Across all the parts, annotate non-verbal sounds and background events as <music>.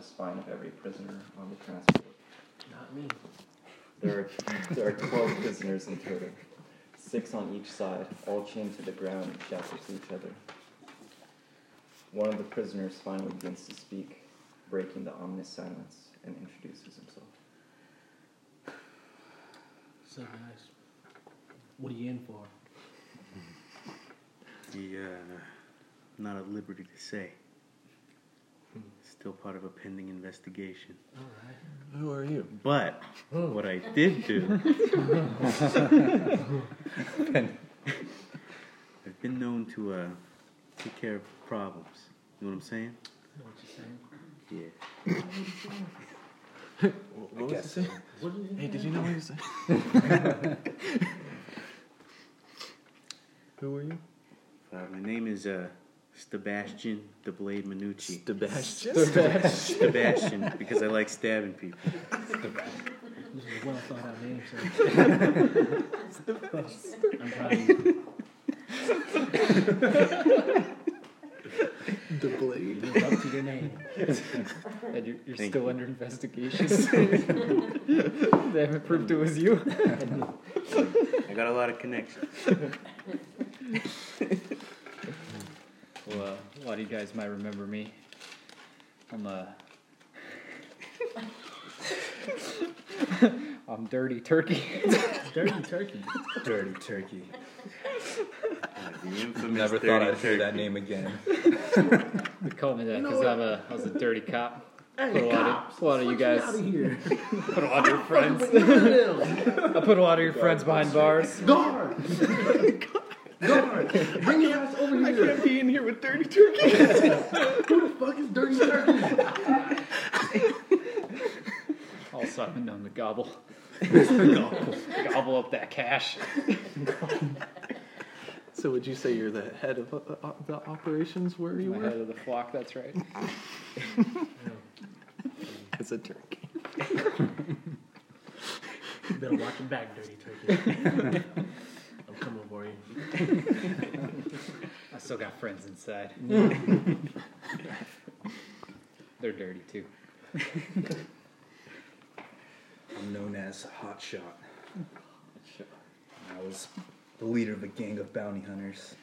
spine of every prisoner on the transport. Not me. There are, there are 12 prisoners in total, six on each side, all chained to the ground and shackled to each other. One of the prisoners finally begins to speak, breaking the ominous silence, and introduces himself. So guys, what are you in for? Yeah, uh, not at liberty to say. Still part of a pending investigation. All right. Who are you? But what I did do. I've been known to uh, take care of problems. You know what I'm saying? Know what you're saying? Yeah. Wh- What was he saying? What are you Hey, did you know what he was saying? Who are you? Uh, my name is uh, Sebastian the Blade Minucci. Sebastian. Sebastian, because I like stabbing people. This is a well thought out name, sir. I'm proud of you. The blade. You lived up to your name. And you're, you're Thank still you. under investigation. <laughs> they haven't proved it was you. I got a lot of connections. Well, uh, a lot of you guys might remember me. I'm <laughs> uh, a. <laughs> I'm Dirty Turkey. Dirty turkey. Dirty turkey. Uh, the infamous Never thought Dirty I'd hear that Turkey. name again. They call me that because I'm a I was a dirty cop. <laughs> Put a lot of, a lot of you Out guys, of here. put a lot of <laughs> your friends. Guard! I put a lot of your friends behind bars. Guard! Bring your ass over here. Be in here with Dirty Turkey. Who the fuck is dirty turkey? Also, I've been known to <laughs> gobble, gobble, gobble up that cash. So would you say you're the head of uh, uh, the operations where you My head were? of the flock. That's right. As a turkey. You better watch your back, dirty turkey. <laughs> I'm coming for you. I still got friends <laughs> inside. They're dirty too. I'm known as Hot Shot. I was the leader of a gang of bounty hunters.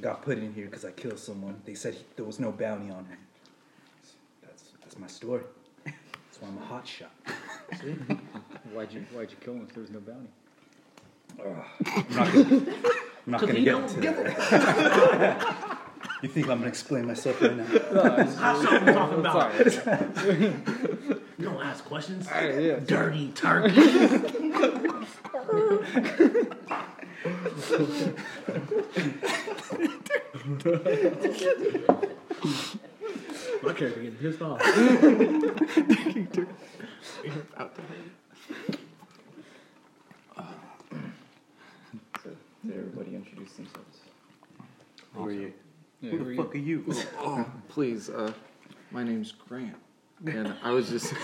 Got put in here because I killed someone. They said he, there was no bounty on him. That's that's my story. That's why I'm a hot shot. Why'd you Why'd you kill him if there was no bounty? Ugh, I'm not gonna, I'm not Because gonna he get don't into give that. <laughs> You think I'm gonna explain myself right now? That's what I'm talking about. Sorry. You don't ask questions. yeah. Dirty turkey. My character getting pissed off. So, did everybody introduce <laughs> themselves? Who are you? Yeah, Who who are the you? fuck are you? Oh, please. Uh, my name's Grant, and I was just.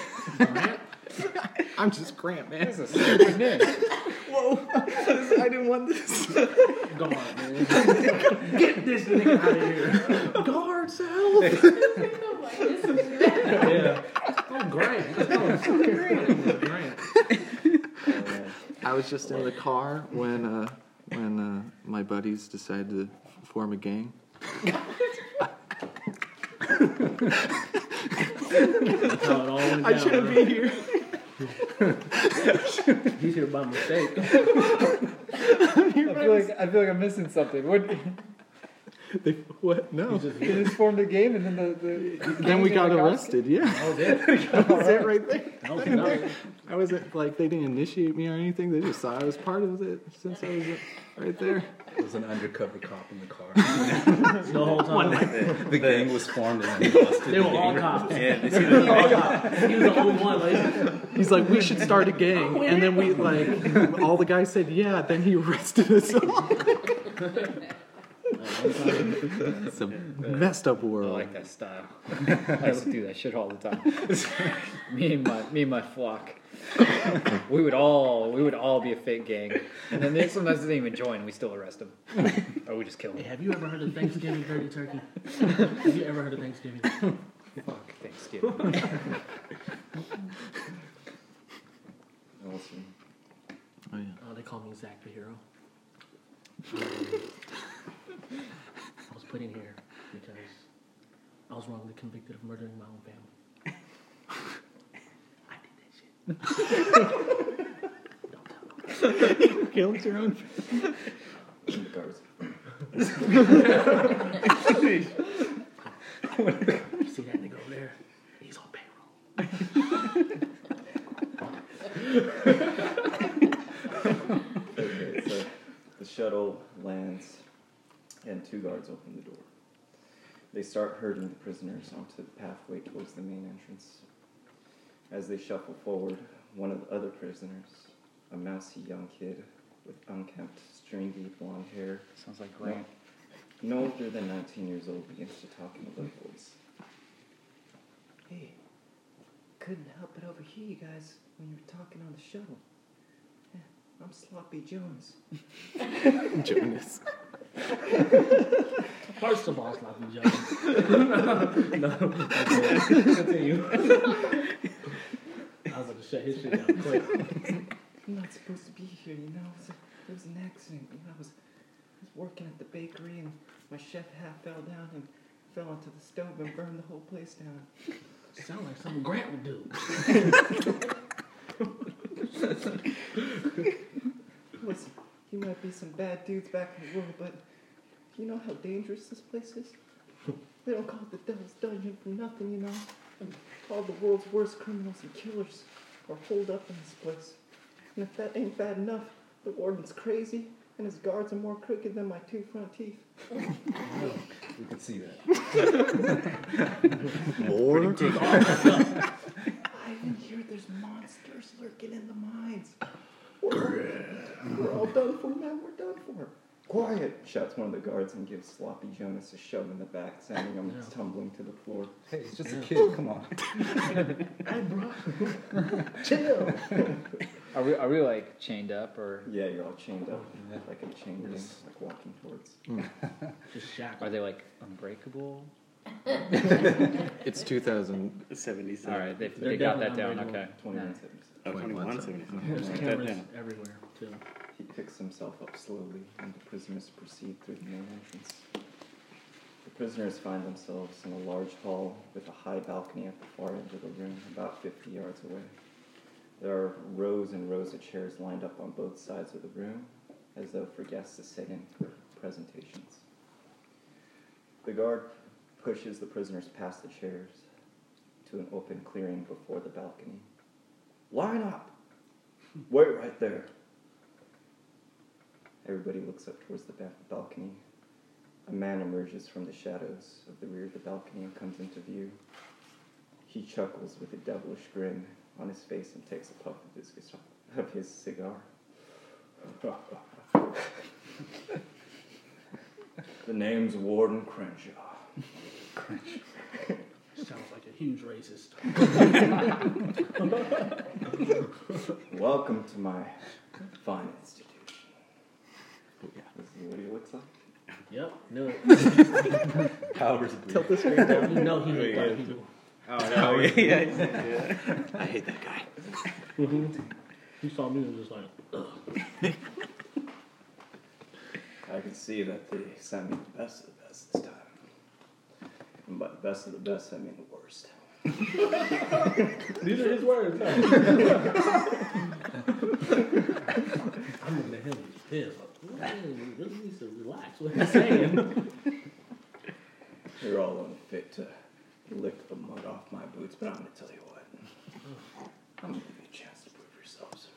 I'm just Grant, man. That's a stupid name. I didn't want this. Guard, man. <laughs> Get this nigga out of here. Guard, <laughs> help! Yeah. Oh, Grant. Oh, Grant. Grant. I was just in the car when uh, when uh, my buddies decided to form a gang. That's how it all went down. I shouldn't be here. He's here by mistake. I feel like I feel like I'm missing something. What? <laughs> They what? No. He's just You here. just formed a game and then the, the Then we got arrested. Yeah, That was it. that was it right there. That was it. I wasn't like they didn't initiate me or anything. They just saw I was part of it since I was uh, right there. There was an undercover cop in the car. The whole time. <laughs> The, The gang was formed and then busted They the were all gang. cops. <laughs> Yeah, they He was all cops. He was the only one. Like, He's like, we should start a gang, and then we like all the guys said yeah. Then he arrested us. all. it's a messed up I world. like that style. <laughs> I used to do that shit all the time. <laughs> me and my me and my flock. We would all we would all be a fake gang, and then they, sometimes they didn't even join. We still arrest <laughs> them, or we just kill hey, them. have you ever heard of Thanksgiving dirty turkey? Have you ever heard of Thanksgiving? Fuck thing. skip. Awesome. Oh yeah. Oh, they call me Zach the <laughs> Hero. I was put in here because I was wrongly convicted of murdering my own family. <laughs> I did that shit. <laughs> Don't tell nobody. Killed your own. In the guards. You see that nigga over there? He's on payroll. Okay, so the shuttle lands, and two guards open the door. They start herding the prisoners onto the pathway towards the main entrance. As they shuffle forward, one of the other prisoners, a mousy young kid with unkempt, stringy blonde hair, Sounds like no, no older than 19 years old, begins to talk in a low voice. Hey, couldn't help but overhear you guys when you were talking on the shuttle. Yeah, I'm Sloppy Jones. Jonas. First of all, sloppy Jones. <laughs> no, okay. continue. I was gonna shut his shit down quick. I'm not supposed to be here, you know. It was, a, it was an accident. You know, I was, I was working at the bakery and my chef hat fell down and fell onto the stove and burned the whole place down. Sound like something Grant would do. Listen, you might be some bad dudes back in the world, but you know how dangerous this place <laughs> is? They don't call it the Devil's Dungeon for nothing, you know? All the world's worst criminals and killers are holed up in this place. And if that ain't bad enough, the warden's crazy, and his guards are more crooked than my two front teeth. We can see that. More. I even hear there's monsters lurking in the mines. We're, we're all done for, man. We're done for. Quiet! shouts one of the guards and gives Sloppy Jonas a shove in the back, sending him tumbling to the floor. Hey, it's just a kid. Come on. Hey, bro. Chill! Are we are we like chained up or yeah, you're all chained up, like a chain gang, like walking towards. Just shackled. are they like unbreakable? It's 2000. 77. All right, they, They're they got that definitely down. unbreakable. Okay. 21 Nice. seconds. Oh, <laughs> 21, There's 77. Write that cameras down. everywhere too. He picks himself up slowly, and the prisoners proceed through the main entrance. The prisoners find themselves in a large hall with a high balcony at the far end of the room, about 50 yards away. There are rows and rows of chairs lined up on both sides of the room, as though for guests to sit in for presentations. The guard pushes the prisoners past the chairs to an open clearing before the balcony. Line up! Wait right there! Everybody looks up towards the ba- balcony. A man emerges from the shadows of the rear of the balcony and comes into view. He chuckles with a devilish grin on his face and takes a puff of his, guitar, of his cigar. the name's Warden Crenshaw. Sounds like a huge racist. Welcome to my fine institution. This is what he looks like. Yep. No. Powers of Tilt this way No, you know he looked like <laughs> people. <laughs> Oh, no. yeah, yeah, yeah. I hate that guy. He saw me and was just like, I can see that they sent me the best of the best this time. And by the best of the best, I mean the worst. these are his words. <laughs> huh? I'm looking at him and he's pissed. Like, "Man, you really needs to relax. What he's saying. You're all unfit to lick the mud off my boots, but I'm gonna tell you what. I'm gonna give you a chance to prove yourselves.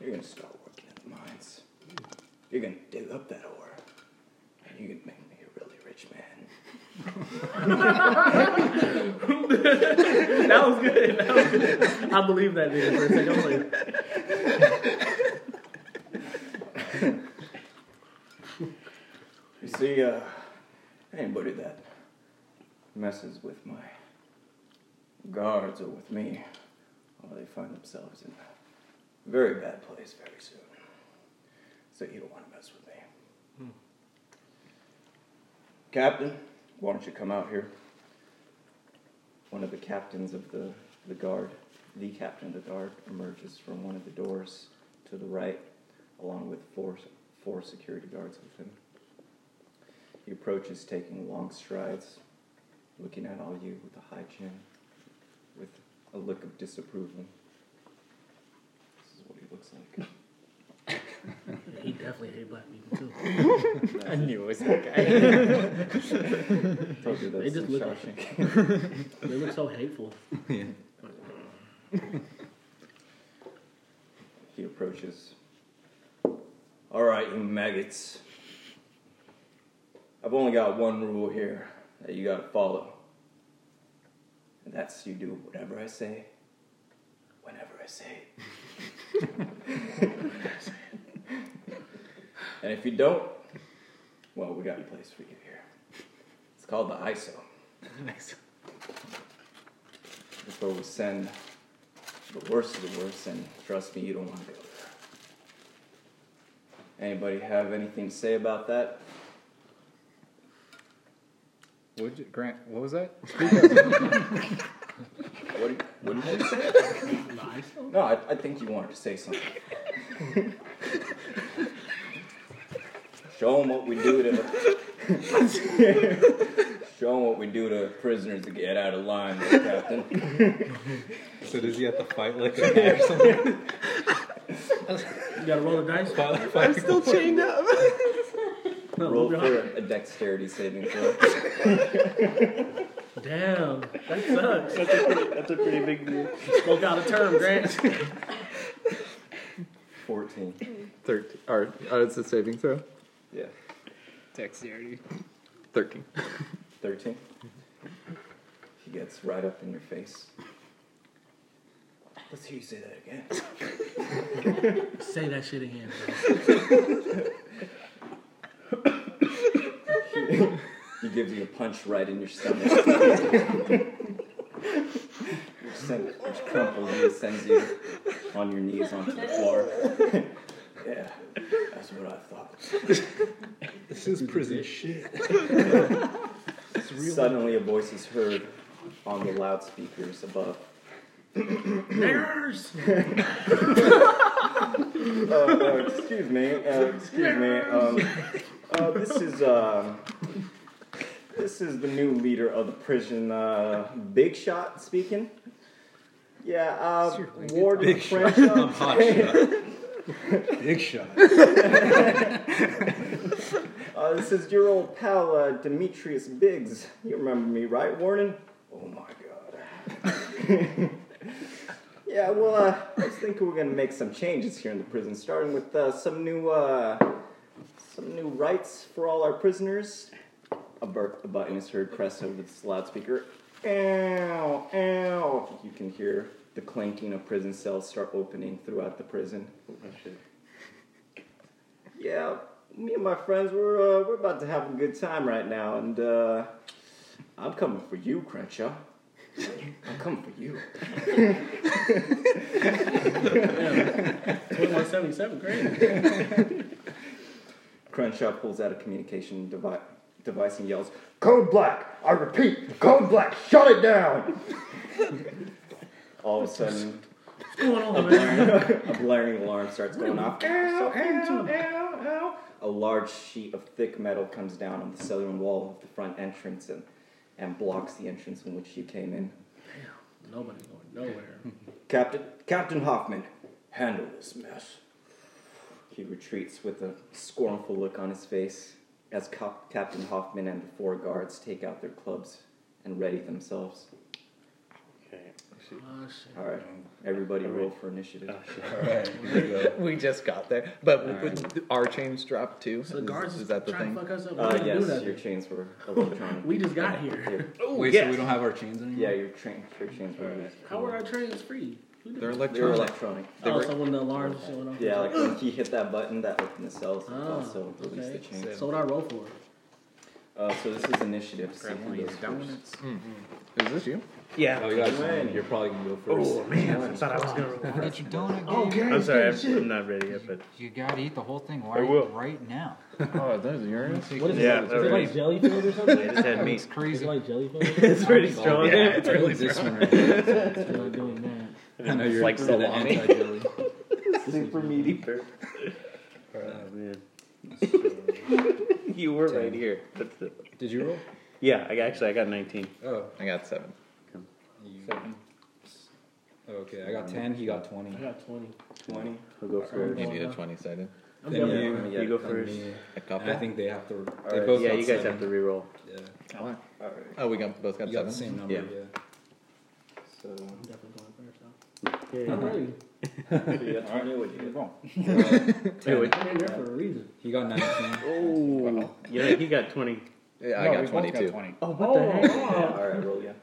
You're gonna start working in the mines. You're gonna dig up that ore, and you're gonna make me a really rich man. <laughs> that was good. That was good. I believe that nigga for a second. I was like, You see, uh, anybody that messes with my guards or with me, well, they find themselves in a very bad place very soon. So you don't want to mess with me. Captain, why don't you come out here? one of the captains of the, the guard, the captain of the guard, emerges from one of the doors to the right, along with four, four security guards with him. He approaches, taking long strides, looking at all you with a high chin, with a look of disapproval. This is what he looks like. <laughs> Yeah, he definitely hate black people too. I knew it was that guy. Told you They that's just in look at Shawshank. They look so hateful. Yeah. He approaches. All right, you maggots. I've only got one rule here that you gotta follow. And that's you do whatever I say, whenever I say it. <laughs> and if you don't, well, we got a place for you here. It's called the ISO. That's where we send the worst of the worst, and trust me, you don't want to go there. Anybody have anything to say about that? Would you, Grant, what <laughs> was that? What, do- what did you say? No, I, I think you wanted to say something. Show them what we do to. <laughs> Show them what we do to prisoners to get out of line, Captain. So does he have to fight like a guy or something? You gotta roll the dice. Fight like fight people? chained up. <laughs> <laughs> No, Roll roll your for a dexterity saving throw. <laughs> Damn, that sucks. That's a pretty, that's a pretty big deal. Spoke out of term, Grant. 14. Thirteen. Or, oh, it's a saving throw. Yeah. Dexterity. Thirteen. 13. He gets right up in your face. Let's hear you say that again. Say that shit again. He gives you a punch right in your stomach. which, send, which crumples you and sends you on your knees onto the floor. <laughs> yeah, that's what I thought. <laughs> This is prison shit. Suddenly, a voice is heard on the loudspeakers <clears throat> above. <laughs> Niggers! Uh, uh, excuse me. Uh, excuse me. Um, uh, this is uh, this is the new leader of the prison, uh, Big Shot, speaking. Yeah, uh, Warden Big shot. Crenshaw. I'm hot shot. Big <laughs> shot. Uh, this is your old pal uh, Demetrius Biggs. You remember me, right, Warden? Oh my god. <laughs> yeah, well, uh, I was thinking we are gonna make some changes here in the prison, starting with uh, some new uh, some new rights for all our prisoners. A, bur- a button is heard pressed over this loudspeaker. Ow, ow. You can hear the clanking of prison cells start opening throughout the prison. Yeah, me and my friends, we're, uh, we're about to have a good time right now, and uh, I'm coming for you, Crenshaw. I'm coming for you. 2177, Grant. Crenshaw pulls out a communication devi- device and yells, Code Black! I repeat, Code Black, shut it down! All of a sudden, What's going on, man? a blaring alarm starts going off. So into A large sheet of thick metal comes down on the southern wall of the front entrance and, and blocks the entrance in which you came in. Nobody going nowhere. Oh, Captain Captain Hoffman, handle this mess. He retreats with a scornful look on his face as Cop- Captain Hoffman and the four guards take out their clubs and ready themselves. Okay. Oh, shit. All right, everybody roll for initiative. Uh, Alright, here we go. We just got there, but with our chains dropped too. So the guards is, is, is that the thing? trying to fuck us up. We Uh, didn't do yes, nothing. your chains were electronic. We just got here. Here. Wait, so yes. we don't have our chains anymore? Yeah, your, train, your chains were Alright. How were our trains free? Who did They're that? They were electronic. electronic. they oh, were- so when the alarms were going off. Yeah, like when he hit that button, that opened the cells and Ah, also released the okay. Oh, chains. So what I roll for? Uh, so this is initiative. See who goes first. Is this you? Yeah. Oh, you guys, Wayne. you're probably gonna go first. Oh man, I thought I was gonna. Don't get your donut, Gabe. I'm sorry, I'm, I'm not ready yet, <laughs> but You gotta eat the whole thing I right, will. right now. Oh, that is yours. What is Yeah, it? Is that it was- like jelly filled or something? it just had me. It's Is it crazy. like jelly filled? It's pretty <laughs> strong. Yeah, it's really this one right here. It's really doing that. I know you're like into the salami. anti-jelly. Super meaty. <laughs> Oh, man. You were right here. That's it. Did you roll? Yeah, I got- actually I got 19. Oh, I got seven. you- Oh, Okay, I Mm-hmm. got 10, he got 20. I got 20. Twenty. I'll go first. You need a twenty-sided. I'm Then done. you, You go and first. me. A And couple. I think they have to. They right, both Yeah, got you guys seven. have to re-roll. Yeah. All right. Oh, we got both got You got the seven. same number, Yeah. yeah. So, I'm definitely going first though. I'm ready. so you got twenty. What you get? Anyway, I'm in there for a reason. He got 19. oh, yeah, he got 20. Yeah, I no, we got both got twenty-two. 20. Oh, what the heck? Yeah, all right. Roll again.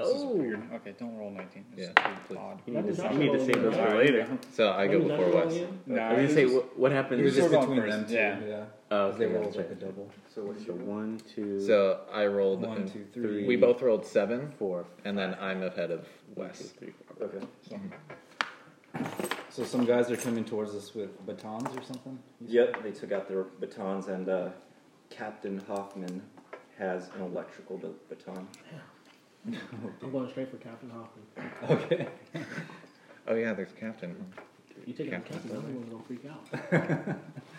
Oh, Okay, don't roll 19. This Yeah, is please. odd. you need to, you need to save those for later. So I go before Wes. I was gonna say, what, what happens? It was just You're going between first, them two. yeah. yeah. oh, 'Cause okay, They rolled gotcha. like a double. So what So you one, two, So I rolled. One, and two, three. We both rolled seven, four, and then I'm ahead of Wes. Okay. So some guys are coming towards us with batons or something? Yep. They took out their batons, and uh, Captain Hoffman has an electrical ba- baton. I'm going straight for Captain Hoffman. Okay. Oh yeah, there's Captain. You take out Captain Captain, everyone's gonna freak out.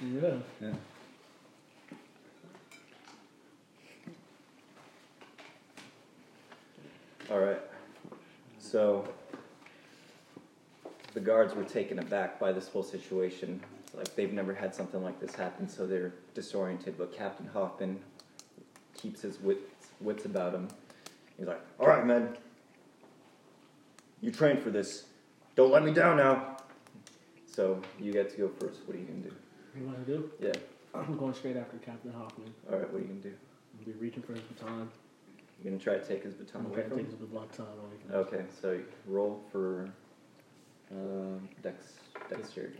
yeah. Yeah. All right. So the guards were taken aback by this whole situation. Like they've never had something like this happen, so they're disoriented. But Captain Hoffman keeps his wits, wits about him. He's like, "All right, men, you trained for this. Don't let me down now." So you get to go first. What are you gonna do? You know what I do? Yeah. I'm going straight after Captain Hoffman. All right. What are you gonna do? I'll be reaching for his baton. You gonna try to take his baton I'm away gonna from Oh, take him? his baton away from him. Okay. So you roll for um, dex dexterity.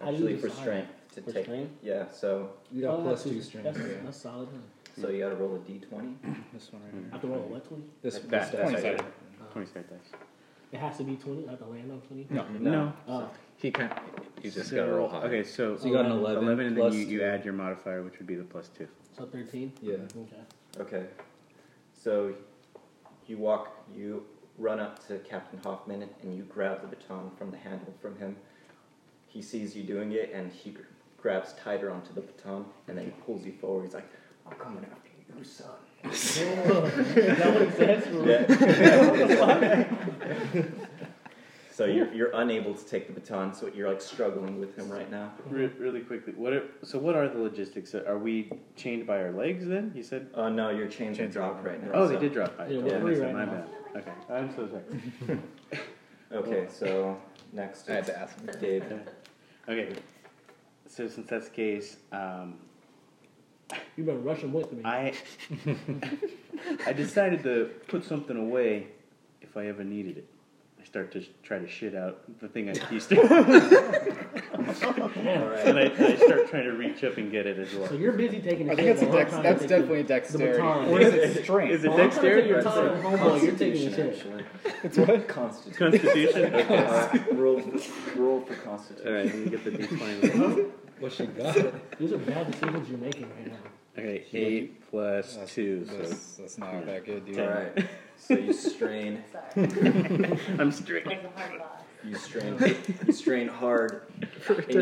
How do you Actually, for decide? strength to For take. strength? Yeah, so You got Oh, plus that's- two strength. That's, Yeah. that's solid. Huh? so you gotta roll a d20. This one right here. I have to roll a what twenty? This That- this that's dice. right. Uh, 20 side dice. it has to be twenty. I have to land on twenty. No. No. Uh, He kind. You just gotta roll high. Okay, so, So you got an 11. 11, and then plus you, you two. add your modifier, which would be the plus 2. so thirteen. Yeah. Okay. Okay, so you walk, you run up to Captain Hoffman and you grab the baton from the handle from him. He sees you doing it and he gr- grabs tighter onto the baton and then he pulls you forward. He's like, I'm coming after you, son. Is that what it says? Yeah. so you're, you're unable to take the baton, so you're like struggling with him right now. Re- really quickly, what? Are, so what are the logistics? Are we chained by our legs? Then you said. Oh no, your chains, are dropped right now. Oh, so- they did drop. I Yeah, totally we're missed free right it, my now. bad. Okay, I'm so sorry. Okay, so next I had is to ask him. Dave. <laughs> Okay, so since that's the case, um, You've been rushing with me. I <laughs> I decided to put something away if I ever needed it. I start to sh- try to shit out the <laughs> thing I used to, All right. and I, I start trying to reach up and get it as well. so you're busy taking. I think shit it's a while I'm dex- trying to that's take definitely a the- dexterity. baton. Or is it strength? Is it Well, I'm trying to dexterity take or your time at home while you're taking your shit. Constitution, actually. It's what? Constitution. <laughs> <laughs> constitution? Okay. Uh, roll, roll for Constitution. All right, let me get <laughs> the d20. What she got? <laughs> These are bad decisions you're making right now. Okay, eight plus two, so That's, that's not that good, dude. All right. So you strain, Sorry. I'm straight. That was a hard loss. you strain, you strain hard, and you,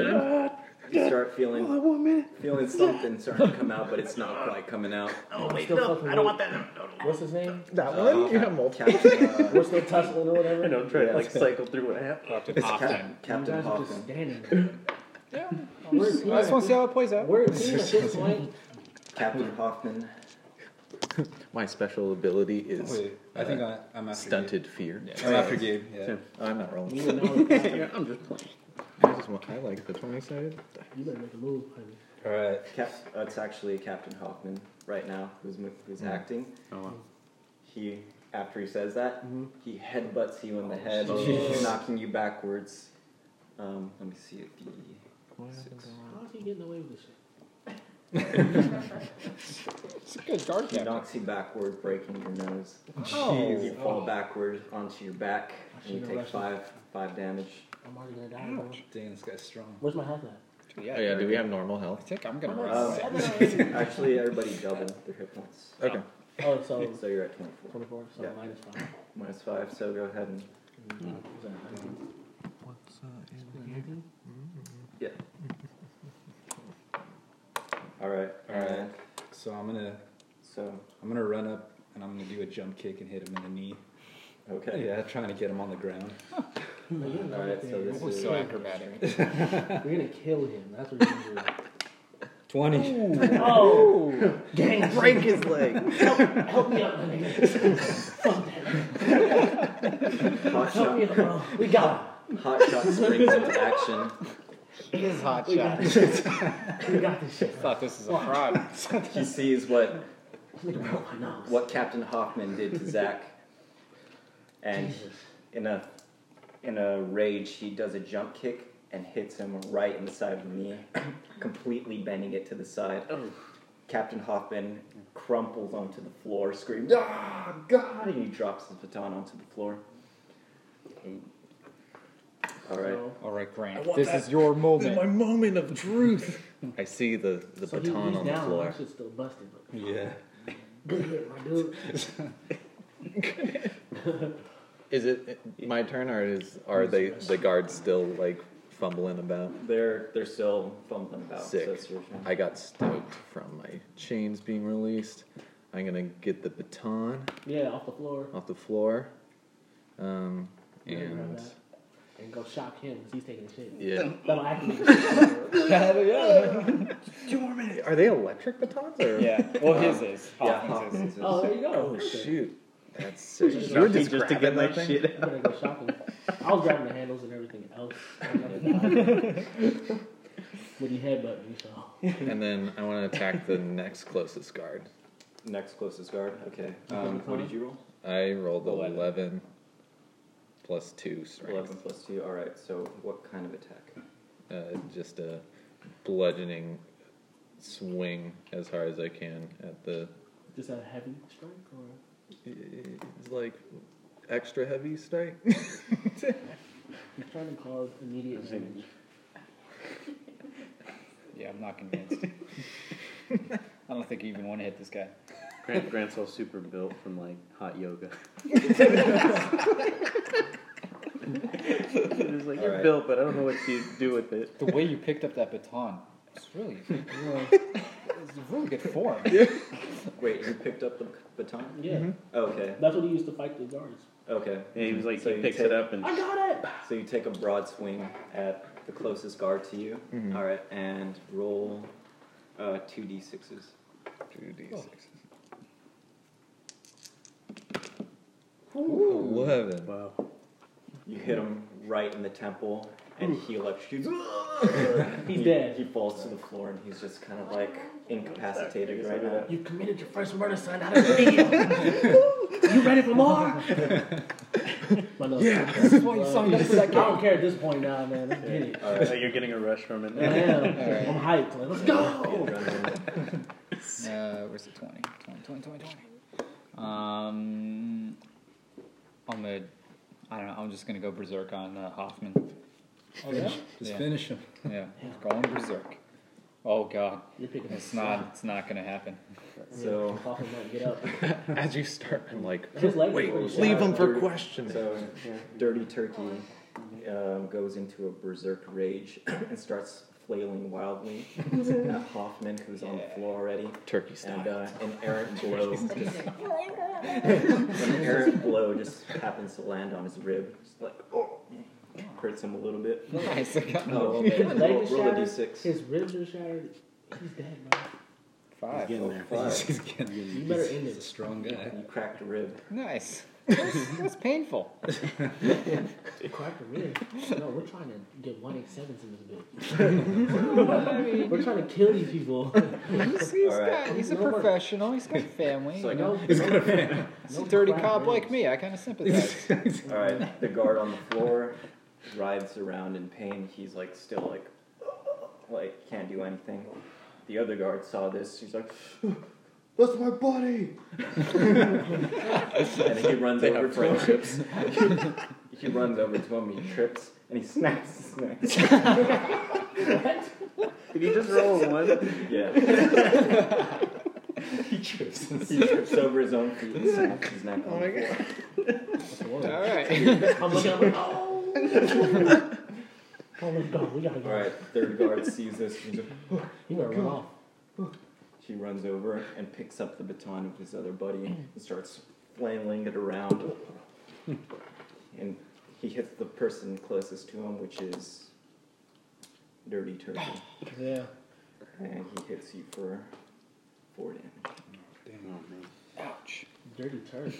you start feeling one minute. feeling something starting to come out, but it's not quite coming out. Oh wait, Still no, fucking I don't with- want that. No, no, no. What's his name? That Uh, Captain, <laughs> uh, We're still tussling or whatever. I know, I'm trying to like Yeah. cycle through what happened. Often. Cap- You Captain guys are just Hoffman. standing. there. We're a team I just want to see at- how it plays out. We're a team at this <laughs> point. Captain Hoffman. My special ability is Wait, I think I, I'm after stunted fear. Gabe. I'm after Gabe, yeah. So- Oh, I'm not rolling. You and I are fighting. Yeah, I'm just playing. I just want. I like the twenty-sided. You better make a move, honey. Alright. Cap, uh, it's actually Captain Hoffman right now who's mo- who's Mm. acting. Oh wow. He after he says that, he headbutts you in the head, Mm-hmm. Oh, <laughs> shit. knocking you backwards. Um, let me see if the How is he getting away with this shit? It's a good guard He captain. knocks you backward, breaking your nose. You Oh, fall backward onto your back, I and you should've take rushed five five damage. I'm already gonna die. bro. Dang, this guy's strong. Where's my health at? <laughs> yeah. Oh, yeah, do we have normal I health? think I'm gonna I'm run. at Um, seven. <laughs> Actually, everybody double their hit points. Okay. oh, so So you're at 24. 24, so Yeah. minus 5. Minus 5, so go ahead and. What's uh, in here? Mhm. Yeah. Alright, alright. So I'm gonna So, I'm gonna run up and I'm gonna do a jump kick and hit him in the knee. okay. Yeah, trying to get him on the ground. We're gonna go Mm, Alright, up so there. this Oh, is. so acrobatic. We're gonna kill him. That's what we're gonna Twenty. do. <laughs> oh! Ooh. <laughs> Gang, Break his leg! help me up, my <laughs> nigga. Fuck that. Hot Help me shot, up, bro. We got hot shot springs into action. It is hot We got shot. him. We got this shit. I thought this was a fraud. He sees what This nigga broke my nose. what Captain Hoffman did to Zach. And Jesus. in a in a rage, he does a jump kick and hits him right in the side of the knee, <clears throat> completely bending it to the side. Captain Hoffman crumples onto the floor, screams, "Ah, God!" and he drops his baton onto the floor. All right. So, All right, I Grant. want This that. is your moment. moment of truth. I see the, the so he- baton he's on down. the floor. My shit's still busted, but Yeah. good hit, my dude. Is it my turn, or is are they the guards still like fumbling about? They're they're still fumbling about. Sick. So it's your turn. I got stoked from my chains being released. I'm gonna get the baton Yeah, off the floor. off the floor, um, Yeah, grab and that. And go shock him because he's taking the shit. yeah. That'll activate <laughs> Are they electric batons or? Yeah. Well, his is. yeah, Hoffman's Hoffman's is. is- Oh, there you go. Oh Perfect. shoot, <laughs> that's sick. Just You were Just to get grabbing my that thing? shit I'm gonna go shopping. I was grabbing the handles and everything else. when you headbutt me, so And then I want to attack the next closest guard. Next closest guard. Okay. You Um, got what the did you roll? I rolled Eleven. 11, plus two strength. Eleven plus two. All right. So what kind of attack? Uh, just a bludgeoning swing as hard as I can at the just a heavy strike or It's like extra heavy strike. I'm trying to cause immediate damage. Yeah, I'm not convinced. <laughs> I don't think you even want to hit this guy. Grant, Grant's all super built from like hot yoga. it's like you're Alright. built, but I don't know what you do with it. The way you picked up that baton, it's really, it's a really good <laughs> form. Wait, you picked up the baton? Yeah, Okay. that's what he used to fight the guards. Okay. And he was like, So he you picks take- it up and I got it. So you take a broad swing at the closest guard to you. Mm-hmm. All right, and roll uh, two d6s. Two d Cool. Eleven. wow, You hit him right in the temple, and he electrocutes. He's he, dead. He falls to the floor, and he's just kind of like incapacitated right now. You committed your first murder, son. Out of the You ready for more? My nose. Yeah, This is why you <laughs> sung the I second. don't care at this point now, man. Let's get it. All So right. you're getting a rush from it. I am. I'm hyped. Like, let's go. Uh, where's the 20? 20, 20, 20, 20. Um, I'm gonna, I don't know, I'm just gonna go berserk on uh, Hoffman. Oh, yeah? Just Yeah. finish him. Yeah, going berserk. Oh god, You're picking it's not, it's not gonna <laughs> happen. So- Coffin might get up. As you start, I'm like, His leg wait, was Yeah. leave them for Dirty- questioning. So, Dirty Turkey um, goes into a berserk rage <coughs> and starts flailing <laughs> wildly at Hoffman, who's on the floor already. Turkey And style. uh, an errant blow, <laughs> just, an errant blow just happens to land on his rib. Just like, oh, hurts him a little bit. Nice, I got Oh, no okay. His leg roll, is roll a shattered. d6. His ribs are shattered. He's dead, bro. five. Getting there. Five. He's getting You better end he's a it. strong guy. <laughs> You cracked a rib. Nice. That's, that's painful. Crack the rib. No, we're trying to get 187s in this bitch. I <laughs> mean, We're trying to kill these people. he's, he's All right. got, he's a No more- professional. He's got family. So I you got- know, He's got a he's a dirty cop like me. I kind of <laughs> sympathize. <laughs> All right, the guard on the floor writhes around in pain. He's like still like like can't do anything. The other guard saw this. He's like, "That's my buddy!" and <laughs> he runs They over have to him. <laughs> he runs over to him. He trips and he snaps his neck. Did he just roll a one? Yeah, <laughs> He trips. he trips over his own feet and snaps his neck. Oh my god! Whoa. All right. I'm looking. I'm like, oh. oh, let's go. We gotta go. All right, third guard sees this. He's like, He went run off. She runs over and picks up the baton of his other buddy and starts flailing it around. and he hits the person closest to him, which is Dirty Turkey. Yeah. Oh, And he hits you for four damage. Dirty turd.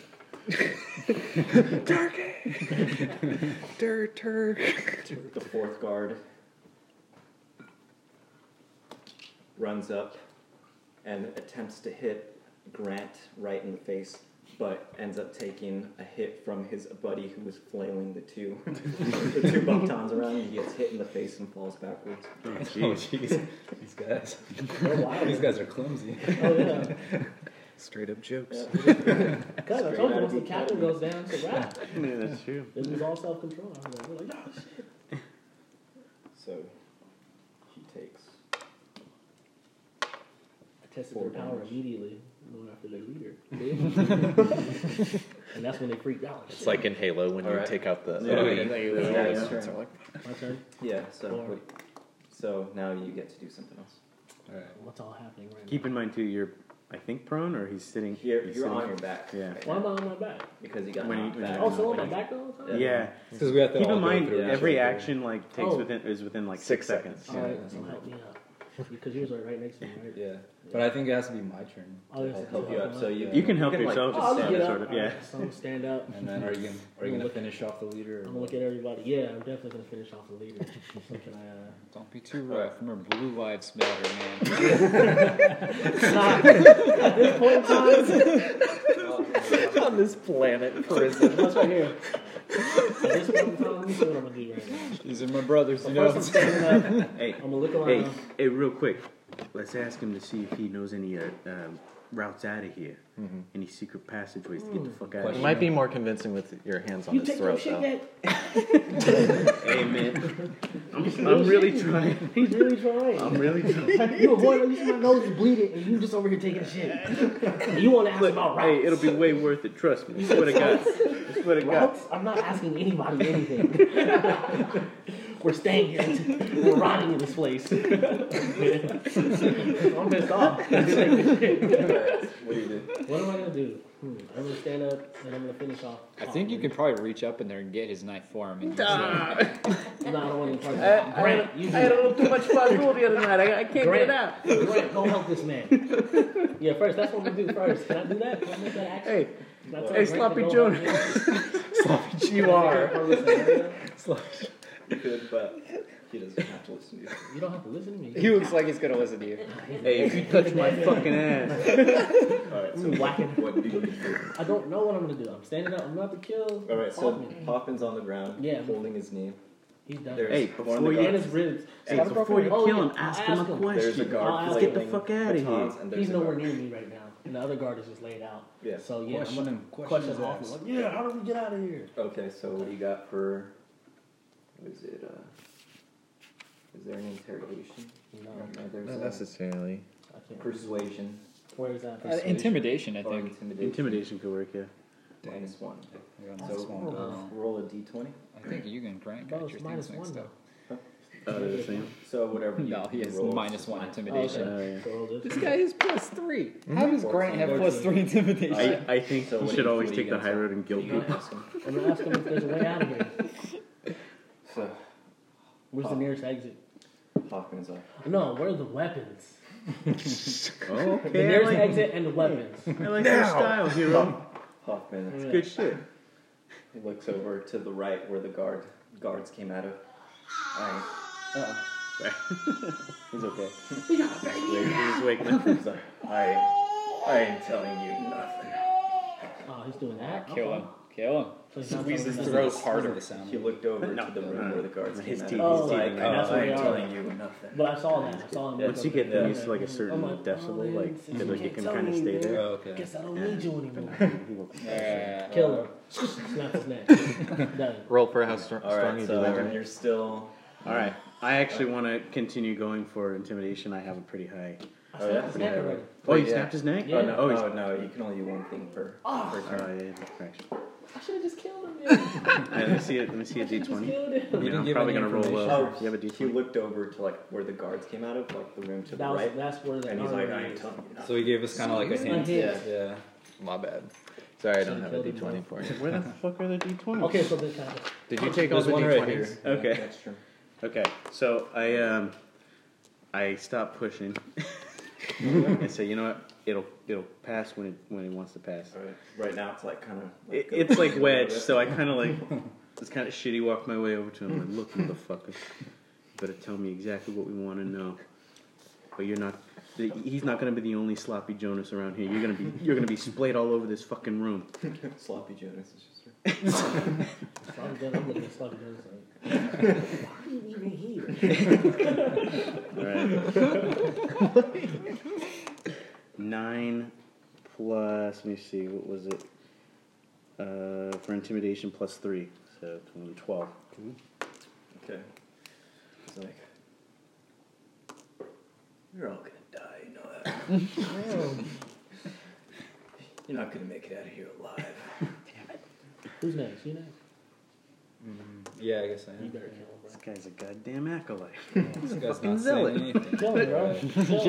The fourth guard runs up and attempts to hit Grant right in the face, but ends up taking a hit from his buddy who was flailing the two <laughs> the two buttons around. He gets hit in the face and falls backwards. Oh, Oh jeez. jeez, these guys. They're wild. These guys are clumsy. Oh yeah. Straight up jokes. Cause I Straight told outta you once the Deep captain Throat. goes down, it's a wrap. Yeah, that's true. It was all self control. I was like, we're like, oh, shit. So he takes I tested Four their power damage. immediately, going after their leader. <laughs> and that's when they freaked out. It's like in Halo when you Alright. take out the. Yeah. enemy. Yeah, it's Turns turn. are like- my turn. Yeah, so Alright. wait. so now you get to do something else. What's all happening right Keep in mind too, you're I think prone or he's sitting. Here he's you're sitting- on your back. Yeah. right now? Why now, am I on my back? because you got When you- knocked when you back. got Oh, so on my back the whole time? Yeah. Because we have to Keep all in go mind, through it. every action like takes Oh. within is within like six, Six seconds. All right, so help me out. Because yours are right next to me, right? Yeah, but I think it has to be my turn. Oh, to yes, help Help you up so you You can help like, yourself. Oh, I'll just stand get up. sort of, yeah. Alright, so I'm gonna stand up. <laughs> And then are you gonna, are you gonna finish off the leader? I'm gonna look at everybody. Yeah, I'm definitely gonna finish off the leader. So can I? Don't be too rough. Remember, blue lives matter, man. <laughs> Uh... Nah, at this point in time, on this planet prison. That's right here. At this point in time, let me see what I'm gonna do right now. These are my brothers, you First, know. I'm standing up. <laughs> Hey, I'm gonna look around. hey, hey, real quick. Let's ask him to see if he knows any uh, um, routes out of here, Mm-hmm. any secret passageways to get the fuck out of It here. Mm. might be more convincing with your hands on You his take no throat, shit though. yet? Hey, man, <laughs> I'm, I'm really trying. He's really trying. I'm <laughs> really trying. you avoid you see my nose is bleeding and you just over here taking a shit. And <laughs> you wanna ask about routes. Hey, it'll be way worth it. Trust me. I swear to God. I swear to God. routes? I'm not asking anybody anything. <laughs> We're staying here. <laughs> We're rotting in this place. <laughs> I'm pissed <laughs> off. what do you do? What am I gonna <laughs> do? Hmm, I'm gonna stand up and I'm gonna finish off. I think you can probably reach up in there and get his knife for him. And No, I don't want any part of that. Grant, you do Uh, I had a little too much fun the other night. I, I can't Grant, get it out. Grant, go help this man. Yeah, first, that's what we do first. Can I do that? Can I make that action? Hey, Can I tell hey, Grant to Sloppy go Joe. help this you man? Help this man? You could, but he doesn't have to listen to you. You don't have to listen to me. <laughs> He looks like he's gonna listen to you. Hey, if you touch my fucking ass. Alright, so I'm whacking. what do you <laughs> do? I don't know what I'm gonna do. I'm standing up. I'm about to kill. Alright, so Hoffman. Hoffman's on the ground, Yeah. holding his knee. he's done. There's Hey, one of the before you- and guards- his ribs. Hey, Got a before you broken- kill Oh, him, yeah, ask I'll him a There's a question. guard. I'll ask Let's get the flailing fuck outta batons, here. And there's He's a nowhere guard. near me right now, and the other guard is just laid out. Yeah. So yeah, Question I'm him. gonna Question question his off. ass. Like, yeah, how do we get out of here? Okay, so what do you got for? Was it? Uh, is there an interrogation? No, there's Not a necessarily. I can't. Persuasion Where is that? Uh, intimidation, I or think. intimidation. Intimidation could work, yeah. Minus one. So, So uh, roll a d20. I think you and Grant That got was your minus things one mixed though. up. Oh, they're <laughs> the same. So whatever. You <laughs> No, he has roll, minus it's one just intimidation. Mm-hmm. Oh, yeah. So roll this. This guy is plus three. How does Grant have plus three I, intimidation? I think So you what should do you- always what do you take the guys high have? road and guilt You gonna <laughs> people. ask him? I'm gonna ask him if there's a way out of here. So Where's the nearest exit? Hawkins uh, are. No, where are the weapons? <laughs> The Okay, I nearest like, exit and the weapons. I like your style, hero. Hoffman Yeah. Good shit. He looks over to the right where the guard guards came out of. Alright. He's okay. We got a baby. Wait, he's waking up. He's like, I, I ain't telling you nothing. Oh, he's doing that. Kill him. <laughs> Kill him. So he's not Squeeze his telling us. throat harder. harder. He looked over to the room where the guards His came teeth, out. He's his teeth, like, and "Oh, I that's what ain't they are. telling you nothing. But I saw that. I saw him. Once you get them used to like a "Oh, certain decibel, like they they're like you can kind of stay Oh, there. okay. Guess I don't need you <laughs> oh. <laughs> anymore. Yeah. Kill him. Snap his neck. Done. Roll for how str- All strong right, you so do that. and you're still. All right, I actually want to continue going for intimidation. I have a pretty high. I Oh, yeah? snapped his neck already. Oh, you yeah. snapped his neck? Yeah. Oh no! Oh, he's- Oh no! You can only do one thing per per <laughs> Oh, turn. yeah, yeah, fraction. I should have just killed him. <laughs> dude. I All right, let me see it. Let me see a shoulda D just twenty. killed him. I mean, didn't I'm give probably any gonna roll low. information. Oh, you have a D He twenty. looked over to like where the guards came out of, like the room to the That was, right, that's where the and he's like, armor "I ain't is. telling you nothing." So he gave us kind of like a hint. Yeah. yeah. My bad. Sorry, I don't Should've have a killed him, D20 for you. Where the fuck are the D twenties? Okay, so this happened. Did <laughs> you take all There's the one right D20s? here. Okay. Yeah, that's true. Okay, so I um, I stop pushing <laughs> and say, you know what? It'll it'll pass when it when it wants to pass. All right. Right now, it's like kind of. It, <laughs> it's like wedge, so I kind of like it's kind of shitty. Walk my way over to him. Like, look, motherfucker, you better tell me exactly what we want to know. But you're not. the- He's not gonna be the only sloppy Jonas around here. You're gonna be. You're gonna be splayed all over this fucking room. sloppy Jonas is just. Sloppy Jones, I'm looking at Sloppy Jones like, why are you even here? All right. <laughs> Nine plus. Let me see. What was it? Uh, for intimidation plus three, so 12. Okay. He's like, you're all gonna die. You know that. <laughs> You're not gonna make it out of here alive. Who's next? You next? Mm, Yeah, I guess I You am. better kill This guy's a goddamn acolyte. This guy's Fucking not saying zealot. anything. him, bro. <laughs> Kill <laughs> him, bro. Kill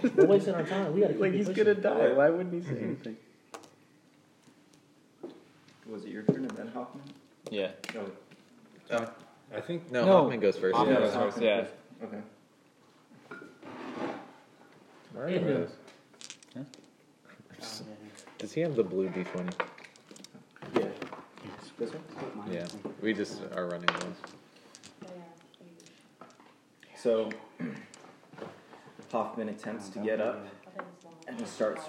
him. We're wasting our time. We gotta keep Like it he's pushing. gonna die. Why wouldn't he say anything? Was it your turn, and then Hoffman? Yeah. No. I think no, No. Hoffman goes first. Hoffman Yeah. goes first, Yeah. Okay. Hit him. Does he have the blue D20? Yeah. This one. Yeah. We just are running those. So <clears throat> Hoffman attempts to get up and he starts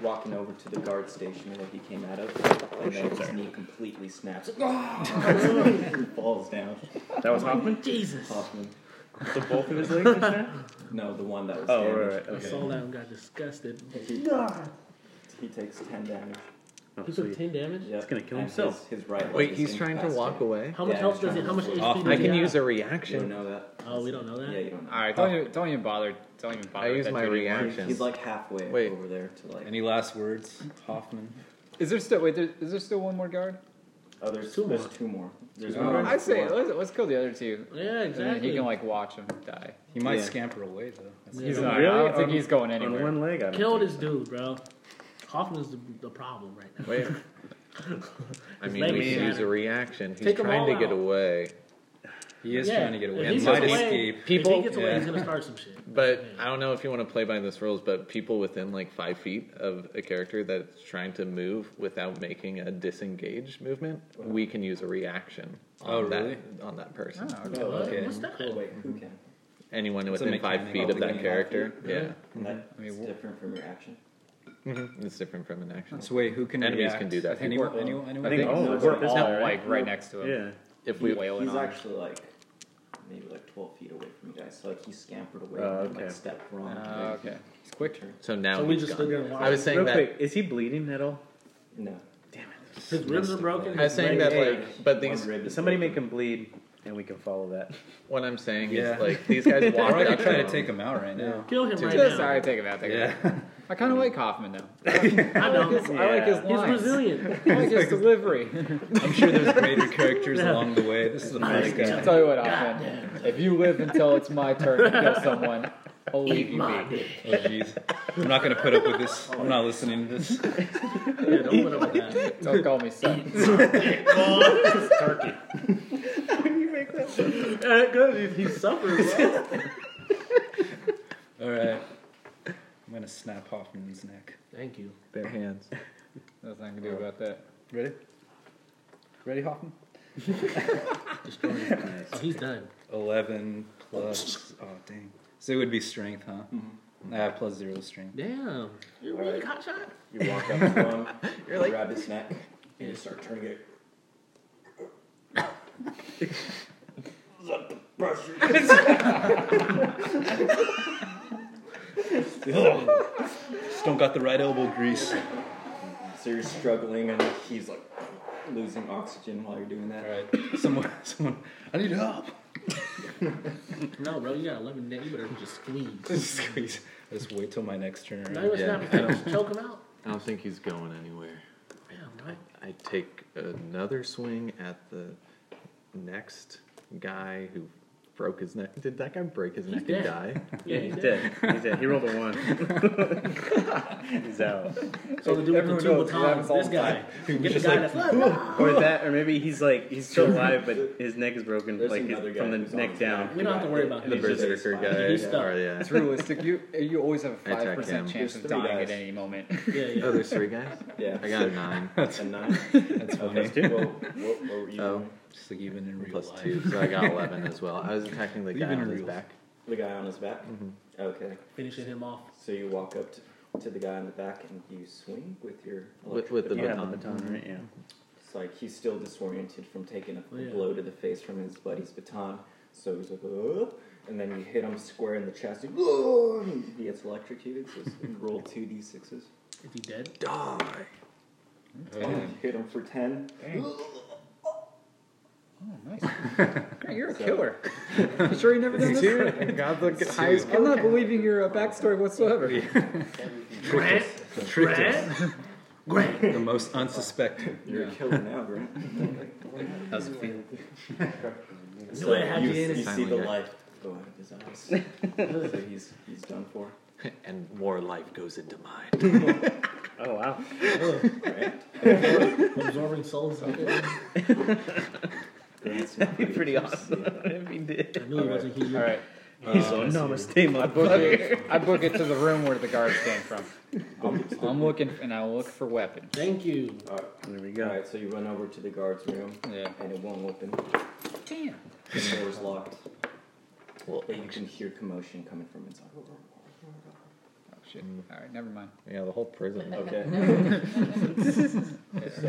walking over to the guard station that he came out of, and then his knee completely <laughs> snaps. <laughs> he falls down. That was Hoffman. Jesus. Hoffman. So both of his legs are snapped? No, the one that was. <laughs> Oh, damaged. right, right. I Okay. saw that and got disgusted. He, Nah. he takes ten damage. Oh, He took sweet. 10 damage? Yep. He's gonna kill And himself. His, his right. leg Wait, is he's trying to walk incapacitated. away? How much Yeah, health he's does it? How trying much to- HP I does can he use a have? You don't reaction. know that. Oh, we don't know that? Yeah, you don't know. All right. Don't even, don't even bother. Don't even bother. I with use that my dirty reaction. word. He's like halfway Wait. over there to like. Any last words, Hoffman? Is there still wait? There, is there still one more guard? oh, there's Two two more. There's two more. There's Oh. one right I say before. let's, let's kill the other two. Yeah, And then exactly. he can like watch them die. He might Yeah. scamper away though. Yeah. He's Yeah. not. I Really? don't think On- he's going On anywhere. one leg. I don't Kill think. this dude, bro. Hoffman's the, the problem right now. <laughs> Wait. I His mean, leg we is use a shattered. reaction. He's Take 'em trying to all get out. away. He is Yeah, trying to get if away. he And gets might away- escape. if he People. gets away, yeah. he's gonna start some shit. Mm. But Yeah. I don't know if you want to play by this rules, but people within like five feet of a character that's trying to move without making a disengage movement, we can use a reaction on Oh, really? Ah, that on that person. Oh, What? okay. What's that? Wait, who can? Anyone It's a within five mechanic. feet of that Yeah. character, yeah, Mm-hmm. And that- I mean, it's wh- different from your action. Mm-hmm. it's different from an action. That's way who can Enemies react? can do that. I think Anyone- we're, anyone, anyone, I think all No, of us. we're There's all not- like right next to him. Yeah. If we He- wailing he's on. him. actually like maybe like 12 feet away from you guys. So like he scampered away Oh, and like okay. stepped wrong. Ah, okay. He's quick. So now So we he's just stood gone. there and watched. I was saying Real that. quick, is he bleeding at all? No. His ribs are broken. I was saying that Hey, like, but one these rib is Somebody make broken. him bleed, and we can follow that. What I'm saying Yeah. is like these <laughs> guys walk I up could to try to him. take him out right now. Kill him right Just- now. I take it back. Take it back. I kind of like Hoffman though. I I like his, know. I like <laughs> his He's lines. resilient. I like his <laughs> delivery. <laughs> I'm sure there's greater characters along the way. This is the first I'll tell you what, Hoffman. If you live until it's my turn to kill <laughs> someone, I'll leave you My be. dick. Oh, jeez. I'm not going to put up with this. I'm not listening to this. Yeah, don't put up with that. Don't call me son. Turkey. Because he suffers. <laughs> bro. All right. I'm going to snap Hoffman's neck. Thank you. Bare hands. There's nothing I can do about that. Ready? Ready, Hoffman? Destroy him. Oh, he's done. 11 plus. Oh, dang. So it would be strength, huh? Mm-hmm. Ah, plus zero strength. Damn. You're really hot shot. You walk up to him, you grab his neck, and just start turning it. Let the pressure. just don't got the right elbow grease. So you're struggling, and he's like losing oxygen while you're doing that. All right, someone, <laughs> someone, I need help. No, bro, you got 11 days. You better just squeeze. Squeeze. Just wait till my next turn. No, it's Yeah. not. Just choke him out. I don't think he's going anywhere. Damn, bro. I take another swing at the next guy who broke his neck. Did that guy break his neck dead. and die? Yeah, He's he's dead. dead. He's dead. He rolled a one. <laughs> He's out. So the dude with the Everyone two knows, it batons, happens all this the guy. time. Get the guy that's like, Or that, or maybe he's like he's still alive, but his neck is broken, There's like his, another guy from the who's on neck his down. we don't have to worry about The him. The He's just- berserker guy. he's stuck. Or, Oh, yeah. It's realistic. You you always have a I attack five percent him. chance There's of three dying guys. at any moment. <laughs> Yeah, yeah. Oh, there's three guys. Yeah. <laughs> I got a nine a nine. That's funny. Well, what, what were you Oh. doing? Just like even in real plus life. two, so I got eleven as well. I was attacking the guy Even on his real. back. The guy on his back. Mm-hmm. Okay. Finishing him off. So you walk up to, to the guy on the back and you swing with your With- with the electric You baton. have the baton, right? Yeah. It's like he's still disoriented from taking a Oh, yeah. blow to the face from his buddy's baton. So he's like, "Ugh," and then you hit him square in the chest. He, "Ugh," and he gets electrocuted. So it's- and <laughs> roll two d sixes. Is he dead? Die. Hit him for ten. Oh, nice. Man, you're a So- killer. You sure you <laughs> never done this? Got the highest. I'm not believing your uh, backstory whatsoever. Grant? Tricked us. Grant? The most unsuspecting. You're a killer now, Grant. <laughs> How's it feel? so I had you, you in you it. see the Finally, light go out of his <laughs> eyes. so he's he's done for. <laughs> And more life goes into mine. Oh wow. <laughs> Absorbing souls. I <laughs> Grant's not That'd be pretty close. awesome <laughs> if he did. knew he wasn't human. All right, He's so namaste, I book it. I book it to the room where the guards came from. I'm, I'm looking, and I look for weapon. Thank you. There we All go. right, so you run over to the guard's room, Yeah. and it won't open. Damn. The door's locked, Well, but you can hear commotion coming from inside. Oh shit. All right, never mind. yeah, the whole prison. <laughs> Okay. <laughs> so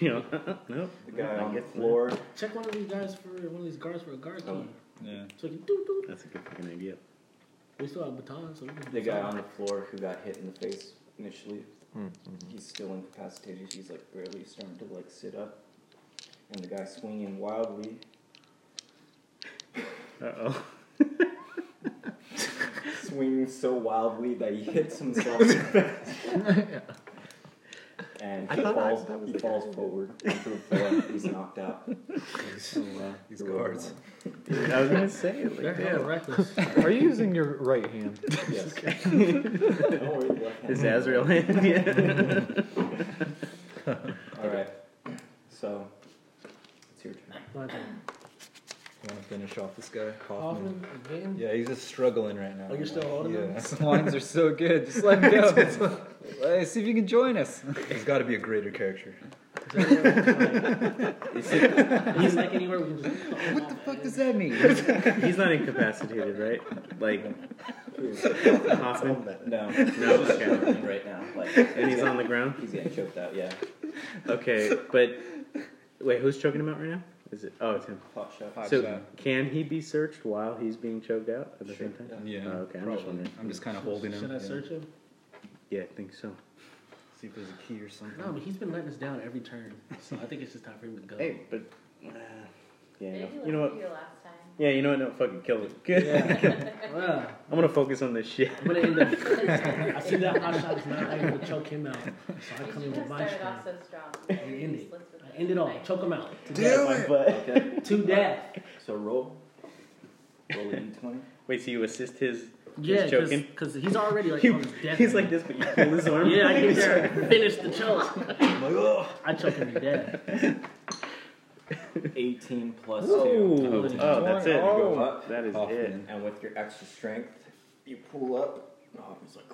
You know, nope. the guy I on the guess not. floor. Check one of these guys for one of these guards for a guard key. Oh. Yeah. So you do do. That's a good fucking idea. We still have batons, so we can The do guy on something. the floor who got hit in the face initially, Mm-hmm. he's still incapacitated. He's like barely starting to like sit up, and the guy swinging wildly Uh oh. swinging so wildly that he <laughs> hits himself <laughs> in the back. And he I thought I- falls, that was he the falls forward onto the floor. He's knocked <laughs> out. These uh, guards. <laughs> I was gonna say it. They're Like, hella reckless. Are you using your right hand? Yes. <laughs> Don't worry, left hand. is Azrael hand? Yeah. Mm-hmm. All right. So it's your turn. Want Want to finish off this guy, Hoffman? Hoffman again? Yeah, he's just struggling right now. Oh, you're still holding him? yeah. These lines are so good. Just let him <laughs> go. Hey, see if you can join us. He's got to be a greater character. He's like anywhere we can just. What the What does that mean? He's not incapacitated, right? Like Hoffman. No, No. Okay. right now, like And he's on the ground. he's getting choked out. Yeah, Okay, but wait, who's choking him out right now? Is it? Oh, it's him. hot shot. so shot. can he be searched while he's being choked out at the Sure, same time? yeah. Yeah. Oh, okay, I'm just wondering. <laughs> I'm just <laughs> kind of holding him. Should I yeah. search him? Yeah, I think so. See if there's a key or something. No, but he's been letting us down every turn. So I think it's just time for him to go. Hey, but uh, yeah, They you know, didn't you know look what? for you last time. Yeah, you know what? No, fucking kill it. Good. Well, I'm gonna focus on this shit. I'm gonna end up. I see that hot shot is not able to choke him out. So I You come should in with have my started off strength. so strong. You end it. I I end it all. Choke him out. To <laughs> Do death. Okay. To death. So roll. Roll a d20. Wait, so you assist his? Yeah, choking. because he's already like on You, his death. he's row. like this, but you pull his arm. Yeah, I get <laughs> there. Finish the choke. I choke him to death. 18 plus two. Ooh. Oh, Oh, that's it. You go oh. up, That is it. and with your extra strength, you pull up. Oh, he's like,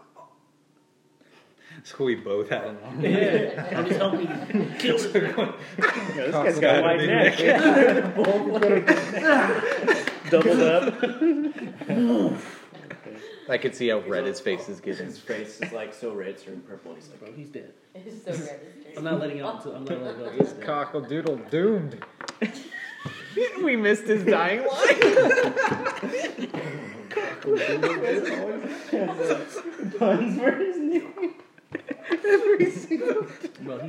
So we both had him. Yeah, I'm just helping <laughs> kill this man. Yeah, this guy's got a wide <laughs> neck. Doubled up. I could see how red his face is getting. His face is like so red, it's turning purple. He's like, Bro, he's dead. <laughs> It's so registered. I'm not letting it up until I'm not letting it go. He's dead. Cockledoodle doomed. <laughs> we missed his dying line. Bro, he's dead. Oh,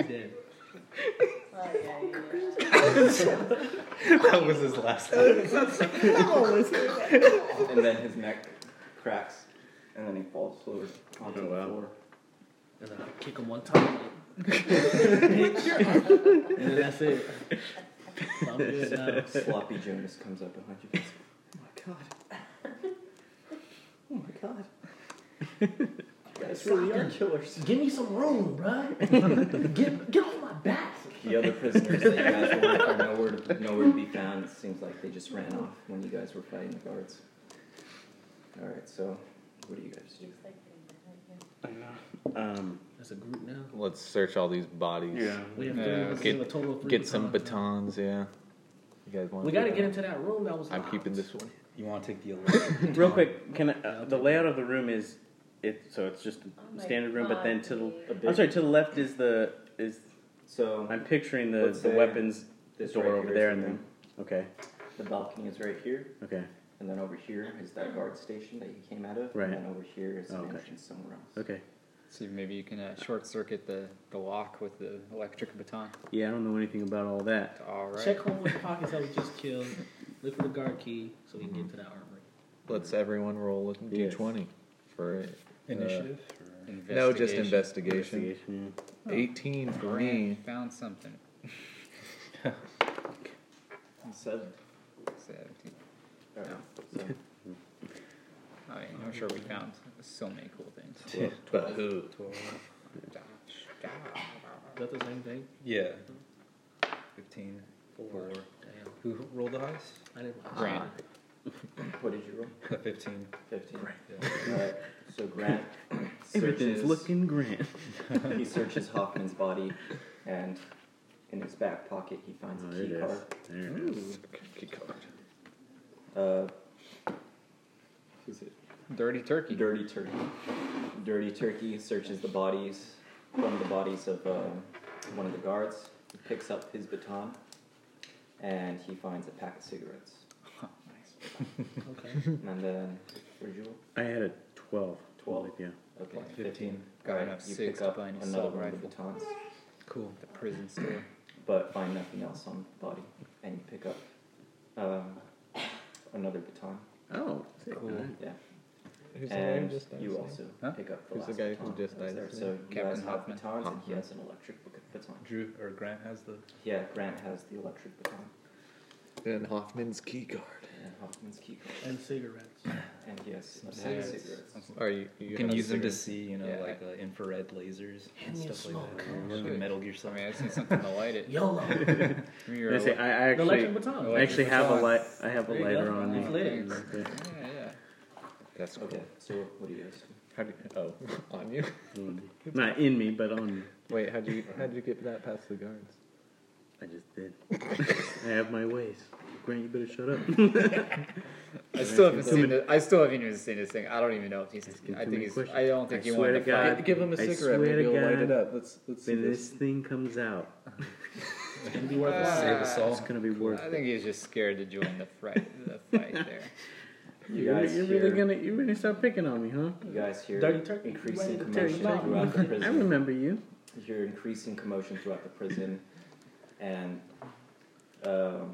yeah, yeah, yeah. that was his <laughs> last line. and then his neck cracks, and then he falls forward onto Oh, wow. the floor. And then I kick him one time. <laughs> and then that's it. I'm good now. Sloppy Jonas comes up behind <laughs> you. Oh my god. Oh my god. You guys really are killers. Give me some room, bro. get, get off my back. The other prisoners that you guys were with are nowhere to, nowhere to be found. It seems like they just ran off when you guys were fighting the guards. Alright, so what do you guys do? It's like they Um, That's a group now. Let's search all these bodies. yeah. We have Yeah, three of us, get- a total of three Get some batons. batons, yeah. You guys want? We gotta get into that room that was I'm locked. keeping this one. You want to take the eleven? <laughs> Real quick, can I, uh, the layout of the room is it? So it's just Oh a my standard room, but then to the Oh God. I'm sorry, to the left is the is So I'm picturing the, Let's the say weapons this door right over here there, is and the then okay, the balcony is right here, okay, and then over here is that guard station that you came out of, Right. and then over here is Oh, an okay. entrance somewhere else. okay. See, maybe you can uh, short circuit the, the lock with the electric baton. Yeah, I don't know anything about all that. All right. Check home with pockets that we just killed. Look for the guard key so we can get to that armory. Let's everyone roll a d20 for uh, Initiative? no, just Investigation. investigation. Investigation. 18 for me. Grant found something. Seven. Seventeen. Alright, so- I mean, I'm sure we found so many cool things. <laughs> But who? Is that the same thing? Yeah. 15. Four. Damn. Who rolled the highest? I didn't watch. Grant. What did you roll? 15. 15. Alright, so <laughs> Grant Everything's searches, looking grand. he searches Hoffman's body, and in his back pocket he finds Oh, There a it key is. card. There it is. Uh, who's it? Dirty turkey. Dirty Turkey. Dirty Turkey searches the bodies from the bodies of uh, one of the guards. He picks up his baton, and he finds a pack of cigarettes. Okay. And then, where'd you roll? I had a twelve. 12. Yeah. Okay, Like 15. Got Alright, enough you six pick to up buy an another assault one of the rifle. batons. Cool. The prison store. but find nothing else on the body, and you pick up um, another baton. Oh, Cool. alright. Yeah, Who's the guy who and just died? you also Huh? pick up the Who's the last guy who baton. just that was died? there. So you Captain guys have Hoffman. batons, and he Hoffman. has an electric bat- baton. Drew or Grant has the. Yeah, Grant has the electric baton And Hoffman's key card. and Hoffman's key card, And cigarettes. and he has a pack of cigarettes. cigarettes. Are you, you, You can have use them to cigarettes? see, you know, Yeah. like uh, infrared lasers and me a stuff like that. smoke. Like a Metal Gear I something. mean, I just need something to light <laughs> it. YOLO. The Give me your I say ele- I, I electric actually baton. I actually have a Electric light. I have a There you go. lighter on me. It's lit. Yeah. yeah, yeah. That's cool. Okay, so what do you guys do? How do you, oh, <laughs> on you? Mm. Not in me, but on me. Wait, how'd you, how'd you get that past the guards? I just did. <laughs> I have my ways. Grant, you better <laughs> shut up. I still haven't seen. The, I still haven't even seen this thing. I don't even know if he's. Asking I too think many he's. questions. I don't I think he swear wanted to to fight. God. Give him I a cigarette. swear to Maybe he'll light God. it up. Let's let's see When this. this thing comes out, It's gonna be worth a Save lot. us it's gonna be worth. I it. think he's just scared to join the fight. the <laughs> fight there. You You're, guys you're really hear- gonna you're really start picking on me, huh? You guys hear Dirty Turkey, you increasing ready to tear commotion you up? throughout the I prison. remember you. You hear increasing commotion throughout the prison, and um,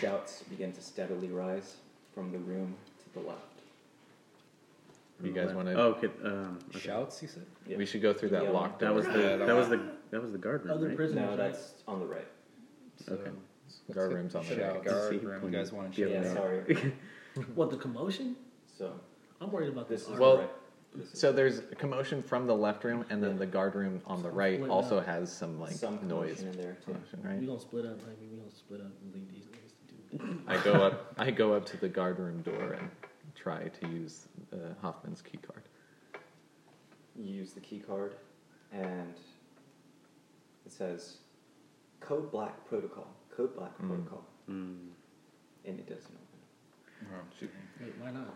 shouts begin to steadily rise from the room to the left. You guys want to? Oh, okay. Um, okay. Shouts, you said. Yeah. We should go through that Yeah. locked That door. was the that was the that was the guard room, Other right? prisoners. No, that's on the right. Okay. guard room's on the Shouts. right. Guard See, room. when You guys want to Yeah, Yeah, check? it right. out? <laughs> sorry. right? What the commotion? So I'm worried about this is armory. Well, the right. This is So there's commotion from the left room, and then the guard room on the right Split also up. has some like some noise noise in there too. commotion, we right? gonna split up. Like, we gonna split up and leave these niggas to do. it. I go up. I go up to the guard room door and try to use uh, Hoffman's key card. You use the key card, and it says Code Black Protocol. Code Black Mm. Protocol, Mm. and it doesn't open. Wait, why not?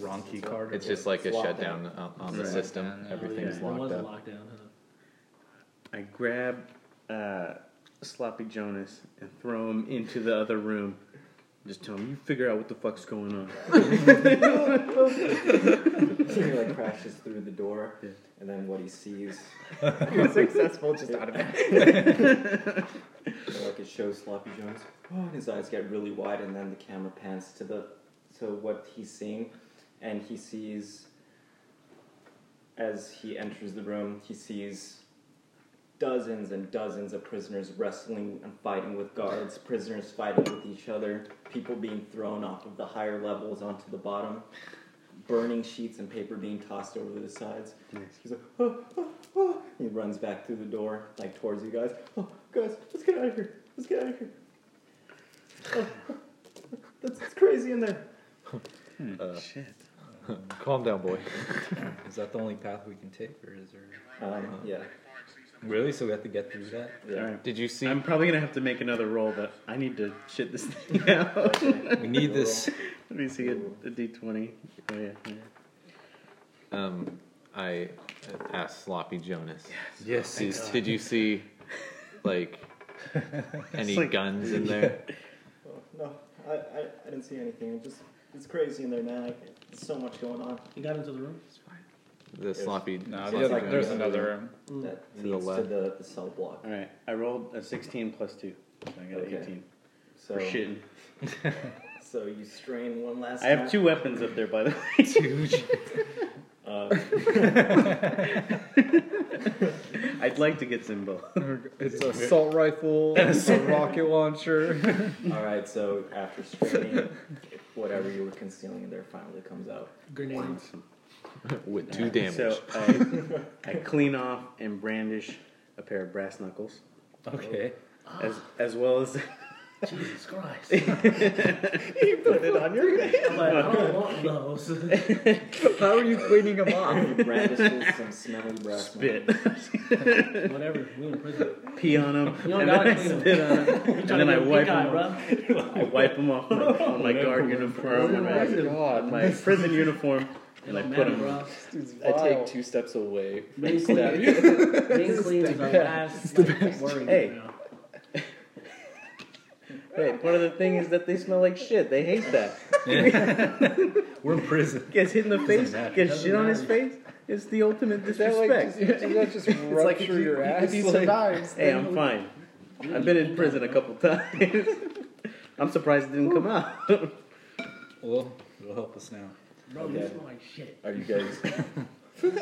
Wrong key card. or It's what? just like a Locked shutdown on, on the Right. system. Lockdown, yeah. Everything's yeah, there was locked a up. lockdown. Huh? I grab uh, Sloppy Jonas and throw him into the other room. Just tell him, you figure out what the fuck's going on. <laughs> He like crashes through the door, Yeah. and then what he sees, You're successful, just out of it. <laughs> like it shows Sloppy Jones. Oh, and his eyes get really wide, and then the camera pans to the to what he's seeing, and he sees. As he enters the room, he sees dozens and dozens of prisoners wrestling and fighting with guards, prisoners fighting with each other, people being thrown off of the higher levels onto the bottom, burning sheets and paper being tossed over the sides. He's like, oh, oh, oh. He runs back through the door, like towards you guys. Oh, guys, let's get out of here. Let's get out of here. Oh, that's, it's crazy in there. Hmm. Shit. Calm down, boy. Is that the only path we can take, or is there? Um, yeah, Really? So we have to get through <laughs> that? yeah. All right. Did you see? I'm probably gonna have to make another roll, but I need to shit this <laughs> thing out. We need this. Let me see a, a d20. Oh yeah. yeah. Um, I asked Sloppy Jonas. Yes. Did, did you see, like, any like- guns in there? Oh, no, I, I, I didn't see anything. It just it's crazy in there, man. I, there's so much going on. He got into the room. The sloppy. No, sloppy there's, like- there's yeah. another room. That To the leads to left. the, the cell block. All right. I rolled a 16 plus two, so I got Okay. an 18. So We're shitting. so you strain one last. I have time. two weapons up there, by the way. <laughs> Uh, Uh, I'd like to get Zimbo. It's an <laughs> assault rifle, a rocket launcher. <laughs> all right. So after straining, whatever you were concealing in there finally comes out. Grenade. <laughs> With two damage. So uh, I, I clean off and brandish a pair of brass knuckles, Okay. as as well as <laughs> Oh, Jesus Christ. you put it on your face. I'm like, I don't want those. <laughs> How are you cleaning them off? He brandishes some smelly brass Spit. Whatever. We in prison. Pee on them. You don't and then gotta I clean 'em. spit on 'em, And then I wipe them. off- Eye, I wipe them off my, on my guard uniform and my, on my prison uniform, and I Don't put matter, them. bro. I take two steps away. Being clean, being clean is our last like, worry. Hey. Now. Hey, part of the thing is that they smell like shit. They hate that. We're in <laughs> prison. Gets hit in the face. Gets shit on his matter. face. It's the ultimate That like, disrespect. just, <laughs> that just rupture like if you- your if ass. you like- <laughs> survive, Hey, I'm fine. I've been in prison a couple times. <laughs> I'm surprised it didn't come out. Well, It'll help us now. Bro, you smell like shit. Are <laughs> you guys?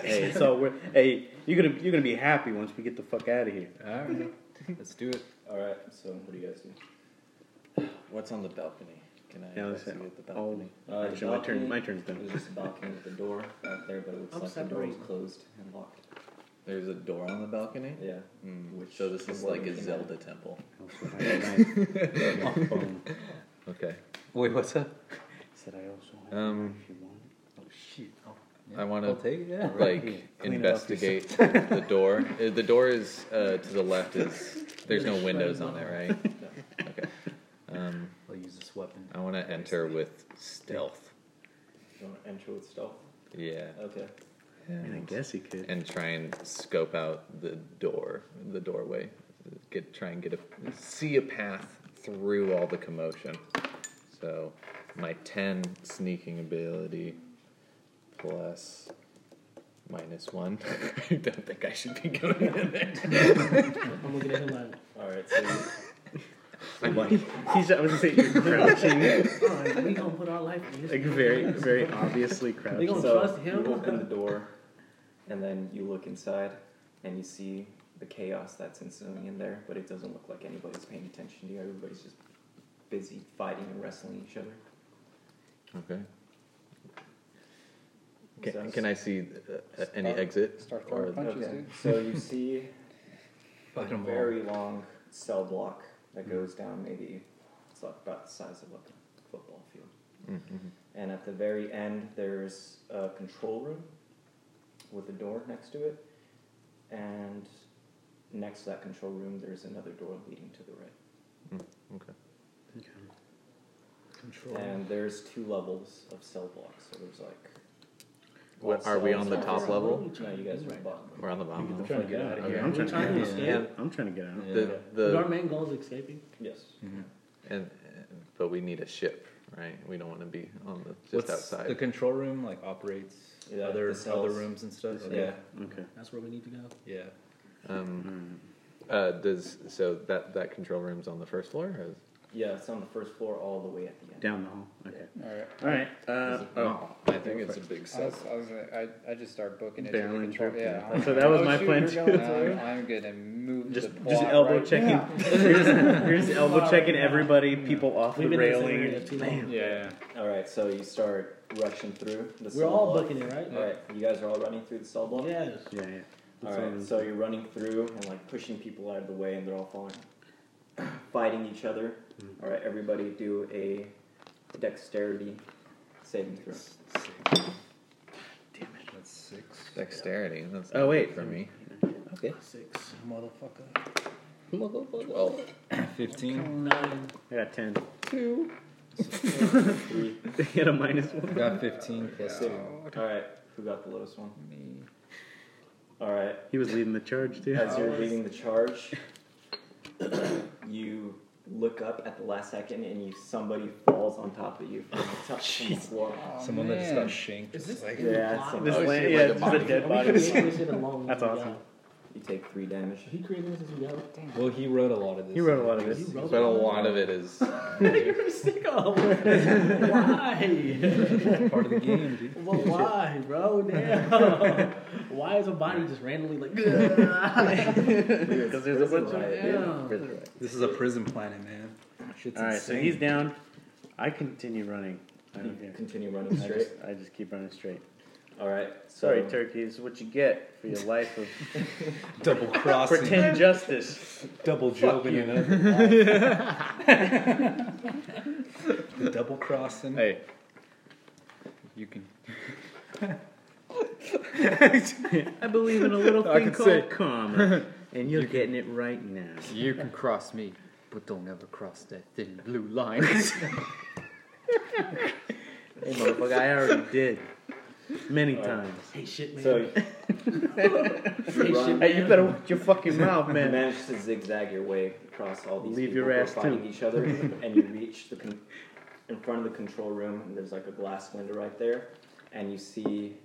hey, it's all we're, hey, you're gonna you're gonna be happy once we get the fuck out of here. all right. Let's do it. All right. So what do you guys do? What's on the balcony? Can I Yeah, that's it. investigate the Oh, balcony? Uh, actually, my turn. balcony- My turn's done. There's just a balcony with a door out there, but it looks I'm like the door is separating. closed and locked. There's a door on the balcony. Yeah. Mm. Which so this is the like woman a came Zelda temple. I also have a knife. Boom. okay. Wait, what's up? Said I also have a Um, knife if you want. Oh shit. Oh, I want I'll to take it. Yeah. like Clean it up investigate the door. Uh, The door is uh, to the left. Is there's no windows on it, right? Okay. Um, I'll use this weapon. I want to enter with stealth. You want to enter with stealth? Yeah. Uh, Okay. I mean, I guess he could. and try and scope out the door, the doorway. Get try and get a see a path through all the commotion. So my ten sneaking ability plus minus one. <laughs> I don't think I should be going in there. I'm looking at him like, All right. So you, I'm like, he's, I was gonna say you're crouching, all right, we gonna put our life in this. like very, very <laughs> obviously They crouching. gonna So trust him? You open the door, and then you look inside, and you see the chaos that's ensuing in there. But it doesn't look like anybody's paying attention to you. Everybody's just busy fighting and wrestling each other. Okay. Can, Sounds- can I see uh, any exit? Start or- throwing punches, Okay. dude. so you see Fight a 'em all. very long cell block that goes down maybe it's like about the size of like a football field. Mm-hmm. And at the very end, there's a control room with a door next to it. And next to that control Hmm, room, there's another door leading to the right. Okay. patrol. And there's two levels of cell blocks, so there's like. What, are we on the top level? No, you guys are above. We're on the bottom level. trying to get out of of here. here. I'm trying to get out. Yeah. I'm trying to get out. The, But our the, main goal is escaping. Yes. Mm-hmm. and, but we need a ship, right? We don't want to be on the just What's outside. The control room like operates Yeah, other the cells. other rooms and stuff. Okay. Yeah. Okay. That's where we need to go. Yeah. Um, uh, does so that that control room's on the first floor? Or is- Yeah, it's on the first floor all the way at the end. Down the hall. Okay. All right. All right. Uh, oh, I think it's a big I was, I was gonna, I, I just start booking it. to the Barreling control- trip, Yeah. yeah. So that was Oh, my shoot, plan you're too. <laughs> going to. I'm gonna move just the just plot elbow right- checking. <laughs> Here's, here's elbow checking everybody, people off the We've been in this railing. area and- too long. Yeah. All right, so you start rushing through the We're cell all block. booking it, right? All right, you guys are all running through the cell block. Yes. Yeah, yeah. All That's what right, I'm- so you're running through and like pushing people out of the way, and they're all falling, <coughs> fighting each other. Mm-hmm. All right, everybody do a dexterity saving throw. That's six. dexterity. That's Oh, not wait. good for me. Okay. Six. Motherfucker. Well, Fifteen. Nine. I got ten. <laughs> Three. They had a minus one. I got fifteen plus two. Oh, All right, who got the lowest one? Me. All right, He was leading the charge too. as you're leading the charge, <coughs> you look up at the last second and you somebody falls on top of you from the top from the floor. Oh, Someone that just man. got shanked. Is this like Yeah, Oh, this shit, land, like yeah, a it's just a <laughs> body. dead We body. created this shit along That's with the awesome. guy. You take three damage. <laughs> He created this as we go. Well, he wrote a lot of this. He wrote a lot of this. He wrote but a lot of it is <laughs> You're gonna stick up. Why? Part of the game, dude. <laughs> Well, why, bro? Damn. Why is a body just randomly like? <laughs> Because there's a bunch of. Right. Damn. This is a prison planet, man. Shit's All right, so insane. he's down. I continue running. I You don't care. continue running I straight. just, I just keep running straight. All right, so Sorry, turkeys. What you get for your life of double crossing, pretend justice? double Fuck joking, you. another life. <laughs> double crossing. Hey. You can. I believe in a little I thing could called say- karma, and you're getting it right now. You can cross me, but don't ever cross that thin blue <laughs> line. Hey, motherfucker, I already did many times. Hey, shit, man. <laughs> So hey, shit, man. Hey, you better watch your <laughs> fucking mouth, you man. manage to zigzag your way across all these Leave people your who are ass fighting too. each <laughs> other, and you reach the con- in front of the control room, and there's like a glass window right there, and you see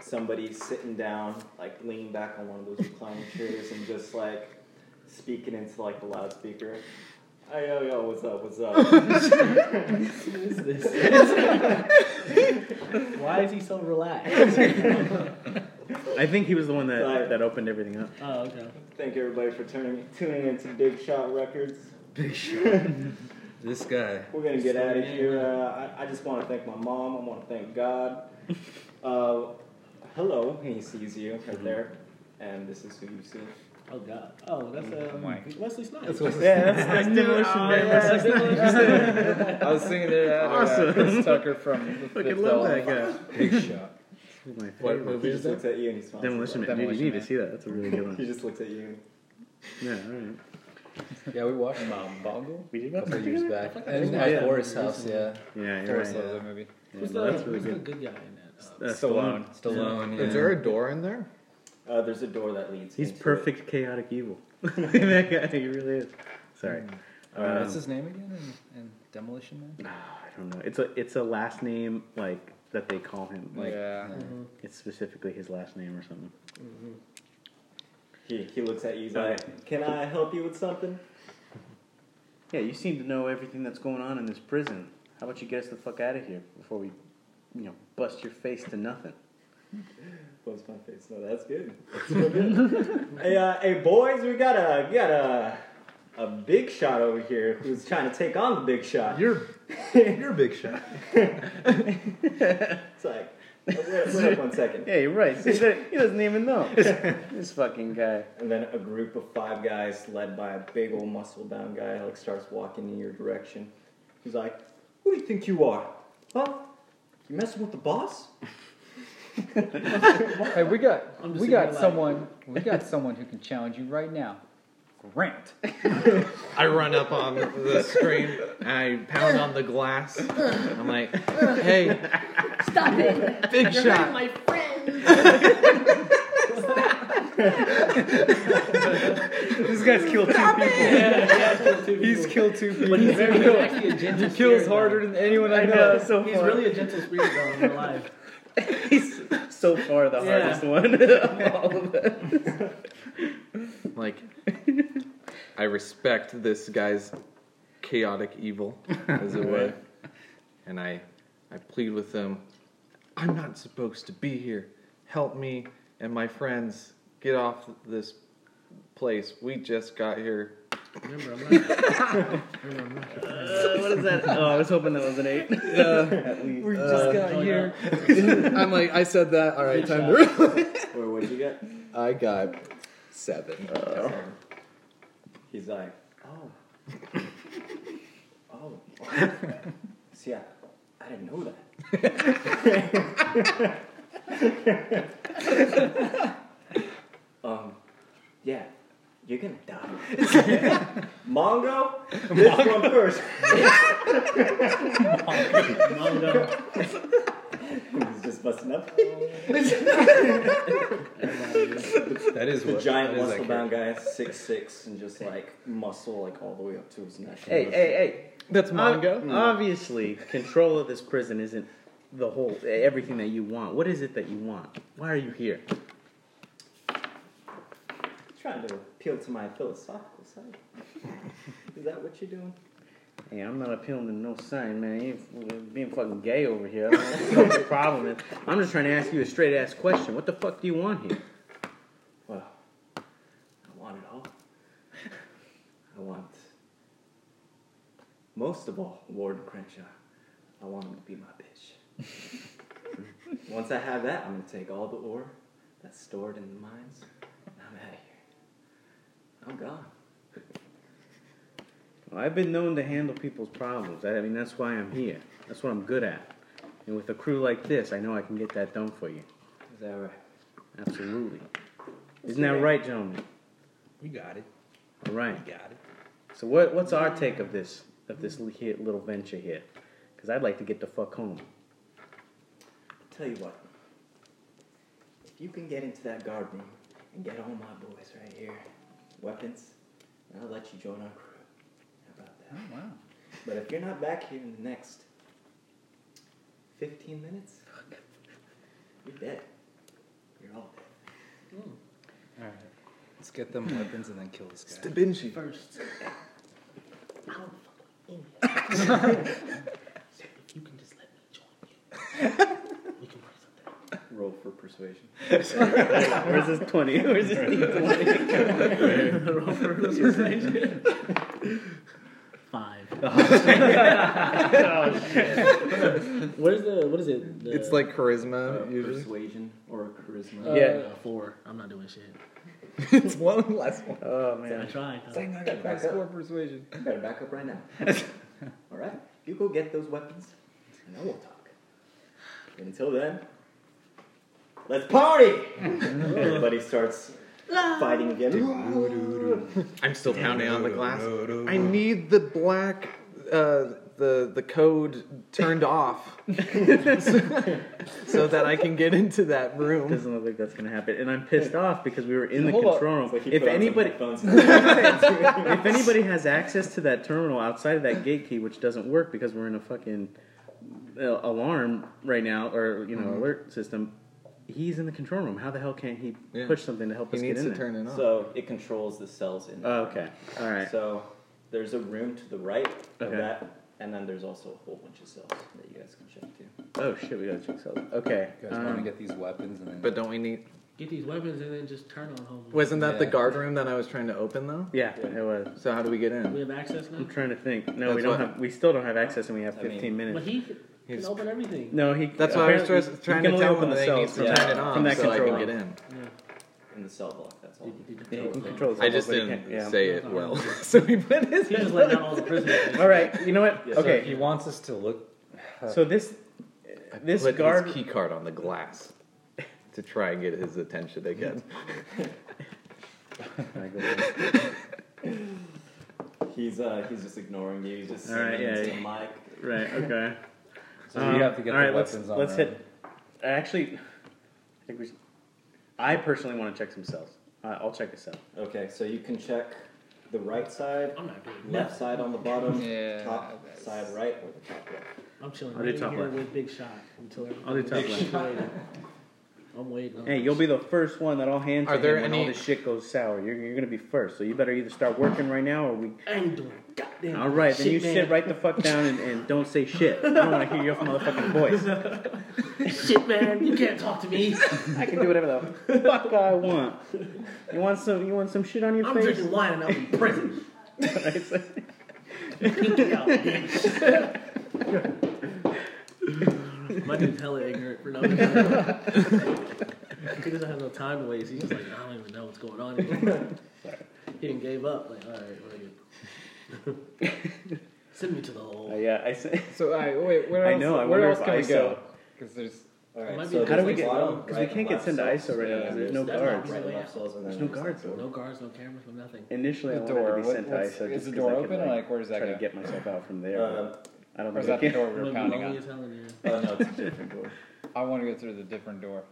somebody sitting down, like leaning back on one of those reclining chairs, and just like speaking into like the loudspeaker. Hey yo yo, what's up? What's up? Why is he so relaxed? I think he was the one Sorry. that, that opened everything up. oh, okay. Thank everybody for tuning tuning into Big Shot Records. <laughs> This guy. We're gonna get out of here. Uh, I, I just want to thank my mom. I want to thank God. Uh, hello, he sees you right there, and this is who you see. Oh God. Oh, that's um, Mike. Wesley Snipes. Oh, Yeah, that's, that's demolition, man. That's I was thinking that. awesome. uh, Chris <laughs> Tucker from the fucking Fifth love Element. that guy. <laughs> Big shot. He's my what favorite. He movie is just that? looks at you and he smiles. Demolition Man. Dude, you Demolition need to Man. see that. That's a really good He one. just looks at <laughs> you. Yeah, all right. Yeah, we watched um, Mount We did a that couple years back. And Yeah. at Forrest's house, yeah. Yeah, you're Forrest right. loves that movie. Yeah, Who's the, no, that's really who's the good. good guy in that? <laughs> Uh, Uh, Stallone. Stallone. Yeah. Is there a door in there? Uh, there's a door that leads. He's into perfect chaotic evil. <laughs> that guy, he really is. Sorry. Um, What's his name again? In, in Demolition Man. I don't know. It's a it's a last name like that they call him. Like yeah. it's specifically his last name or something. It. He he looks at you. He's like, "Can I help you with something?" Yeah, you seem to know everything that's going on in this prison. How about you get us the fuck out of here before we, you know, bust your face to nothing? Blows my face. No, that's good. That's real <laughs> good. hey, uh, hey, boys, we got a we got a a big shot over here who's trying to take on the big shot. <laughs> You're you're a big shot. It's like, wait, wait up one second. <laughs> Yeah, you're right. See, that- he doesn't even <laughs> know. this fucking guy. And then a group of five guys, led by a big old muscle bound guy, like starts walking in your direction. He's like, "Who do you think you are? Huh? You messing with the boss? Hey, we got I'm just we sitting got here like- someone we got someone who can challenge you right now. Grant. I run up on the screen. I pound on the glass. I'm like, hey, Stop it! big You're shot. hurting my friend. This guy's killed two people. He's killed two people. But he's very he's actually a gentle. he kills spirit, harder than anyone though. I I know. know. he's really a gentle spirit though in real <laughs> life. He's so far the Yeah. hardest one of all of them. <laughs> Like, I respect this guy's chaotic evil, as it <laughs> were, and I, I plead with them. I'm not supposed to be here. Help me and my friends get off this place. We just got here. Remember, I'm not. Uh, what is that? Oh, I was hoping that was an eight. We just got here. <laughs> I'm like, I said that. All right, time to. Or what did you get? I got seven. Uh, <laughs> He's like, <coughs> oh. <laughs> oh. See, I, I didn't know that. <laughs> um, yeah, you're gonna <laughs> die. Mongo, this one first. Mongo. He's just busting up. That is The what- giant that is muscle accurate. bound guy, six six, and just like muscle like all the way up to his neck. hey, hey, hey. That's Ob- <laughs> Mongo. Oh, Obviously, control of this prison isn't the whole everything that you want. What is it that you want? Why are you here? Trying to appeal to my philosophical side. Is that what you're doing? Hey, I'm not appealing to no sign, man. You ain't being fucking gay over here. I don't know what the problem is. I'm just trying to ask you a straight ass question. What the fuck do you want here? Well, I want it all. I want, most of all, Warden Crenshaw. I want him to be my bitch. Once I have that, I'm gonna take all the ore that's stored in the mines, and I'm out of here. I'm gone. Well, I've been known to handle people's problems. I I mean, that's why I'm here. That's what I'm good at. And with a crew like this, I know I can get that done for you. Is that right? Absolutely. Isn't that right, gentlemen? We got it. All right. We got it. So what, what's our take of this of this li- here- little venture here? Because I'd like to get the fuck home. Tell you what. If you can get into that guard room and get all my boys right here, weapons, and I'll let you join our crew. How about that? Wow. But if you're not back here in the next 15 minutes, you're dead. You're all dead. <laughs> All right. Let's get them weapons and then kill this guy. Stabinchi. First. Sir, if you can just let me join you, we can play something. Roll for persuasion. <laughs> Where's this twenty? Where's this twenty? <laughs> Five. Oh, Where's the what is it? The, It's like charisma, Uh, usually. Uh, persuasion or charisma. uh, Yeah. four. I'm not doing shit. it's one less one. oh I man. tried. though. I gotta back up. persuasion. I gotta back up right <laughs> now. all right, you go get those weapons, and then we'll talk. And until then, let's <laughs> party! Everybody starts fighting again. I'm still pounding on the glass. No, no, no. I need the black, uh, the the code <laughs> turned off, <laughs> so, so that I can get into that room. Doesn't look like that's gonna happen, and I'm pissed off because we were in the Hold on. control room. It's like he if put on some anybody, headphones. <laughs> if anybody has access to that terminal outside of that gate key, which doesn't work because we're in a fucking uh, alarm right now, or you know, Mm-hmm. alert system, he's in the control room. How the hell can't he Yeah. push something to help He us needs get in to there? turn it on. so it controls the cells in Oh, okay, all right. So there's a room to the right of Okay. that, and then there's also a whole bunch of cells that you guys can check to. oh shit, we gotta check cells. Okay, You guys want to um, get these weapons and then. But don't we need? Get these weapons and then just turn on home. Wasn't that the Yeah. guard room that I was trying to open though? yeah, it was. So how do we get in? We have access now. I'm trying to think. No, we That's don't what- have. We still don't have access, and we have I mean, 15 But minutes. he can He's- open everything. No, he. That's why I was apparently- just he trying can to only tell open him that cells he needs to yeah, turn it from on that so I can control get room. in. <laughs> Yeah. In the cell block, that's all. You- you just Yeah, throw he can it. control I cells, just but he didn't can't- yeah. say it well, <laughs> so we put his. He just let down all the prisoners. <laughs> All right, you know what? Yeah, so If okay, he wants us to look. uh, so this this put guard his key card on the glass <laughs> to try and get his attention <laughs> again. <laughs> He's uh, he's just ignoring you. He's just All right, singing into yeah. the mic. Right. <laughs> Okay. So you have to get all the right, let's- weapons on Let's there. hit. Actually, I think we. Should, I personally want to check some cells. Uh, I'll check a cell. Okay, so you can check the right side, I'm not doing left side on the bottom, Yeah, top that's- side right, or the top left. I'm chilling. I'll do right top here left. with Big Shot until I'll do top everything's situated. I'm waiting. Hey, you'll be the first one that I'll hand to Are him there when all any- this shit goes sour. You're, you're gonna be first, so you better either start working right now or we. I'm doing goddamn. <laughs> All right, then shit, you man. sit right the fuck down and, and don't say shit. I don't want to hear your <laughs> motherfucking voice. Shit, man, you can't talk to me. I can do whatever the fuck I want. You want some? You want some shit on your I'm face? drinking wine and I'm in prison. Pinky out, bitch. <laughs> My dude's hella ignorant for no reason. he doesn't have no time to waste. He's just like, I don't even know what's going on anymore. he didn't gave up. Like, all right, really good. <laughs> Send me to the hole. Uh, yeah, I said. <laughs> So, all right, wait, where I else, know, I where wonder else if can we ISO go? Because there's. All right, Might be- so How do there's we the get- bottom, Because we right, can't and get sent to left ISO right now Yeah, because there's no there's- guards. cells. Right, and left cells, and There's no then guards No though. guards, no cameras, no nothing. Initially, I The wanted door. to be What- sent to what's- ISO. is just the 'cause door I could, open, or, like, where does that try go? Uh-huh. to get myself out from there? Uh, but I don't Or is think I that <laughs> the can. door we Might were be pounding lonely on? as hell in there. oh no, it's a different <laughs> door. I want to go through the different door.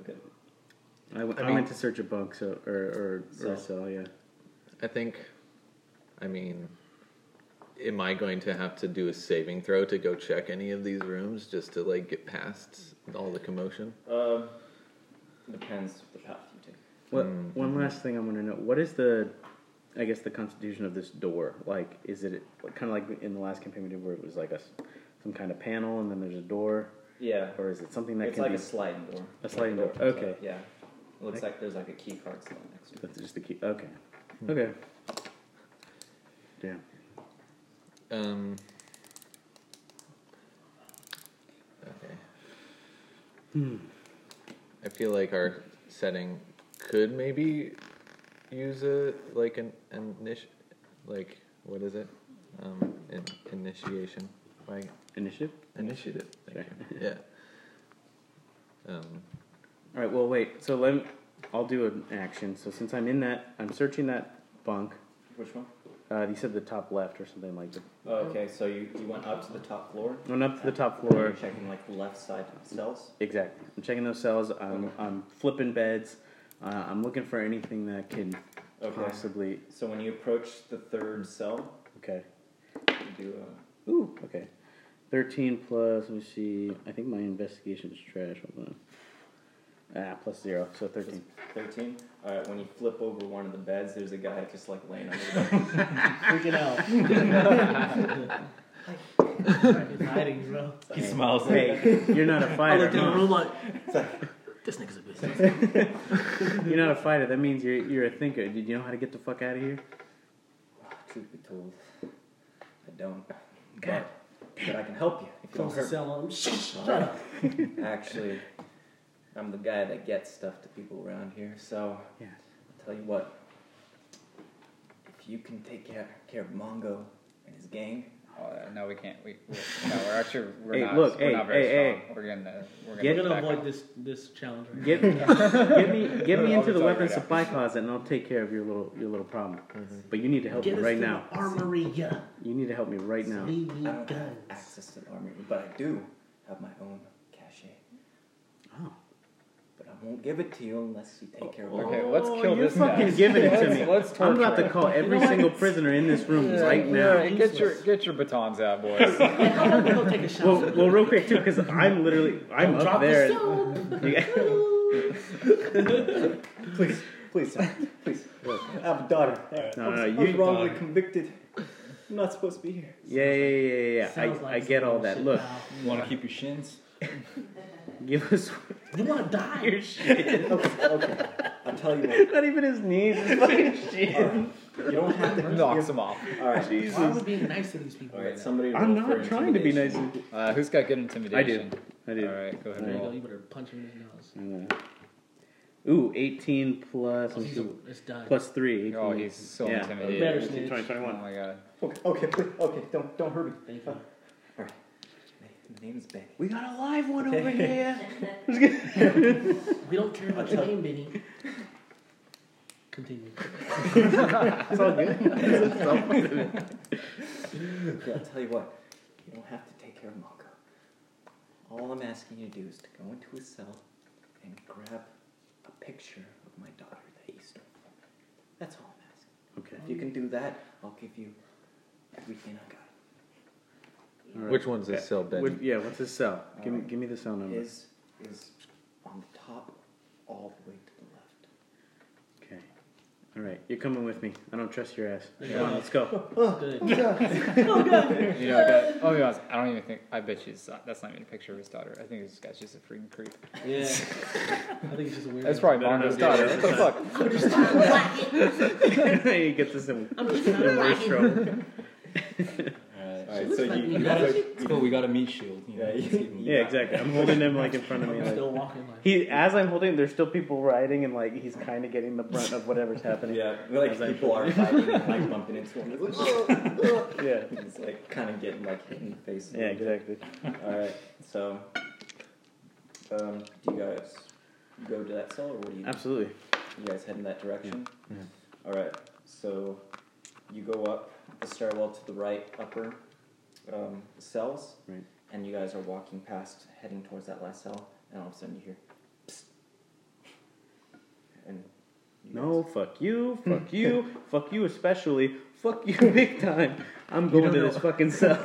Okay. I, w- I mean- went to search a bunk, so or or, So. or so yeah. I think, I mean, am I going to have to do a saving throw to go check any of these rooms just to like get past all the commotion? Um, depends the path you take. What, Mm-hmm. One last thing I want to know: what is the, I guess, the constitution of this door? Like, is it kind of like in the last campaign we did, where it was like a s- some kind of panel, and then there's a door, Yeah, or is it something that it's can like be a sliding door. a sliding door? comes Okay, up, Yeah, it looks like there's like a key card slot next to it. that's just the key. Okay, Hmm. okay. Damn. Um. Okay. Hmm. I feel like our setting could maybe use a like an an init like what is it? Um, in, initiation. Like Initiative. initiative. Thank you. Yeah. Um, All right. Well, wait. So let me, I'll do an action. So since I'm in that, I'm searching that bunk. Which one? Uh, you said the top left or something like that. Oh, Okay, so you, you went up to the top floor. Went up to the top and floor. You're checking like the left side cells. Exactly. I'm checking those cells. I'm, I'm flipping beds. Uh, I'm looking for anything that can Okay. possibly. So when you approach the third cell, Okay. you do. Uh, Ooh. Okay. 13 plus, let me see. I think my investigation is trash. Hold on. Ah, plus zero, so 13. 13. All right, when you flip over one of the beds, there's a guy just like laying on <laughs> the Freaking out. <laughs> <laughs> He's hiding, bro. He smiles. Hey, you're not <laughs> a I fighter. looked in the huh? room <laughs> like, this nigga's a bitch. You're not a fighter. That means you're, you're a thinker. Did you know how to get the fuck out of here? Truth be told, I don't. But, but I can help you if you don't Comes to hurt. sell on him. Shh. me. <laughs> Actually, I'm the guy that gets stuff to people around here. So Yeah. I'll tell you what. If you can take care, care of Mongo and his gang, Uh, no, we can't. We, we no, we're actually we're Hey, not. look, we're hey, not very hey, strong. We're gonna we're gonna, Get- We're gonna back avoid up. this this challenge. Right <laughs> Get, get me, get me I'll into just the tell you weapon right Mm-hmm. supply closet, and I'll take care of your little your little problem. But you need to help Get me us right to now. the armory. Yeah. You need to help me right now. I We need don't have guns. <laughs> access to the armory, but I do have my own cachet. Oh. But I won't give it to you unless you take care Oh, of Okay, Mongo. let's kill Oh, you're this guy. fucking giving it to Let's- me. Let's torture I'm about to him. call every single prisoner in this room right now. Yeah, get your get your batons out, <laughs> boys. We're gonna take a shot. Well, well, real quick too, because I'm literally I'm up Drop there. the soap. Please, please, sir, please. I have a daughter. No, no, I was you- wrongly convicted. I'm not supposed to be here. Yeah, yeah, yeah, yeah. yeah. Sounds I, like I get all some that. shit, Look, pal. You want to keep your shins? give us <laughs> You wanna die? <laughs> your shit. Okay, okay. I'll tell you what. Not even his knees. His fucking shit. You don't have <laughs> to. Knocks him off. All right. Why are we being nice to these people All right right. now? Somebody. I'm roll for not trying to be nice. intimidation. Uh, who's got good intimidation? I do. All right, go ahead. There and you go. roll. You better punch him in the nose. Uh, Ooh, 18 plus, Oh, let me he's see, a, it's done. plus 3. 18. Oh, he's so Yeah. intimidated. Better Oh snitch. 20, 21. my god. Okay, okay, please, okay. Don't, don't hurt me. Thank you. All right. My- My name is Benny. We got a live one over here. <laughs> We don't care about your name, Benny. Continue. It's all good. Yeah, I'll tell you what, you don't have to take care of Mako. All I'm asking you to do is to go into his cell and grab a picture of my daughter that he stole. That's all I'm asking. <laughs> Okay. If you can do that, I'll give you everything I got. All right. Which one's his Yeah. cell, Benny? Which- yeah, what's his cell? Give me, Alright. give me the cell number. His is on the top, all the way to the left. Okay. All right, you're coming with me. I don't trust your ass. Yeah. Come on, let's go. <laughs> Good. You know, that, I'll be honest, oh, I don't even think, I bet you it's not, that's not even a picture of his daughter. I think this guy's just a freaking creep. Yeah. I think it's just weird. That's probably Better Mongo's not be daughter. What the fuck? you get this in I'm just not worse trouble. Alright. Alright, so you, We you gotta, guys it's cool, we got a meat shield. You know, Yeah, let's you- keep 'em. Yeah, exactly. I'm holding him like in front of me. I'm Like, still walking. Like, he, as I'm holding him, there's still people riding, and like he's kind of getting the brunt of whatever's happening. Yeah, like As I- people are fighting and <laughs> like bumping into him. It's like, "Oh, oh." yeah, It's like kind of getting like hit in the face. a yeah, little bit. exactly. All right. So, um, do you guys go to that cell, or what do you? Absolutely. You guys head in that direction. Yeah. Yeah. All right. So, you go up the stairwell to the right upper um, cells, Right. and you guys are walking past, heading towards that last cell, and all of a sudden you hear. Psst. And you No, fuck you, fuck you, fuck you especially, fuck you big time. I'm You going don't to know. this fucking cell.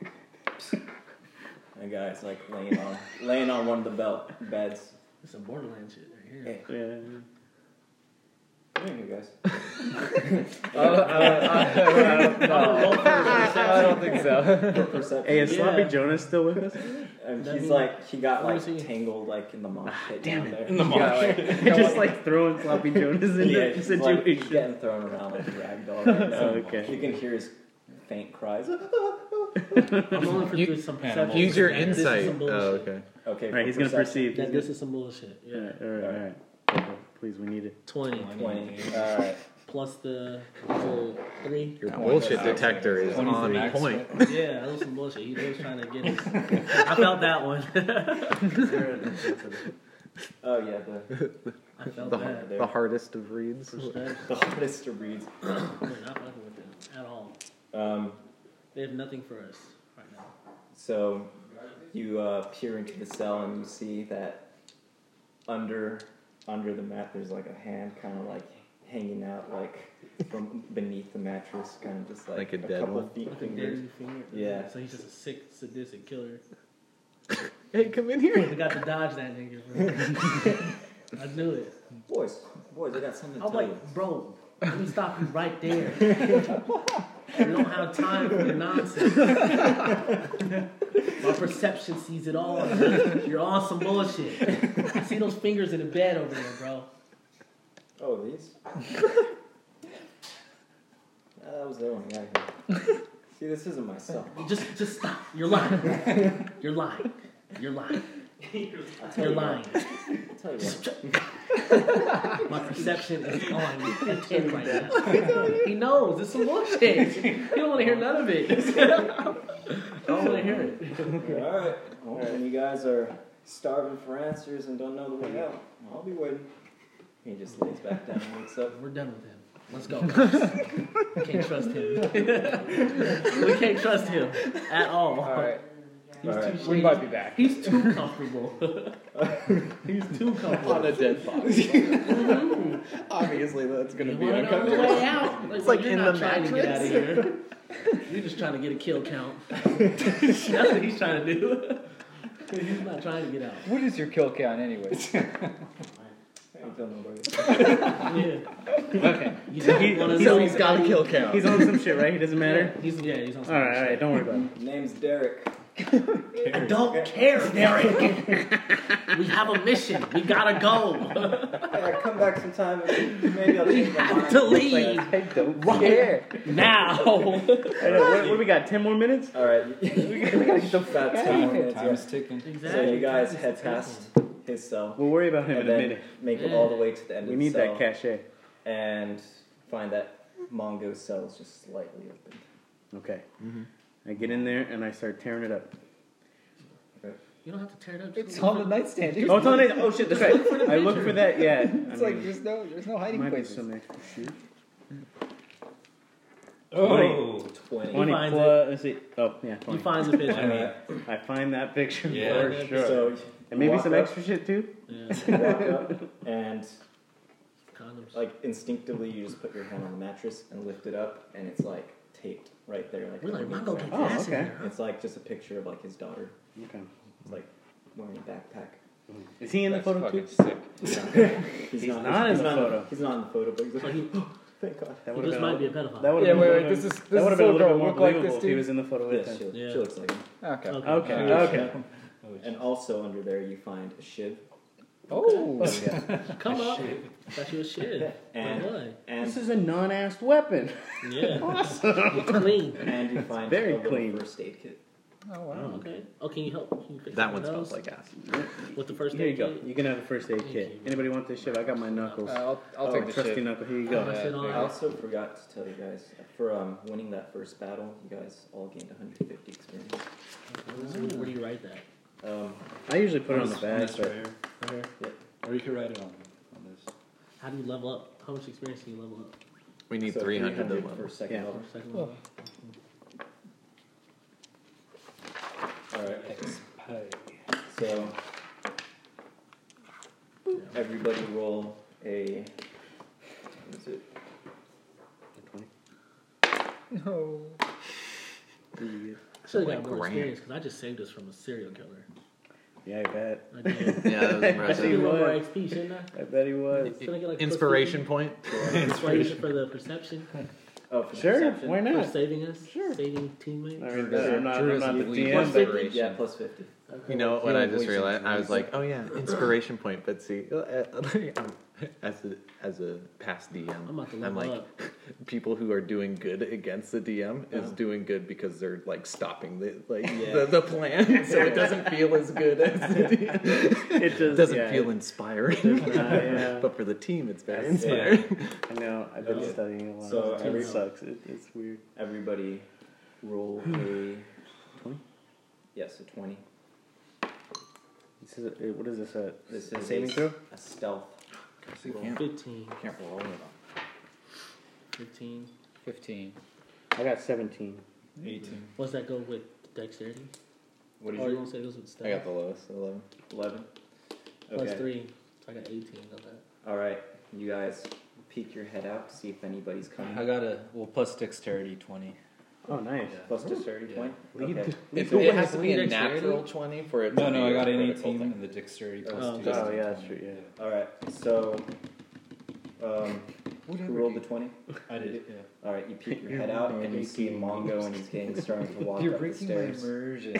guys, a guy's like laying on laying on one of the belt beds. it's some Borderlands shit right here. Yeah. <laughs> Yeah. Come here, <laughs> guys. <laughs> Uh, I don't think so. For perception. Oh, Hey, is Sloppy Yeah. Jonas still with us? And That he's mean- like, he got Where is like he? tangled like in the mosh pit damn down there. In the marsh. <laughs> Just like throwing Sloppy Jonas into yeah, the he's like he's situation. getting thrown around like a rag doll. Right Oh, now. okay. You can hear his faint cries. I'm rolling for You- through some Animal. perception. Use your This is some Insight. bullshit. Oh, okay. Okay, Alright, he's gonna perceive. Yeah, this is some bullshit. Yeah. Alright, alright, alright. Please, we <laughs> need it. 20 Twenty. All right. plus the whole <laughs> three. Your bullshit detector is Twenty on max, point. Yeah, that was some bullshit. He was trying to get his. I felt that one. <laughs> Oh yeah, the, I felt The, that. the hardest of reads. Respect. the <laughs> hardest to read. We're not fucking with them at all. Um, They have nothing for us right now. so you uh, peer into the cell and you see that under under the mat there's like a hand kind of like hanging out like from beneath the mattress, kind of just like, Like a dead couple one? feet Like a fingers. dirty finger. Yeah. So he's just a sick, sadistic killer. Hey, come in here. We got to dodge that nigga, bro. I knew it. Boys, boys, I got something to I'm tell you. like, bro, let me stop you right <laughs> there. we don't have time for the nonsense. My perception sees it all. You're on some bullshit. I see those fingers in the bed over there, bro. Oh, these? Ah, that was the only guy. See, this isn't myself. Just, just stop. You're lying. You're lying. You're lying. I'll tell You're you what. lying. I'll tell you <laughs> what. My perception is on at 10 right now. He knows. It's some bullshit. He don't want to hear none of it. <laughs> I don't want to hear it. All right. Well, when you guys are starving for answers and don't know the way out, I'll be waiting. He just lays back down and wakes up. We're done with him. Let's go. guys. can't trust him. we can't trust him at all. All right, He's, All too right. shady. we might be back. He's too comfortable. <laughs> He's too comfortable. Mm-hmm. a dead fox. Obviously, that's You wanna know the way out? Like, it's like you're in not the trying to get out of here. You're just trying to get a kill count. <laughs> That's what he's trying to do. he's not trying to get out. What is your kill count, anyways? I ain't telling nobody. Yeah. Okay. You don't wanna so know he's got a kill count. He's on some shit, right? He doesn't matter? Yeah, he's, yeah, he's on some Alright, bullshit. alright, don't worry about it. Name's Derek. I don't care, Derek. <laughs> we have a mission. We gotta go. <laughs> Hey, I come back sometime. and Maybe I'll We change <laughs> my have mind. to leave I don't. right now. I know, what, what do we got? 10 more minutes? All right. We gotta get the fuck out of here. Time is ticking. So you guys head past his cell. We'll worry about him and in a then minute. make it all the way to the end We of need the cell that cachet. and find that Mongo cell is just slightly open. Okay. I get in there and I start tearing it up. Okay. You don't have to tear it up. just It's look on the for- nightstand. Here's Oh, it's on it. Oh shit, that's right. I look for that. Yeah, It's I like mean, there's no there's no hiding might be places. some extra shit. Oh, 20. Twenty finds plus. Let's see. Oh yeah, He twenty. finds a picture. I mean, I find that picture Yeah. for sure, So and maybe Walk some up. extra shit too. Yeah, you walk <laughs> up and condoms. like instinctively you just put your hand on the mattress and lift it up and it's like taped right there. Like, We're like, underneath Mongo the get mattress. Oh, ass in okay. here. It's like just a picture of like his daughter. Okay. It's like wearing a backpack. Is he in the That's photo too? fucking sick. <laughs> He's, not in he's not the photo. He's not in the photo, but he's Like like, he, <gasps> <laughs> thank God. That he just would have been. a might be a little- pedophile. That would Yeah, have been. wait, a wait, little this bit- is- this that is would have been a so little bit gonna more look like this, believable if he dude. was in the photo with Yeah, them. she, Yeah. she looks like him. Okay. Okay. Okay. Yeah. Okay. Oh, And also under there you find a shiv Oh, Come up. Thought you was shit. and Why? This and is a non-assed weapon. Yeah. It's clean. and <laughs> you find very a little clean. first aid kit. oh wow. Okay. Oh, can you help? Can you fix That my one nose? smells like acid. With the first Here you aid go. kit? You can have the first aid Thank kit. you. Anybody want this shit? I got my knuckles. Uh, I'll, I'll oh, take the trusty shit. knuckle. Here you Oh, go. I said all I right. also forgot to tell you guys for um, winning that first battle, you guys all gained 150 experience. Where do you write that? Um, I usually put it on the bag, this but right here. Right Or you could write it on, on this. How do you level up? How much experience can you level up? We need so 300, to 300 level. for second Yeah. level. Or second level? All right. So everybody roll a. What is it? No. I should have got Like more grand. experience because I just saved us from a serial killer. yeah, <laughs> I bet. I did. Yeah, <laughs> that was I should impressive. get a little more was. XP, shouldn't I? I bet he was. Should I get like plus Inspiration point? 50? Inspiration for the perception. Oh, for the Sure. perception? Why For not? saving us. Sure. Saving teammates. I mean, I'm not, I'm Drew not the is DM. Plus but- fifty? Yeah, plus 50. You know what I just wasted realized? I was tonight. like, oh yeah, inspiration point. But see, <laughs> as a, as a past DM, I'm about to I'm level like, up. people who are doing good against the DM is doing good because they're like stopping the like Yeah. the, the plan, <laughs> so it doesn't feel as good as the DM. It does, It doesn't yeah. feel inspiring. yeah. <laughs> but for the team, it's very That's- yeah. inspiring. I know. I've been Yeah. studying a lot. So it every- sucks. It, it's weird. Everybody roll a. 20? Yes, a 20. This is a, what is this at? This a is saving a- throw. A stealth. you roll. can't. 15. Can't roll it. 15. Fifteen. I got seventeen. 18. What's that go with dexterity? What Or did you you want to say it goes with stealth? I got the lowest, eleven. 11. Plus Okay. three. So I got 18 on that. All right, you guys peek your head out to see if anybody's coming. Uh-huh. I got a, well, plus dexterity 20. Oh, nice. Plus dexterity Yeah. point. Lead. Okay. It, Who it has has to be a lead dexterity? natural twenty for it. No, to no, be I a got an critical 18 thing. and the dexterity Oh, plus oh, 2. Just Oh yeah, that's true. Yeah. All right, so um, who rolled the twenty? I did, yeah. All right, you peek your head out and you see Mongo and his gang starting to <laughs> walk You're up the breaking my stairs. immersion.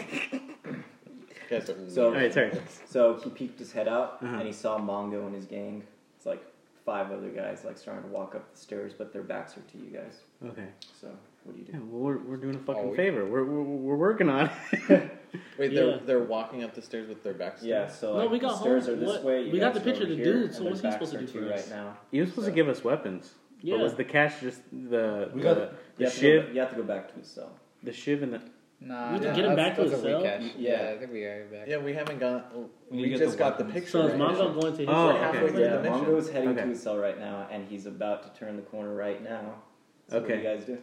Guys are So- All right, sorry. So he peeked his head out Uh-huh. and he saw Mongo and his gang. It's like five other guys like starting to walk up the stairs, but their backs are to you guys. Okay. So what do you Yeah, do? well, we're, we're doing a fucking Oh, we- favor. We're, we're, we're working on it. <laughs> Wait, Yeah. they're they're walking up the stairs with their backs. to Yeah, us? so No, like, we the got stairs home. are this What- way. we you got guys the are picture of over the here, dude, and so their what's he backs supposed to are do for you us? right now? You're supposed to give us weapons. Yeah. But was the cash just the We the, got it. You the have, to go, shiv ba- you have to go back to his cell. the shiv and the Nah, We can nah, get him that's- back to his that's a cell? weak ass- Yeah. I think we are back. Yeah, we haven't got. We need We, to get just the got the weapons. picture. So is right? Mongo going to his Oh, like, okay. halfway through Yeah, the mission? Mongo's heading Okay. to his cell right now, and he's about to turn the corner right now. So What do Okay. you guys do?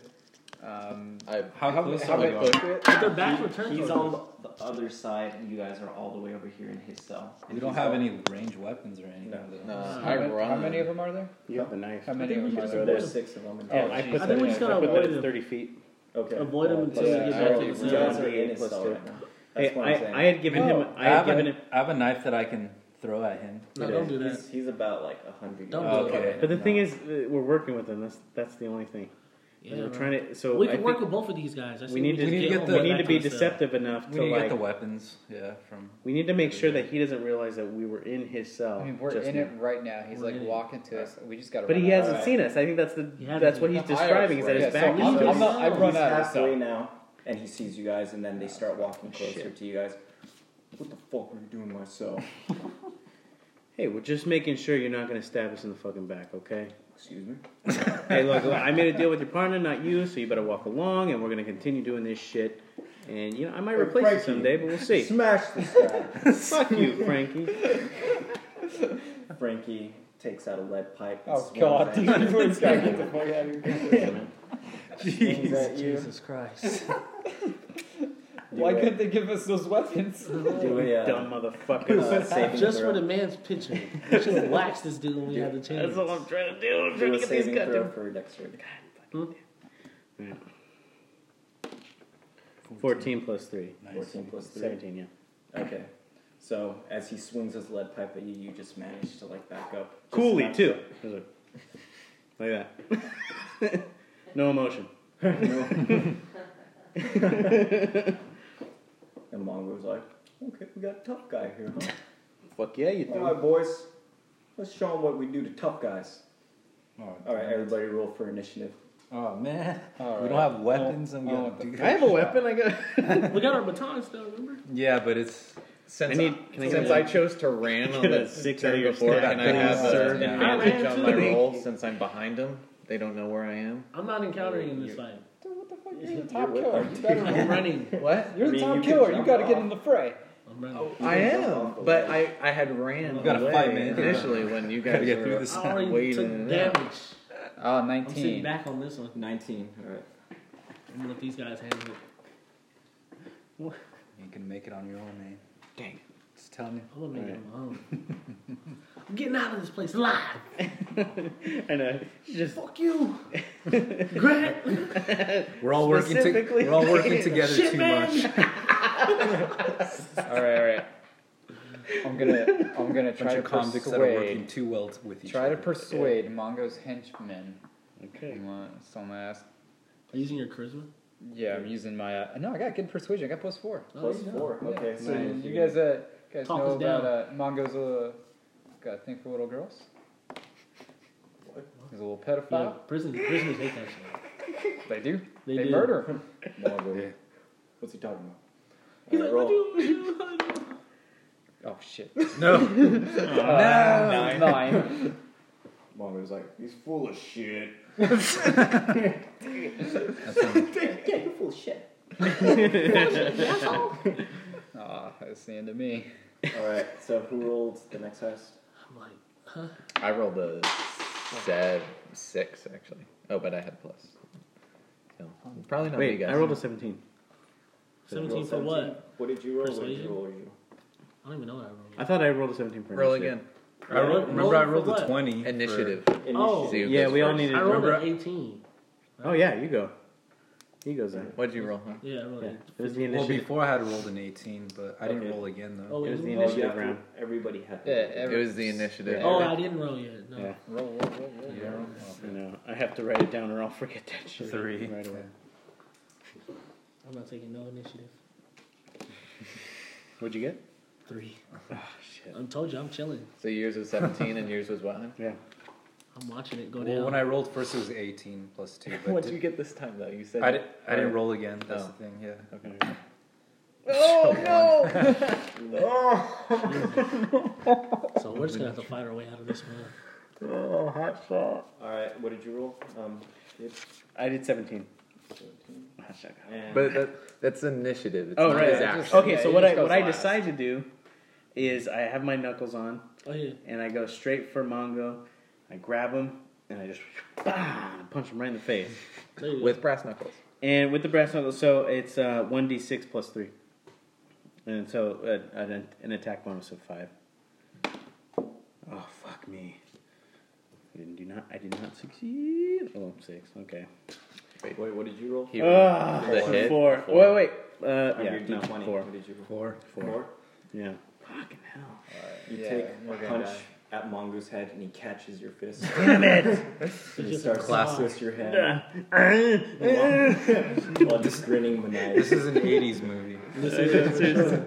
Um, I, How, how, close how are we about going? both? But Their backs were turned He's towards on us. the- the other side, and you guys are all the way over here in his cell. And We don't he's have all- any range weapons or anything. No, though. No, Uh, I how many- run. How many of them are there? you have the knife. How many think of we them are just there? There's six of them. In Oh, total. I geez. put I that, think we just in- I gotta put that avoid at it. thirty feet. Okay. Avoid him Uh, until plus- we yeah, get I back to already the You rolled. cell. guys are in his Plus cell two. right now. Hey, That's what I'm saying. I, I had given him. No, I had have given a, him. I have a knife that I can throw at him. Oh, No, don't do that. He's, he's about like a hundred. Don't yards do away. Okay. that. But the thing is, uh, we're working with them. That's that's the only thing. Yeah, we're right. trying to. So we I can work with think both of these guys. I we say need to just just need get to home the- we and need back to be the cell. deceptive enough We to need to get like. the weapons, yeah, from... we need to make sure that he doesn't realize that we were in his cell. I mean, we're just in now. it right now. He's We're in like it. walking to us. We just gotta. But run he out. hasn't Alright. seen us. I think that's the He hasn't that's what seen he's us. describing is that Yeah, his so back. I'm, is I'm not. I run He's out of halfway cell. now, and he sees you guys, and then they start walking closer to you guys. What the fuck are you doing in my cell? Hey, we're just making sure you're not going to stab us in the fucking back, okay? Excuse me. hey, look, look, I made a deal with your partner, not you, so you better walk along, and we're going to continue doing this shit And you know, I might Hey, replace Frankie. it someday, but <laughs> we'll see. Smash this guy. Fuck you, Frankie. Frankie takes out a lead pipe. and Oh swings God, at dude, you. <laughs> <laughs> please God, get the fuck out of here. Swings at you. Jesus Christ. Do Why a- couldn't they give us those weapons? do a, uh, Dumb uh, <laughs> motherfucker. saving Just throw. when a man's pitching, we should have waxed this dude when we had the chance. <laughs> That's all I'm trying to do. I'm do trying to a get these saving throw goddamn. for dexterity. Hmm? Fourteen plus three. Fourteen plus three. Seventeen. Yeah. Okay. So as he swings his lead pipe at you, you just manage to like back up. Just Coolly enough- too. <laughs> <laughs> Like that. <laughs> no emotion. And Mongo's like, okay, we got a tough guy here, huh? Fuck yeah, you All do. right, boys, let's show them what we do to tough guys. Oh, All right, everybody, roll for initiative. oh man, All we don't right. have weapons. I'm I gonna want do I have a weapon. I got. We got our batons though, remember? Yeah, but it's Since I I, need- can I get since a- I chose to ran <laughs> on get a the six out turn of your before, stack, can I have please, sir? an Yeah. advantage I ran on my too. roll since I'm behind them? They don't know where I am. I'm not encountering in this fight. Dude, what the fuck? You're the top killer. You better, I'm running. What? you're I the mean, top you can killer. You jump got to get off. in the fray. I'm <laughs> running. Oh, I can jump off the am, but I, ledge. I had ran got a away five-minute initially when you gotta <laughs> guys get were through this. I already waiting took it out. damage. Oh, I'm sitting 19. back on this one. 19. All right. I'm gonna let these guys handle it. you can make it on your own, man. Dang. Just telling you. I'm gonna make it my own. I'm getting out of this place alive. <laughs> I know. Just Fuck you, <laughs> Grant. We're all working. To, Specifically- we're all <laughs> working together Shit, too man. much. <laughs> All right, all right. I'm gonna, I'm <laughs> gonna Bunch try to of convicts that are working persuade. too well t- with each Try to other. persuade Mongo's henchmen. okay. You want someone to ask? Are you using your charisma? Yeah, I'm using my. Uh, no, I got good persuasion. I got plus four. Oh, Plus yeah. four. Okay, Yeah. so Man, you guys, uh, guys Talk know us down. about uh, Mongo's uh, got a thing for little girls. He's a little Yeah, pedophile. prisoners, prisoners hate that shit. They do. They They, do. murder. 'em. Mongo. What's he talking about? He's All like, right, what roll. do you? What do you? Oh shit. <laughs> No, Uh, nine. <laughs> Mongo's like, he's full of shit. yeah, you're full of shit. Aw, that's the end of me. All right, so who rolled the next highest? I'm like, I rolled a seven, six actually. Oh, but I had plus. So, probably not you Wait, guys. I rolled a seventeen. 17 for Roll what? What did you roll? What did Persuasion? you roll? You? I don't even know what I I rolled. thought I rolled a seventeen for roll initiative. again. I rolled, remember I for rolled what? a twenty. for- Initiative. Oh. See who Yeah, goes we all first. needed. I rolled Remember- an 18. Oh yeah, you go. He goes in. What'd you roll? Huh? Yeah, I rolled Yeah, an it was the Well, initiative. before I had rolled an eighteen, but I didn't Okay. roll again though. 18. Oh, It was the Oh, you initiative have to- round. Everybody had. Yeah, It every, was the initiative. Oh, I didn't roll yet. No. Yeah. roll, roll, roll, roll. Yeah, roll. I know. I have to write it down or I'll forget that shit. Three. Right away. I'm not taking no initiative. What'd you get? Three. Oh shit. I told you, I'm chilling. So yours was 17 and yours was what? Yeah. I'm watching it go Well, down. when I rolled first, it was eighteen plus <laughs> two. But <laughs> What'd did- you get this time though? You said I, did, I didn't roll again. That's Oh. the thing. Yeah. Okay. Oh no! so we're just gonna have to fight our way out of this one. Oh, hot shot. All right, what did you roll? Um, it's I did seventeen. 17. Hot shot. And But that, that's initiative. It's Oh not right. his yeah, action. just- Okay, yeah, so he what just I goes what I last. decide to do is I have my knuckles on Oh yeah. and I go straight for Mongo. I grab him and I just <laughs> bam, punch him right in the face. There you With brass knuckles. And with the brass knuckles, so it's uh, 1d6 plus 3. And so uh, an, an attack bonus of 5. Oh, fuck me. I didn't do not, I did not succeed. Oh, I'm 6, okay. wait, what did you roll? He Ah, Is it so hit? 4. Four. Wait, wait. Uh, On yeah, your no, D20, 4. What did you roll? Four. Four. Yeah. Fucking hell. You Yeah, take we're a gonna punch die. at Mongo's head, and he catches your fist. Damn it! and he just starts classic. to twist your hand Ah, ah, ah. while just grinning This maniacally. is an '80s movie.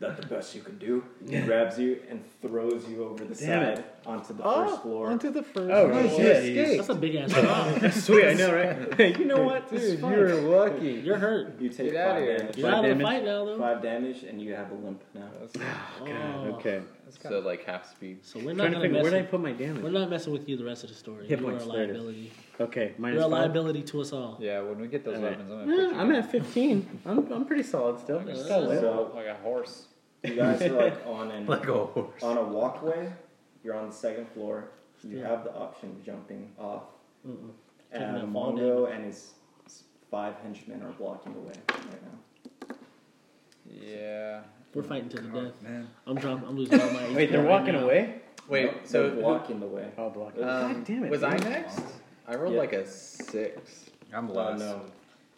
Not the best you can do. He grabs you and throws you over the Damn side onto the first floor. Onto the first. oh, shit. That's a big ass rock. Sweet, I know, right? <laughs> you know what? This is Dude, you fun. were lucky. You're hurt. you take Get five outta here. damage. You're out of the damage. fight now though. Five damage, and you have a limp now. Oh. Okay. So like half speed. So we're not Trying to gonna figure mess. where did I With, put my damage? we're not messing with you the rest of the story. Hit you are a points, there it is. liability. Okay, minus Real five. liability to us all. Yeah, when we get those All right. weapons, I'm gonna. Yeah, I'm at 15. I'm, I'm pretty solid still. Okay. Still lit. So Like a horse. you guys are like on an Like a horse. on a walkway. You're on the second floor. You Yeah. have the option of jumping off. Mm-mm. Taking And that fall Mongo Um, and his s- five henchmen are blocking the way right now. Yeah. We're fighting to the Oh, death. Man, I'm dropping. I'm losing all my. HP <laughs> Wait, they're right walking now. away? Wait, They're so who- blocking the way. Oh, block. um, God damn it. Was I dude. next? I rolled Yeah. like a six. I'm Oh lost. no,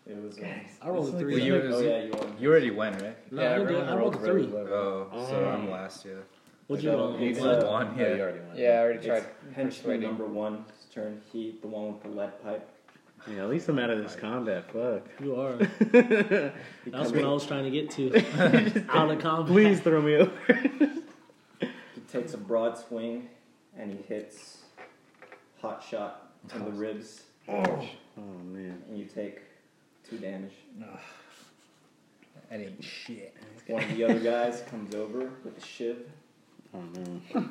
it was. Um, I rolled a Were three. you- oh yeah, you won. You already went, right? No, I, did, I rolled a three. Oh, so I'm last, yeah. What'd you No, roll? he's What? not. One, Oh, you yeah. already won. Yeah, I already It's tried. henchman persuading. number one's turn. He, the one with the lead pipe. Yeah, at least I'm out of this combat. Fuck. You are. He That's comes- what I was trying to get to. <laughs> Out of combat. <laughs> Please throw me over. He takes a broad swing and he hits hot shot in the ribs, Oh, man. and you take two damage. That ain't shit. One of the other guys comes over with a shiv, Oh, no.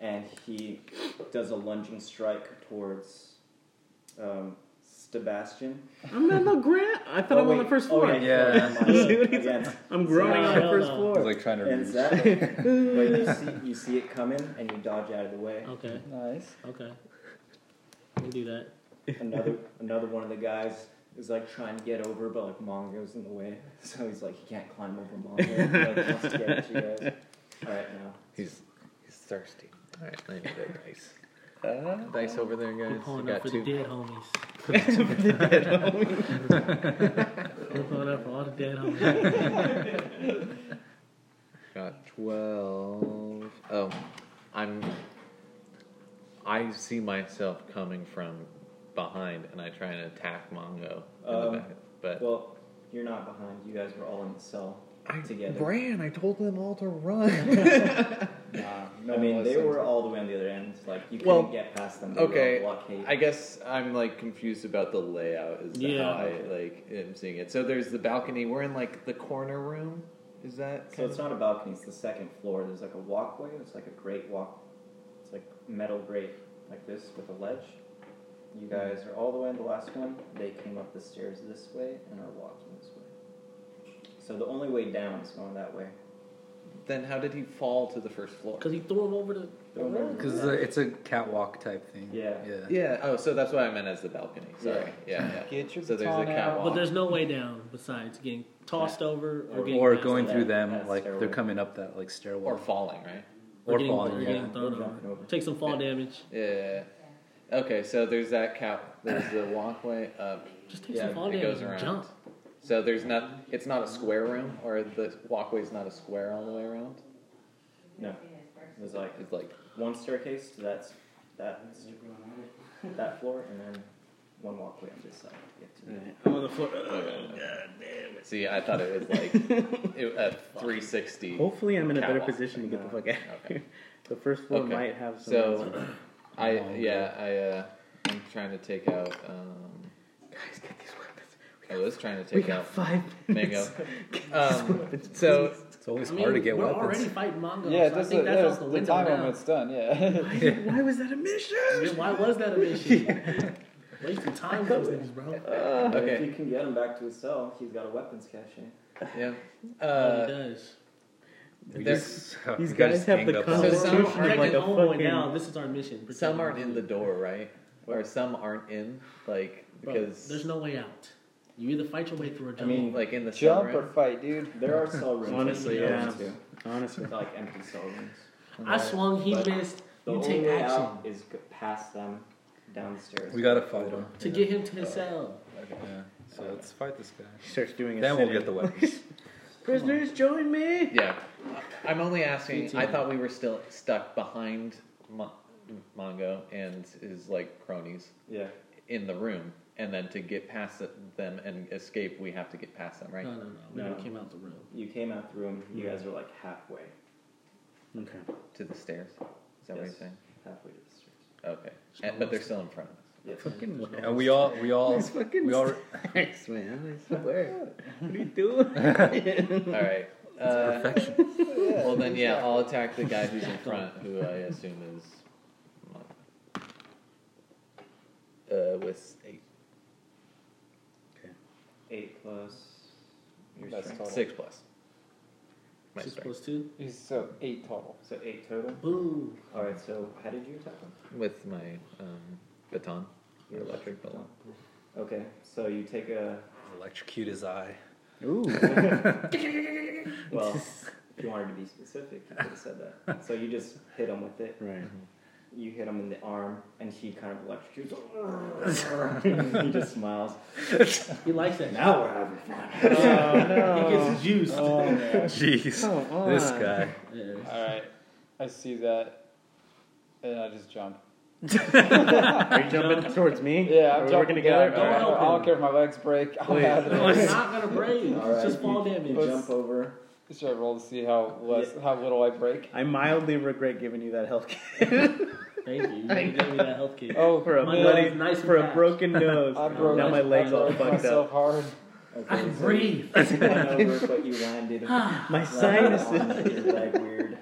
and he does a lunging strike towards um, Sebastian. I'm on the ground. I thought Oh, I'm on wait. the first Oh, floor. Yeah. sorry, my <laughs> bad. Dude, he's- Again. I'm growing on the No, first no. I was floor. like trying to And reach. Zach, <laughs> but you see, you see it coming and you dodge out of the way. Okay. Nice. Okay. We can do that. Another another one of the guys is like trying to get over, but like Mongo's in the way, so he's like he can't climb over Mongo. He, like, wants to get at you guys. All right, now He's he's thirsty. All right, I need that <laughs> dice. dice over there, We're guys. I pulling up got for the two. dead <laughs> homies. <laughs> We're pulling up for all the dead homies. Got twelve. Oh, I'm. I see myself coming from behind, and I try and attack Mongo in Um, the back. But Well, you're not behind. You guys were all in the cell I together. ran. I told them all to run. I mean, they were all the way on the other end. Like you couldn't Well, get past them. They okay, were all blockade. <laughs> I guess I'm like confused about the layout. Is Yeah. how I like am seeing it. So there's the balcony. We're in like the corner room. Is that so it's not a balcony. It's the second floor. There's like a walkway. It's like a great walk. It's like metal grate like this with a ledge. You guys are all the way on the last one. They came up the stairs this way and are walking this way. So the only way down is going that way. Then how did he fall to the first floor? Because he threw him over the. the Don't worry. road. Because it's a catwalk type thing. Yeah. Yeah. Yeah. Oh, so that's what I meant as the balcony. Sorry. Yeah. yeah. Get your so there's a baton out. catwalk. But there's no way down besides getting tossed over or, Or- getting. Or passed going over. through them, That's like they're terrible. coming up that like or stairwell. falling, right? Or, Or getting, falling, or yeah. getting thrown Or over. jumping over. Take some fall Yeah. damage. Yeah. Okay. So there's that cap. There's the walkway up. Just take Yeah, some fall it damage goes and around. jump. So there's not. It's not a square room, or the walkway's not a square all the way around. No, there's like It's like one staircase to that's that that floor, and then one walkway on this side. to get to the- I'm on the floor. See, I thought it was <laughs> like it, a 360. Hopefully, I'm in a better Catwalk. position to get the fuck out of Okay. here. <laughs> The first floor Okay. might have some. So, I yeah, I uh, I'm trying to take out. Um, guys, get these weapons. I was trying to We take got out five Mango. minutes. Um, so <laughs> It's always I mean, hard to get we're weapons. already fighting Mongo. so I think that's out the window now. done. <laughs> Yeah. Why was that a mission? Then Why was <laughs> that a mission? Wasting time with those things, bro. But okay. If you can get him back to his cell, he's got a weapons cache. yeah. Oh, he <laughs> Uh, does. there's- These guys have the So some constitution are Protect of like the a homeboy fucking. now. This is our mission. Protect some the aren't in homeboy. the door, right? Or some aren't in, like Bro, because there's no way out. You either fight your way through or I jump. mean, like in the Jump or sunroom. fight, dude. There are <laughs> cell rooms. Honestly, that you yeah. can go into, Honestly, Like empty cell rooms. I swung, he But missed. The You only take way action out is g- past them downstairs. We gotta fight him. to get him to his cell. Yeah. So let's fight this guy. he starts doing a Then we'll sit-in. get the weapons. <laughs> Prisoners, join me. Yeah, I'm only asking. I Eighteen. thought we were still stuck behind Mo- Mongo and his like cronies Yeah. in the room, and then to get past th- them and escape, we have to get past them, right? No, no, no. We No. came out the room. You came out the room. You guys are like halfway, Okay. To the stairs. Is that what you're Yes. saying? halfway to the stairs. Okay, and, but they're still in front of us. Yes. And we all, we all, we all. <laughs> Thanks, man. I swear. what are you doing? All right. Uh, Well, then, yeah, I'll attack the guy who's in front, who I assume is. uh, with eight. Eight plus. Your That's strength. total. Six plus. My Six strength. plus two. He's so eight total. So eight total. Boom. All right. So how did you attack him? With my um, baton. Your electric baton. Okay. So you take a. Electrocute his eye. Ooh. Well, if you wanted to be specific, you could have said that. So you just hit him with it. Mm-hmm. Right. You hit him in the arm, and he kind of electrocutes. <laughs> him. he just smiles. He likes that. Now we're having fun. He gets juiced. Oh, man. Jeez. Come on. This guy. Yeah. All right. I see that. And I just jump. Are you jumping towards me? Are Yeah, I'm we jumping working together? together. I Don't don't, help I don't him. care if my legs <laughs> break. I'm out of there. It's not gonna break. All right. It's just fall you, damage. You jump over. Should I roll to see how less, how little I break? I mildly regret giving you that health kick Thank you. You gave me that health kick. Oh, for a My bloody, nose is nice and for a packed. broken nose. I broke, now my legs I all broke fucked myself up. hard. Okay, I can so <laughs> breathe. You went over, but you landed. My landed sinuses. on Your leg weird.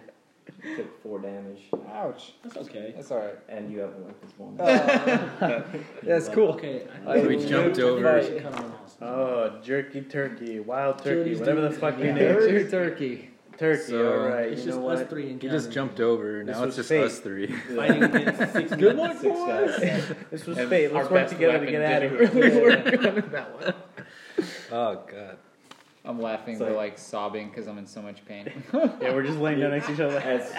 You took four damage, Ouch. That's okay. That's all right. and you have a weapon one. Oh. That's Like, cool. Okay. I We will jumped move to over. my- should cut on all. Oh, jerky turkey, wild turkey, Julie's whatever the doing fuck it. your Yeah, name two turkey. Turkey, So- all right. It's you just know us what? three in He just cabin. jumped over. This Now was it's just fate. us three. Fighting <laughs> against six men. Six guys. This was And fate. our Let's work best together to weapon get out of didn't here. Oh god. I'm laughing, Sorry. but like sobbing because I'm in so much pain. yeah, we're just laying down next to each other. As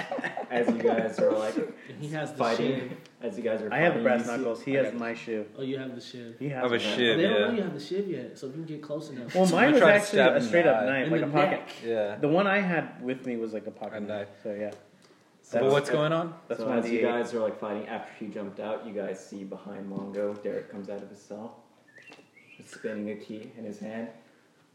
as you guys are like He has the fighting, shiv. as you guys are. I have fighting, brass you see- knuckles. He I has got- my shoe. Oh, you have the shiv. He has I have a mine. They shiv, don't know you yeah. have the shiv yet, so if you can get close enough. Well, mine I was tried to actually stab him a in the straight up eye. knife, In Oh, like the a pocket. neck. Yeah. The one I had with me was like a pocket A knife. knife. So yeah, But what's going on? that's so one of as you the. guys are like fighting, after he jumped out, you guys see behind Mongo, Derek comes out of his cell, he's spinning a key in his hand.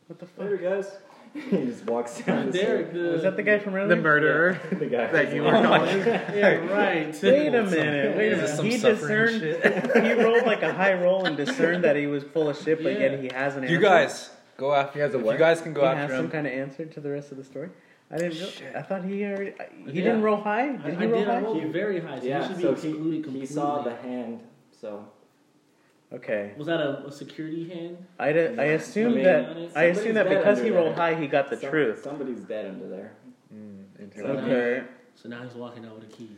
What the fuck? Later, guys. <laughs> he just walks down. Uh, the Derek, the, Was that the guy from Reading? murderer. stairs. <laughs> The guy that you <laughs> were Yeah, right. Wait a minute. Wait a Is this minute. some He suffering discerned. <laughs> he rolled like a high roll and discerned that he was full of shit, but Yeah. yet he has an answer. You guys go after. He has a if what? You guys can go He has after some him. kind of answer to the rest of the story. I didn't. Know, I thought he already. I- He Yeah. didn't roll high. Did I, he I roll did. I high? rolled very high, so you Yeah, should be so he, excluded completely. he saw the hand, so Okay. Was that a, a security hand? I, did, I assumed mean, that. I assumed that somebody's because dead he under rolled there. high, he got the some- truth. Somebody's dead under there. Interesting. Okay. So now he's walking out with a key.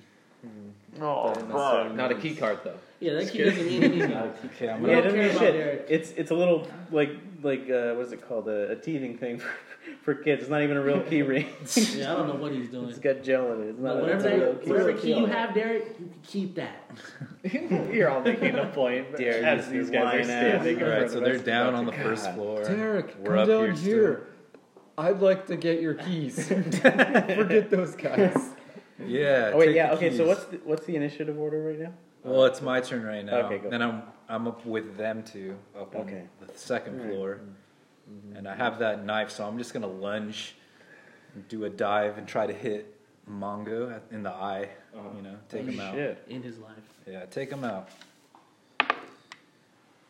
Oh So not a key card though. Yeah, that key doesn't mean anything. Okay, I'm <laughs> We gonna. Yeah, it don't care doesn't mean about shit. Derek. It's it's a little like like uh, what is it called a, a teething thing <laughs> for, for kids. It's not even a real key ring. Yeah, I don't know what he's doing. <laughs> It's got gel in it. It's not. But whatever, it's a real that, key whatever ring. key you have, Derek, you can keep that. You're all <laughs> making a point Derek as is these the guys are wise standing. in All right, front so of they're us. down on the first floor. Derek, We're come up down here here. still. I'd like to get your keys. Forget those guys. Yeah. Oh wait, take yeah. the Okay, so keys. what's the, what's the initiative order right now? Well, it's my turn right now. Okay, go. And I'm I'm up with them two up on Okay. Mm-hmm. the second floor, and I have that knife, so I'm just gonna lunge, and do a dive, and try to hit Mongo at- in the eye. You know, take him out. Uh-huh. Shit. In his life. Yeah, take him out.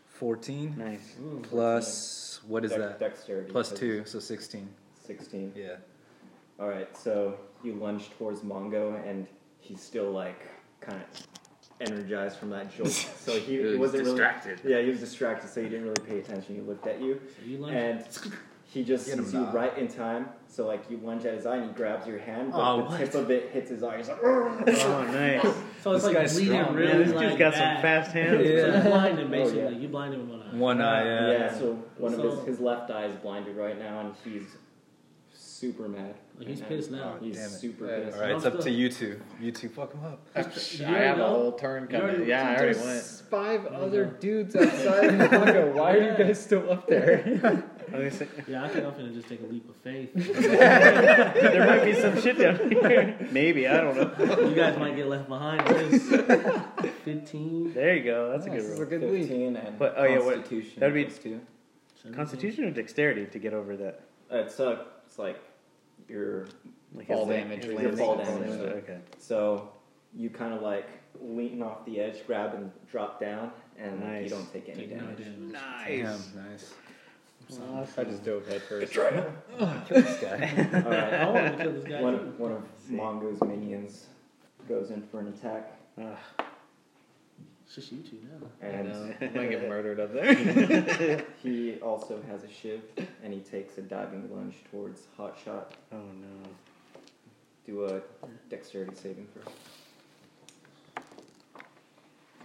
Fourteen Nice. plus what is Dex- that? Dexterity. Plus because two, so sixteen. 16. Yeah. All right, so you lunge towards Mongo, and he's still like kind of energized from that <laughs> jolt. So he, he wasn't distracted. Really, yeah, he was distracted, so he didn't really pay attention. He looked at you, So you lunge. and he just Get him sees you back. right in time. So like you lunge at his eye, and he grabs your hand, but Oh, the what? tip of it hits his eye. He's like, "Argh." <laughs> Oh, nice. so it's this like guy's bleeding strong, really Man, this like dude's got some that. <laughs> fast hands. Yeah. So you blind him, Oh, yeah. basically. You blind him with one eye. One eye. <laughs> yeah. Yeah. So one of So- his his left eye is blinded right now, and he's super mad. Like, he's right pissed now. He's Damn it. super Yeah, pissed. All right, it's up to you two. You two, fuck him up. Just- you I have know? a whole turn You already- coming. Yeah, I already went. <laughs> Five other dudes outside. Mongo, why are you guys still up there? I was gonna say, Yeah, I think I'm gonna just take a leap of faith. there might be some shit down <laughs> here. Maybe I don't know. you guys might get left behind. on This fifteen. There you go. That's a good this is rule. a good league. 15 and But oh yeah, what Constitution. that'd be- plus two. constitution or dexterity to get over that? It's uh, it's like your Like Fall his- damage, his- landing. Fall damage. Okay. so you kind of like lean off the edge, grab and drop down, and like, you Nice. don't take any Take no damage. damage. Damn, nice. I just dove head first. Kill this guy. All right, <laughs> I want to kill this guy. one too. of, one of Mongo's minions goes in for an attack. Ah. It's just you two now. and I'm gonna <laughs> get murdered up there. he also has a shiv, and he takes a diving lunge towards Hot Shot. Oh no. Do a dexterity saving throw.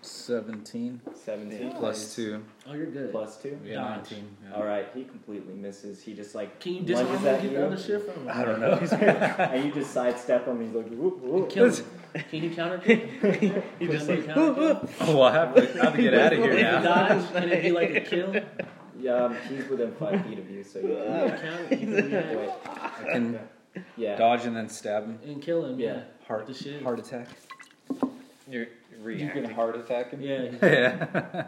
17 Seventeen Plus two. Oh, you're good. Plus two. Yeah, Dodge. 19. yeah. All right, he completely misses. He just like Can you lunges disarm him at and get you. the other shit from him? I don't know. and you just sidestep him. He's like, whoop, whoop. Kill him. Can you counter kick him? you just like, <laughs> <laughs> Oh, well, I have to, I have to get out of here If now. he dies, can it be like a kill? You Yeah, um, he's within five feet of you, so you can can counter, you can react wait. And Yeah. Dodge and then stab him. and kill him. Yeah. Yeah. Heart, The shit. heart attack. You're You can heart attack him. Yeah. <laughs> Yeah.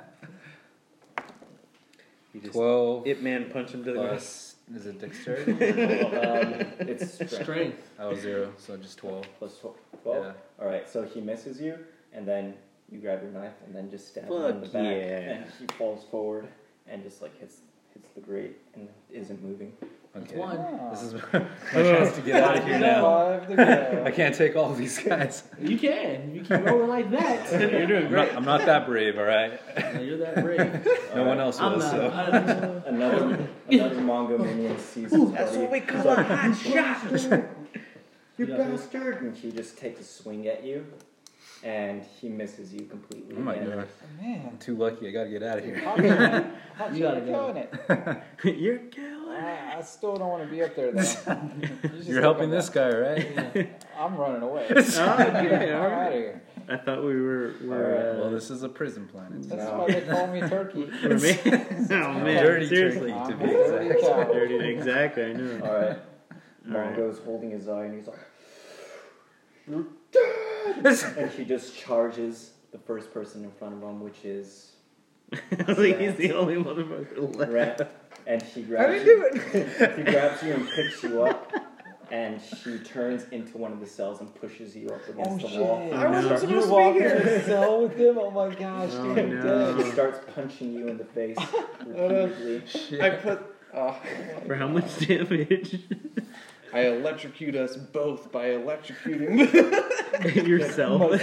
You just Twelve it man punch him to the ground. plus is it dexterity? um, it's strength, Strength. oh, zero. So just twelve. plus twelve. 12. Yeah. All right, so he misses you, and then you grab your knife and then just stab him in the Fuck back, yeah. and he falls forward and just like hits hits the grate and isn't moving. That's Okay. one. This is <laughs> my chance to get out of here now. I can't take all <laughs> these guys. You can. You keep rolling like that. You're doing I'm not, I'm not that brave, all right. Yeah, you're that brave. No one else I'm was. not. So. I don't think so. Another <laughs> another manga minion sees his buddy. call a hot shot. You Yeah. bastard! And he just takes a swing at you, and he misses you completely. Oh my again. god. I'm Man, too lucky. I gotta get out of here. hot You shot, gotta you're go. killing it. You're killing. I, I still don't want to be up there though. You're helping this guy, right? I'm running away. I'm I out of here. thought we were. Alright, were Well, this is a prison planet. That's No. why they call me Turkey. uh, <laughs> were ma- oh man, Dirty seriously. turkey, I'm to be a dirty exact. cow. Dirty, exactly. I <laughs> know. All right. right. Mongo's holding his eye and he's like, "You're dead!" and he just charges the first person in front of him, which is <laughs> He's the only motherfucker left. Rat. And he grabs you. <laughs> he grabs you and picks you up. And she turns into one of the cells and pushes you up against Oh the shit! wall. I wasn't supposed to be here. In the cell with them. Oh my gosh, Oh, dude, I'm no. She starts punching you in the face repeatedly. Shit. For how much damage? I electrocute us both by electrocuting. Yourself.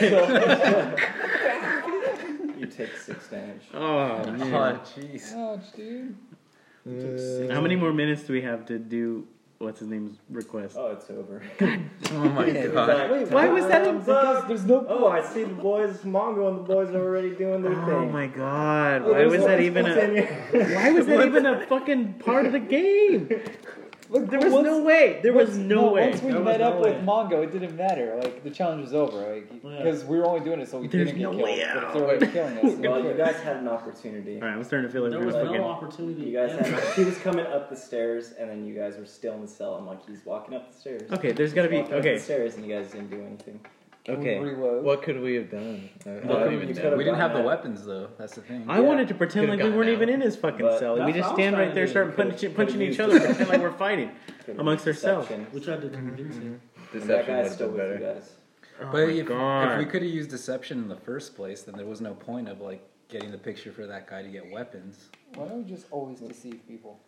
You take six damage. Oh Oh, man. jeez. dead. Ouch, dude. How many more minutes do we have to do? What's his name's request? Oh, it's over. Oh my god. Wait, why was that in Because there's no. Oh, I see the boys, Mongo and the boys are already doing their Oh thing. my god! Why was that even a? Why was that even a fucking part of the game? Look, There was once- no way. There was once- no way. Once we There was met no up way. with Mongo, it didn't matter. Like the challenge was over, like Yeah. because we were only doing it so we There's didn't get no killed. way But if they were killing us, we Well, you would've- guys had an opportunity. All right, I'm starting to feel like There we're was fucking. no opportunity. You guys ever. had. He was coming up the stairs, and then you guys were still in the cell. I'm like, he's walking up the stairs. Okay, there's gotta be. Walking up Okay, the stairs, and you guys didn't do anything. we reload. What could we have done? I, I Well, don't you even could've- know. We didn't have the Yeah. weapons though. That's the thing. I Yeah. wanted to pretend Could've like we gone weren't out. even in his fucking But cell. We that's just what I was stand trying right to there, do. start Could've- punching, could've punching each used other, it. pretend <laughs> like we're fighting. Could've Amongst used ourselves. deception. We tried to convince him. And that Deception would guy's have still been with you better. guys. Oh But my if, god! if we could have used deception in the first place, then there was no point of like getting the picture for that guy to get weapons. Why don't we just always deceive people?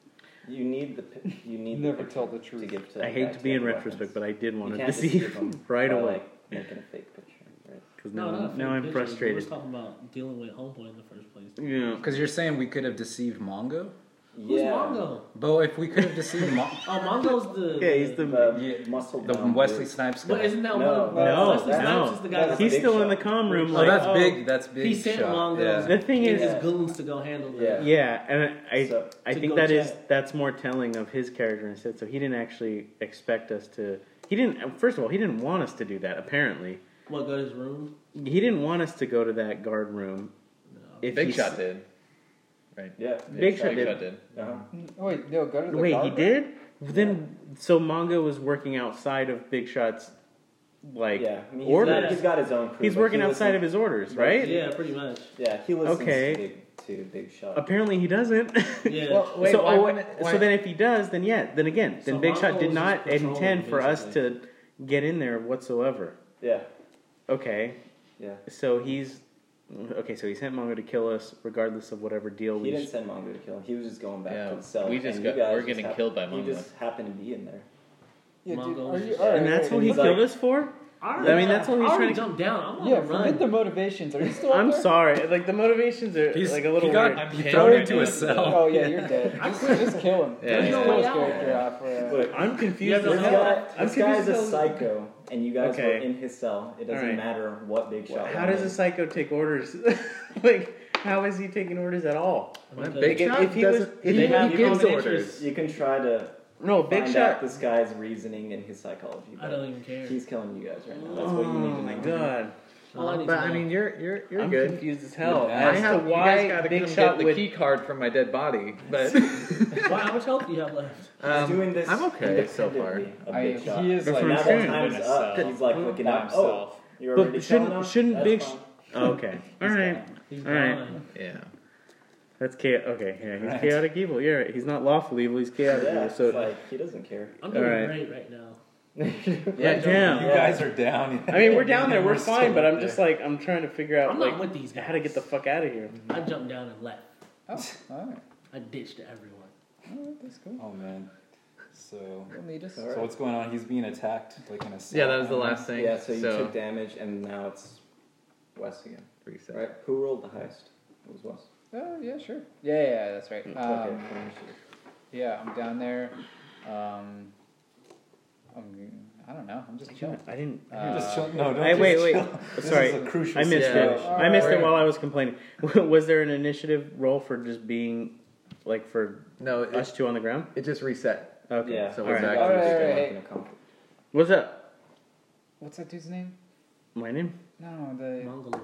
You need the. pi- You need Never the picture tell the To truth. give to Hmm. I that guy hate to be get in the weapons. retrospect, but I did You want to can't deceive him right by, away. Like, making a fake picture. Right? Because No, now, not now I'm We frustrated. were talking about dealing with homeboy in the first place. Yeah. Because you're saying we could have deceived Mongo, Who's yeah. Mongo? but if we could have deceived Mongo, Oh, Mongo's the. Yeah, he's the. The Yeah. muscle. the bound Wesley dude. Snipes guy. Well, isn't that No, one? no, Wesley that's- Snipes is the guy that's that's a He's big still in the shot. com room. oh, like, that's big. That's big. He sent shot. Mongo. Yeah. The thing is- his goons to go handle that. Yeah. Yeah, and I I, So- I To think go that is check. that's more telling of his character instead. So he didn't actually expect us to. He didn't. First of all, he didn't want us to do that. Apparently, What go to his room? he didn't want us to go to that guard room. If Big he- Shot did. Yeah. Big Shot Big did. Shot did. Uh-huh. Oh, wait, no, go to the Wait, he guard room? did. Then so Mongo was working outside of Big Shot's like Yeah. I mean, he's orders. got, he's got his own crew. He's but working he outside listens- of his orders, But right? Yeah, pretty <laughs> much. Yeah, he listens Okay. to, big, to Big Shot. Apparently, he doesn't. <laughs> Yeah. Well, wait, so, why oh, wouldn't- why- so then if he does, then yeah, then again, then So Big Shot Mongo did was not just patrolling, intend for us to get in there whatsoever. yeah, Okay, yeah. so he's okay. So he sent Mongo to kill us, regardless of whatever deal He we. didn't send Mongo to kill him. He was just going back Yeah, to the cell. we just and got- you guys we're getting hap- killed by He Mongo. just happened to be in there. Yeah, dude, Mongo are was you just- all right? and that's wait, what he he's wait, killed us for. I mean, that's all he's I already trying to- jumped down. I'm on Yeah, the run. forget the motivations. Are you still up I'm there? sorry. Like the motivations are He's- like a little he got- weird. I'm He thrown thrown into a cell. Oh, <laughs> yeah, you're dead. I Just, quit. just kill him. Yeah, Just yeah. kill his Oh, Yeah. character off for, uh, Look, I'm You have confused. to this with know how- guy, I'm this guy is confused a as hell- psycho, and you guys Okay. were in his cell. It doesn't Alright. matter what big shot. How does a psycho take orders? <laughs> like, how is he taking orders at all? I'm Big Like, shot if he was, doesn't- if they he, have he gives combinations. orders. You can try to No, big find out shot. this guy's reasoning and his psychology. I don't even care. but He's killing you guys right now. That's what you need Oh to my know. god! All I need But to know. <laughs> I mean, you're you're you're I'm good. confused as hell. Yeah. As I to have- you guys why gotta Big come get Shot the would key card from my <laughs> dead body, but Why- how much health do you have left? He's um, doing this. I'm okay so far. independently of I, Big Shot. he is That's like, what Now I'm that saying. time's Goodness, up, so. he's like looking By up. Oh, himself. you're But already shouldn't- shot now? shouldn't That's Big fine. Sh- <laughs> okay. All right, He's All right. gone. Yeah. that's chaotic. Okay, yeah, he's chaotic evil. You're right. He's not lawful evil. He's chaotic Yeah, evil. it's So like he doesn't care. <laughs> I'm doing All right. great right now. yeah, <laughs> You damn. Yeah. guys are down. I mean, we're down there. We're We're still fine, but up I'm just like I'm trying to figure out I'm like not with these guys. how to get the fuck out of here. I jumped down and left. oh, all right. I ditched everyone. All right, that's cool. Oh man. So, He'll need us. so what's going on? He's being attacked, like in a cell. Yeah, that was the last thing. Yeah, so you took damage, and now it's Wes again. reset. Right? Who rolled the highest? It was Wes. Oh, yeah, sure. Yeah, yeah, yeah that's Mm, right. Okay. Um, yeah, I'm down there. Um, I'm, I don't know. I'm just chilling. I didn't. You're just Uh, chill. No, don't Hey, wait, just wait. chill. This Sorry, is a crucial I missed Yeah. it. All I missed right. it while I was complaining. <laughs> was there an initiative roll for just being like for No, it, us two on the ground? it just reset. Okay. Yeah. So All we're right. back All to right, the all beginning. right. What's up? What's that dude's name? My name? No, the Mongoloid.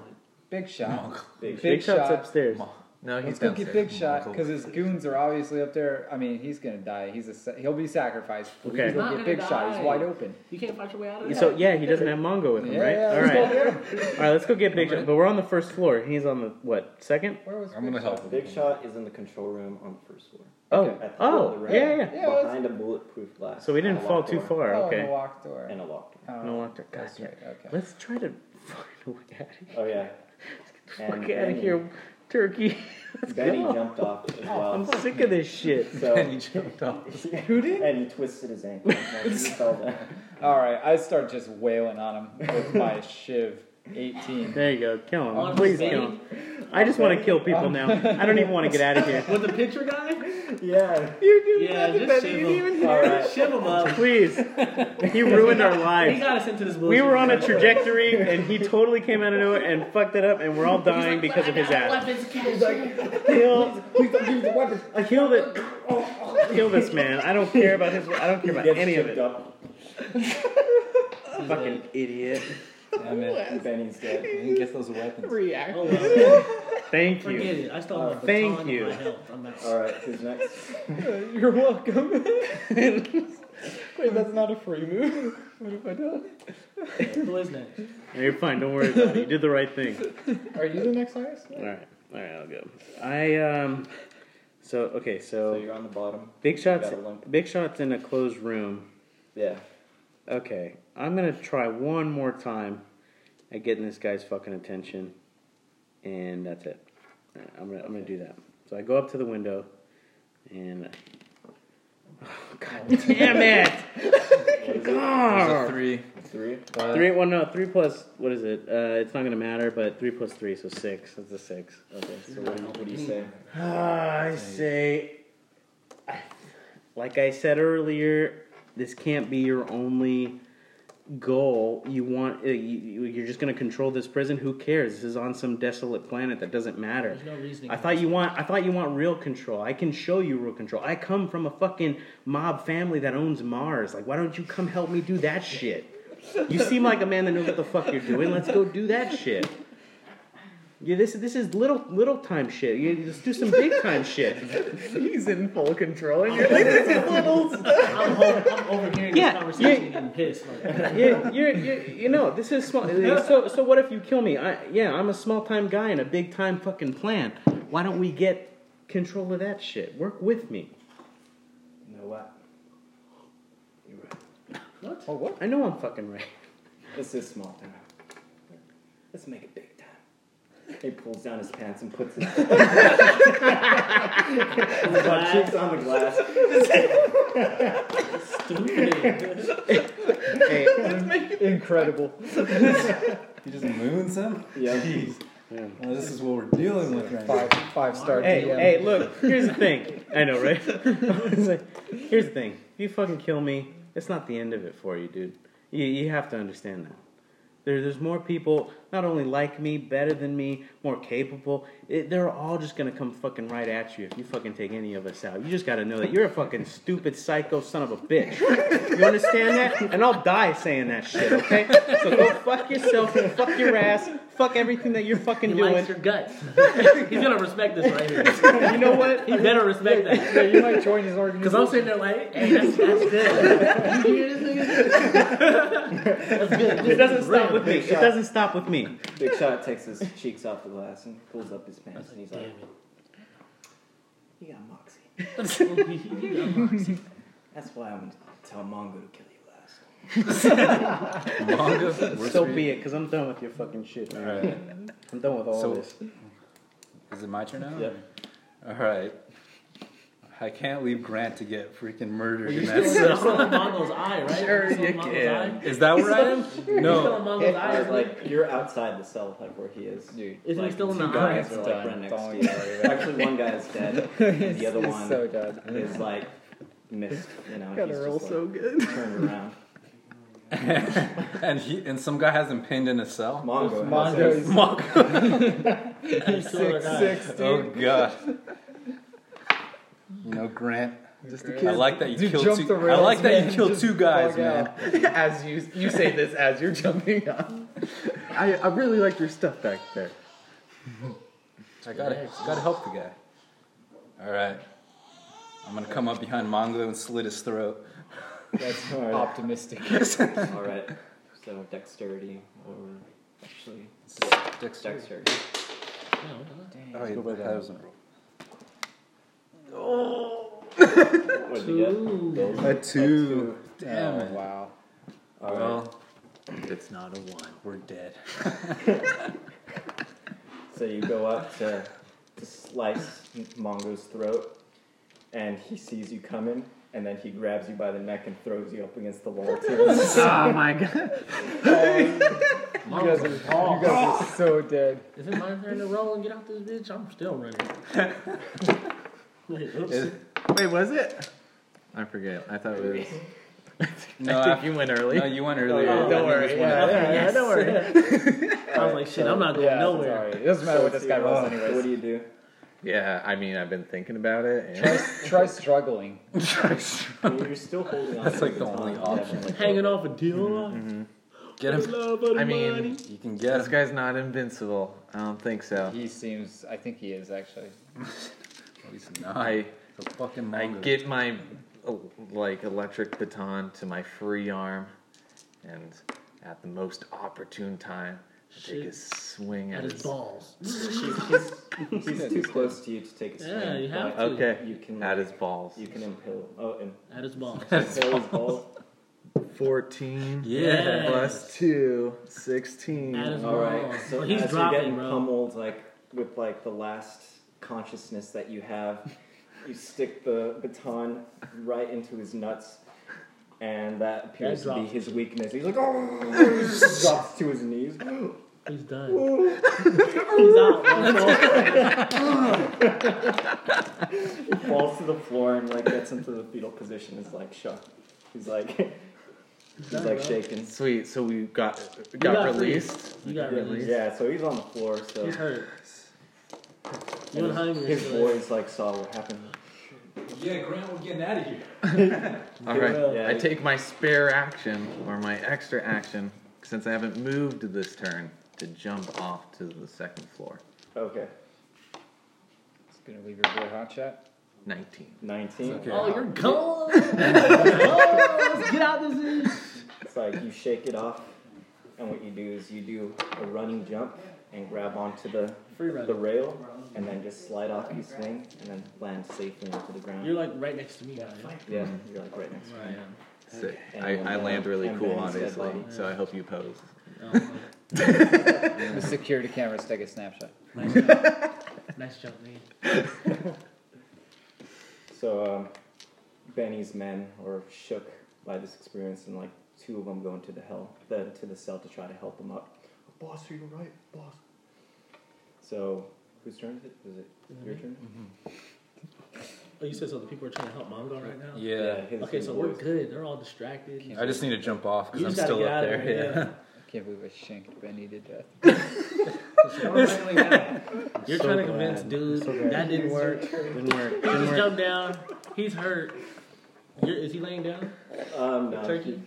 Big <laughs> Shot. Big Big, Shot's Shot. upstairs. No, he's Let's go get downstairs. Big Shot because his goons are obviously up there. I mean, he's gonna die. He's a sa- he'll be sacrificed. We Okay. can Not go get gonna Big Shot. die. He's wide open. You can't fight your way out of it. So yeah, he doesn't have Mongo with him, Yeah, right? yeah, All let's go <laughs> right. All right. Let's go get Big Shot. But we're on the first floor. He's on the what? Second? Where was I'm gonna Big help Shot? him. Big Shot is in the control room on the first floor. Oh. At the Oh. door of the room, yeah, yeah. Yeah, let's- Behind a bulletproof glass. So we didn't and a fall locked too door, far. Oh, and okay. the locked door. And a locked door. Oh, No locked. God that's damn. right. Okay. Let's try to <laughs> find a way out of here. Oh yeah. Fuck And out of Benny- here, Turkey. Benny jumped off as I'm well. sick of this shit. <laughs> And So he jumped off. who did? And he twisted his ankle. He <laughs> fell down. All right, I start just wailing on him with my <laughs> shiv 18. There you go. Kill him. On Please the kill him. I just want to kill people now. I don't even want to get out of here. With the picture <laughs> guy? Yeah. You do Yeah, nothing just better. You shiv didn't even him. hear it. Shiv him up. <laughs> Please. He ruined our He lives. got us into this bullshit. We were on a trajectory and he totally came out of nowhere and fucked it up and we're all dying because of his ass. Kill, Please don't use the weapon. kill it. Kill this man. I don't care about his. I don't care about Gets any of tripped it. Up. Fucking idiot. Damn it. and Benny's dead. He didn't get those weapons. Oh, well, Thank forget you. it. I still have my Thank baton and you. my health. I'm out. All right. Who's next? You're welcome. Wait, that's not a free move. <laughs> What have I done? Who is next? No, You're fine. Don't worry about it. You did the right thing. Are you the next highest? All right. All right. I'll go. I um. So okay. So So you're on the bottom. big You shots. got a limp. Big shots in a closed room. Yeah. Okay. I'm gonna try one more time at getting this guy's fucking attention, and that's it. All right, I'm gonna I'm gonna do that. So I go up to the window, and. Oh, <laughs> God damn it! What is it? There's a Arr! three. Three. Uh, uh, But Three, well, no, three plus, what is it? Uh, it's not going to matter, but three plus three, so six. That's a six. Okay. So what do you, what do you say? Ah, I say, like I said earlier, this can't be your only goal. You want uh, you, you- you're just going to control this prison. Who cares? This is on some desolate planet that doesn't matter. There's no reasoning. I thought you want I thought you want real control. I can show you real control. I come from a fucking mob family that owns Mars. Like why don't you come help me do that shit? You seem like a man that knows what the fuck you're doing. Let's go do that shit. Yeah, this this is little little time shit. You, let's do some big time shit. <laughs> He's in <laughs> full control, <laughs> and you're like, this is little I'm, home, I'm overhearing Yeah, this conversation yeah. and getting pissed. <laughs> Like, you, you, you, you know, this is small. So, so what if you kill me? I, yeah, I'm a small time guy in a big time fucking plan. Why don't we get control of that shit? Work with me. You know what? You're right. what? Oh, what? I know I'm fucking right. This is small town. Let's make it big time. He pulls down his pants and puts his, his cheeks on the glass. <laughs> Hey, incredible. He just moons him? Yeah. Jeez. Well, this is what we're dealing with right now. Five five star Hey, DM. hey, look, here's the thing. I know, right? <laughs> It's like, here's the thing. If you fucking kill me, it's not the end of it for you, dude. You, you have to understand that. There, there's more people, not only like me, better than me, more capable. It, they're all just gonna come fucking right at you if you fucking take any of us out. You just gotta know that you're a fucking stupid psycho son of a bitch. You understand that? And I'll die saying that shit, okay? So go fuck yourself, fuck your ass, fuck everything that you're fucking He doing. likes your guts. He's gonna respect this right here. You know what? He better respect that. Yeah, you might join his Because I'm organization. sitting there like, hey, that's, that's good. You hear this nigga? That's good. It doesn't stop Ram. with me. It doesn't stop with me. Big Shot takes his cheeks off the glass and pulls up his pants and he's Damn like, it. You got moxie. <laughs> That's That's why I'm gonna tell Mongo to kill you last. Manga? So be it, because I'm done with your fucking shit, man. Alright. I'm done with all So- this. Is it my turn now? Yeah. All right. I can't leave Grant to get freaking murdered in that You're still in Mongo's eye, right? Sure, you cell. Is that where I am? You're still No. in Mongo's eye. I was Like, like, you're outside the cell, like where he is. <laughs> Dude, isn't like, he still in the two eye? eye? guys are Done. like right next Don't to you. Actually, one guy is <laughs> dead, and the other one so done. is like missed. You know, Gotta he's roll just, so like, good. turned around. <laughs> and he and some guy has him pinned in a cell. Mongo. has Mongo his- is <laughs> Mongo. <laughs> He's still in six his eye. six, Oh dude. god. You know, Grant. Just a I like that you Dude, killed jump the two. I rails, like that man. you killed Just two guys, bug man. out. <laughs> As you you say this as you're jumping up. I, I really like your stuff back there. I gotta, gotta help the guy. All right. I'm gonna come up behind Mongo and slit his throat. That's Alright. optimistic. <laughs> All right. So dexterity or actually Dexter. dexterity. Oh, yeah, that was a roll. Oh. What did you get? A two. Damn. Oh, wow. All right. Well, it's not a one. We're dead. So you go up to, to slice Mongo's throat, and he sees you coming, and then he grabs you by the neck and throws you up against the wall. Too. Oh my god. You guys are, <laughs> you guys are so dead. Is it my turn to roll and get out this bitch? I'm still running. Wait, oops. Wait, was it? I forget. I thought it was. <laughs> No, I think you went early. no, you went earlier. yeah, don't worry. yeah, don't worry. I was like, shit, I'm not going Yeah, nowhere. sorry. It doesn't matter what this guy rolls So what anyways. do you do? Yeah, I mean I've been thinking about it. Try, And try struggling. <laughs> I mean, you're still holding on. That's to like the only baton, option. definitely. Hanging off a deal. Get him. Love of the I mean money. You can get <laughs> this him. guy's not invincible. I don't think so. He seems. I think he is actually. He's not. I The fucking I Mongo. get my uh, like electric baton to my free arm, and at the most opportune time, I take a Shit. swing at At his his. balls. He's too close to you to take a swing. Yeah, you have but to. Okay, You can. at his balls. You can impale. Oh, <laughs> and At his balls. impale his balls. Fourteen. Yeah. Plus two, 16. At his balls. All right. So So he's as you're dropping, getting bro. pummeled, like with like the last consciousness that you have, you stick the baton right into his nuts, and that appears That to be drops. his weakness. He's like, oh, <laughs> drops to his knees. He's done. He's out. bro. falls to the floor and like gets into the fetal position. Is like shook. He's like, <laughs> he's like shaking. Sweet. So we got got, got released. You got released. Yeah. So he's on the floor. So He's hurt. You and Jaime are his still there. boys like saw what happened. Yeah, Grant, we're getting out of here. All right. Yeah. I take my spare action or my extra action since I haven't moved this turn to jump off to the second floor. Okay. Just gonna leave your boy hot shot. Nineteen. Nineteen. Okay. Oh, you're cold. Oh, let's get out this bitch. It's like you shake it off, and what you do is you do a running jump and grab onto the Free the run. rail, and then just slide off. You swing and then land safely onto the ground. You're like right next to me, guys. yeah, you're like right next. to Right. Sick. And I, then, I uh, land really and cool, then he's dead obviously. body. So I hope you pose. Oh, The security cameras take a snapshot. Nice job. nice job, man. So um, Benny's men were shook by this experience, and like two of them go into the hell, the, to the cell to try to help him up. Boss, are you right, boss? So whose turn is it? Is it your turn? Oh, you said so the people are trying to help Mongo right now? Yeah. Yeah, his okay, two so we're boys. good. They're all distracted. I just need to jump off because You I'm just gotta still get up out there. of here, Yeah. I can't believe I shanked Benny to death. You're trying to convince dude that didn't work. Didn't work. He Didn't just work. jumped down. He's hurt. You're, is he laying down? Um, no, Turkey? he-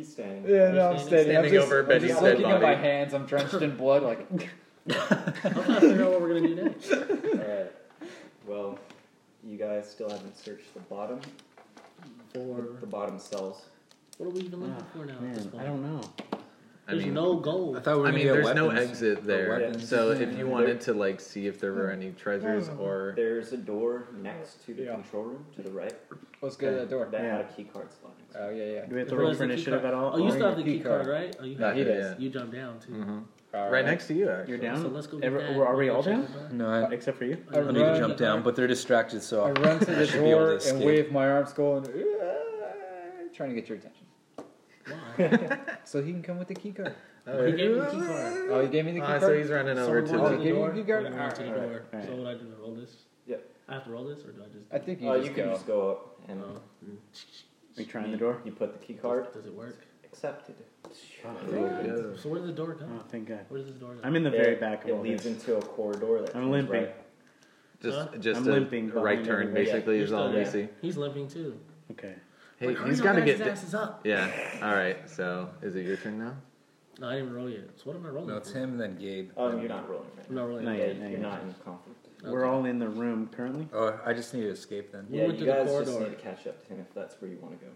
he's standing. Yeah, no, I'm standing. Standing over Benny's I'm dead looking at body. my hands. I'm drenched in blood. Like I'm trying to figure out what we're gonna do <laughs> next. All right. Uh, Well, you guys still haven't searched the bottom, Or the bottom cells. what are we even looking for now at Ah, this I point? don't know. I There's mean, no goal. <laughs> I thought we were I gonna mean, get there's no weapons. exit Or there. weapons. So if you wanted to like see if there were any treasures or There's a door next to the Yeah. control room to the right let's go to that door. that had a key card slot. Uh, inside. Oh yeah, yeah. Do we have to Who roll has the for key initiative card? at all? Oh, you Or still have the your key key card, card. right? Oh, you Yeah, have he it. does. You jumped down too. Mm-hmm. All right, next to you. Actually. You're down. So let's go. Get Every, that. are we all Check down? the door. No, I, Except for you. Oh, I you need to run, jump you down, run. but they're distracted, so I run to the should be able to door and escape. wave my arms, going "Ah," trying to get your attention, Why? so he can come with the key card. He gave me the key card. Oh, he gave me the key Ah, card. so he's running Someone over to walked Oh, in he the the. gave you door. the key card? Someone walked in the door. Alright. So what do I do? Roll this? Yep. I have to roll this, or do I just? I think you Uh, just you can go. just go up and Oh. We trying you, the door. You put the key card. Does, does it work? Accepted. So where did the door go? Oh, thank God. Where does this door go? I'm in the very back of It all leads this. into a corridor. That I'm turns limping. Right. Just, Huh? just I'm a limping right behind turn, everybody. basically, You're is still all we there. see. He's limping too. Okay. Hey, Hurry he's up, gonna guys, get. his di- ass is up. Yeah. All right. So, is it your turn now? No, I didn't roll yet. So what am I rolling? no, it's for? him and then Gabe. Um, you're not rolling right I'm now. not rolling. No, Yeah, yeah, you're yeah. not in conflict. We're Okay. all in the room currently. Oh, I just need to escape then. We yeah, went you to the guys just corridor. need to catch up to him if that's where you want to go.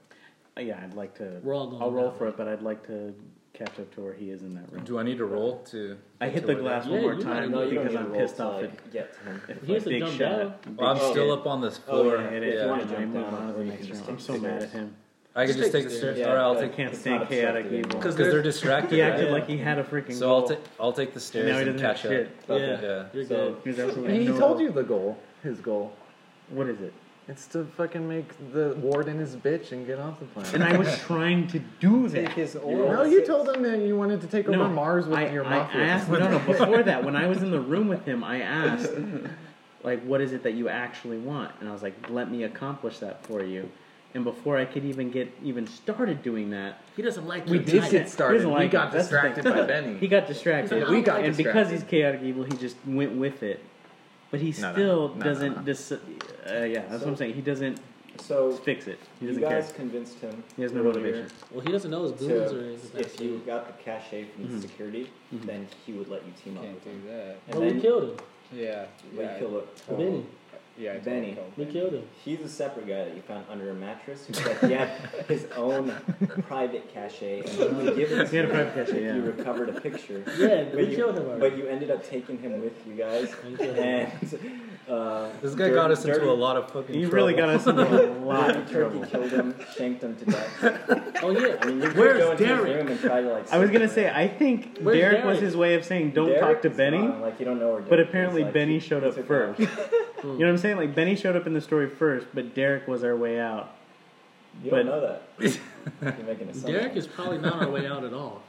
Uh, Yeah, I'd like to. We're all going I'll roll that for way. it, but I'd like to catch up to where he is in that room. Do I need to roll to? I get hit to the where glass they- Yeah, one more you gotta time go. You don't need because to I'm roll pissed to, off like, at Get to him. <laughs> if He my has to big jump down. shot. Well, I'm Oh, still yeah. up on this Oh, floor. yeah. It is. If you wanna I jump move down, on to the you next can room. just I'm take so the mad at stairs. him. I could Just just take take the the stairs, stairs. or I'll but take I can't it's stand not chaotic accepted evil. anymore. because they're distracted. He acted right? like he had a freaking so I'll goal. take I'll take the stairs Now he and doesn't have catch up. shit. Yeah, Yeah. you're So- good. He's absolutely no- the goal. His goal. What is it? It's to fucking make the warden his bitch and get off the planet. <laughs> And I was trying to do Take that. his no, oil. you told him that you wanted to take over No, Mars with I, your I mafia. asked, no, <laughs> no, before that, when I was in the room with him, <laughs> I asked, like, what is it that you actually want? And I was like, let me accomplish that for you. And before I could even get even started doing that, He doesn't like we your did type. get <laughs> started. He doesn't We like got it. That's the distracted thing. by Benny. He got distracted. Yeah, we got and because he's chaotic evil, he just went with it. But he No, no, still no, no, doesn't. no. Dis- uh, yeah, that's what I'm saying. He doesn't So fix it. He you doesn't care. guys convinced him. He has no earlier motivation. Well, he doesn't know his to- goons or anything. if you got the cachet from Mm-hmm. security, then he would let you team up Can't with him. do that. And Well, then Oh. we killed him. Yeah. Well, you Yeah. kill Well, it. Benny, Yeah. I told Benny. Cole we Benny. killed <laughs> him. He's a separate guy that you found under a mattress. He's like, he had his <laughs> own private cachet, and he would give it to He had a you private cachet, if <laughs> you yeah. recovered a picture. Yeah, But we you- killed him <laughs> already. But you ended up taking him with you guys, We <laughs> killed him. and uh, This guy Dirty- got us into Dirty- a lot of fucking. He really got trouble. us <laughs> into a lot Dirty of trouble. Turkey killed him, shanked him to death. Oh yeah. I mean, you could Where's go into his Derek? room and try to like. I was sit gonna with say, him. I think Where's Derek was Derek? his way of saying, "Don't Derek talk to is Benny." gone, like you don't know where. But Derek is, apparently like, Benny he- showed he up took first. off. you know what I'm saying? Like Benny showed up in the story first, but Derek was our way out. You But- don't know that. You're making assumptions. Derek is probably not our way out at all.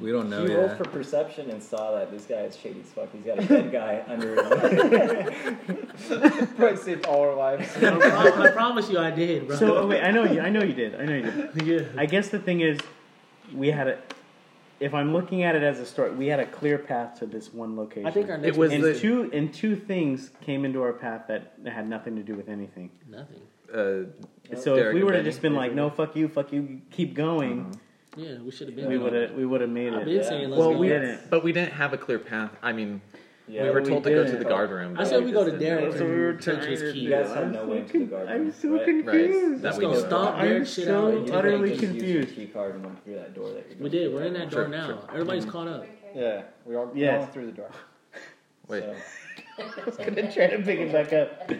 We don't know He rolled yet. for perception and saw that this guy is shady as fuck. He's got a <laughs> dead guy under his Probably saved all our lives. I, pro- I promise you, I did, bro. So oh, wait, I know you. I know you did. I know you did. <laughs> yeah. I guess the thing is, we had a. If I'm looking at it as a story, we had a clear path to this one location. I think our next was one and the- two and two things came into our path that had nothing to do with anything. is nothing. Uh, so Derek if we were to and Benny. Uh-huh. just been like, "No, fuck you, fuck you, keep going," Yeah, we should have been. we there. would have we would have made I've it. been saying let's Well, go. we didn't. but we didn't have a clear path. I mean, we Yeah, were we told to go to didn't. the guard room. I said we go just to didn't know Derek. where- we were trying to You key. guys had no way into the garden. I'm so right? Right. confused. That Let's we go know stomp about. Derek I'm shit so out. But you of utterly just used your confused. key card and went through that door that you're going We did. through We're in right that door Sure, now. sure. Everybody's caught up. Yeah. We all we all Yes. went through the door. now. Wait, So, gonna try to pick it back up.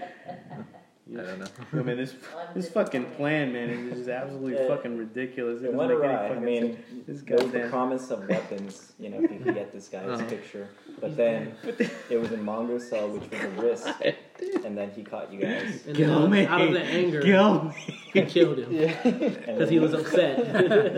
I don't know. I mean, this this fucking plan, man, is just absolutely Yeah. fucking ridiculous. It It doesn't went make any awry. I fucking mean, sense. This there was the goddamn- promise of weapons, you know, if you could get this guy's Uh-huh. picture. But then it was a Mongo cell, which was a risk, <laughs> and then he caught you guys. <laughs> And then out, out of the anger, he killed him And because then- he was upset.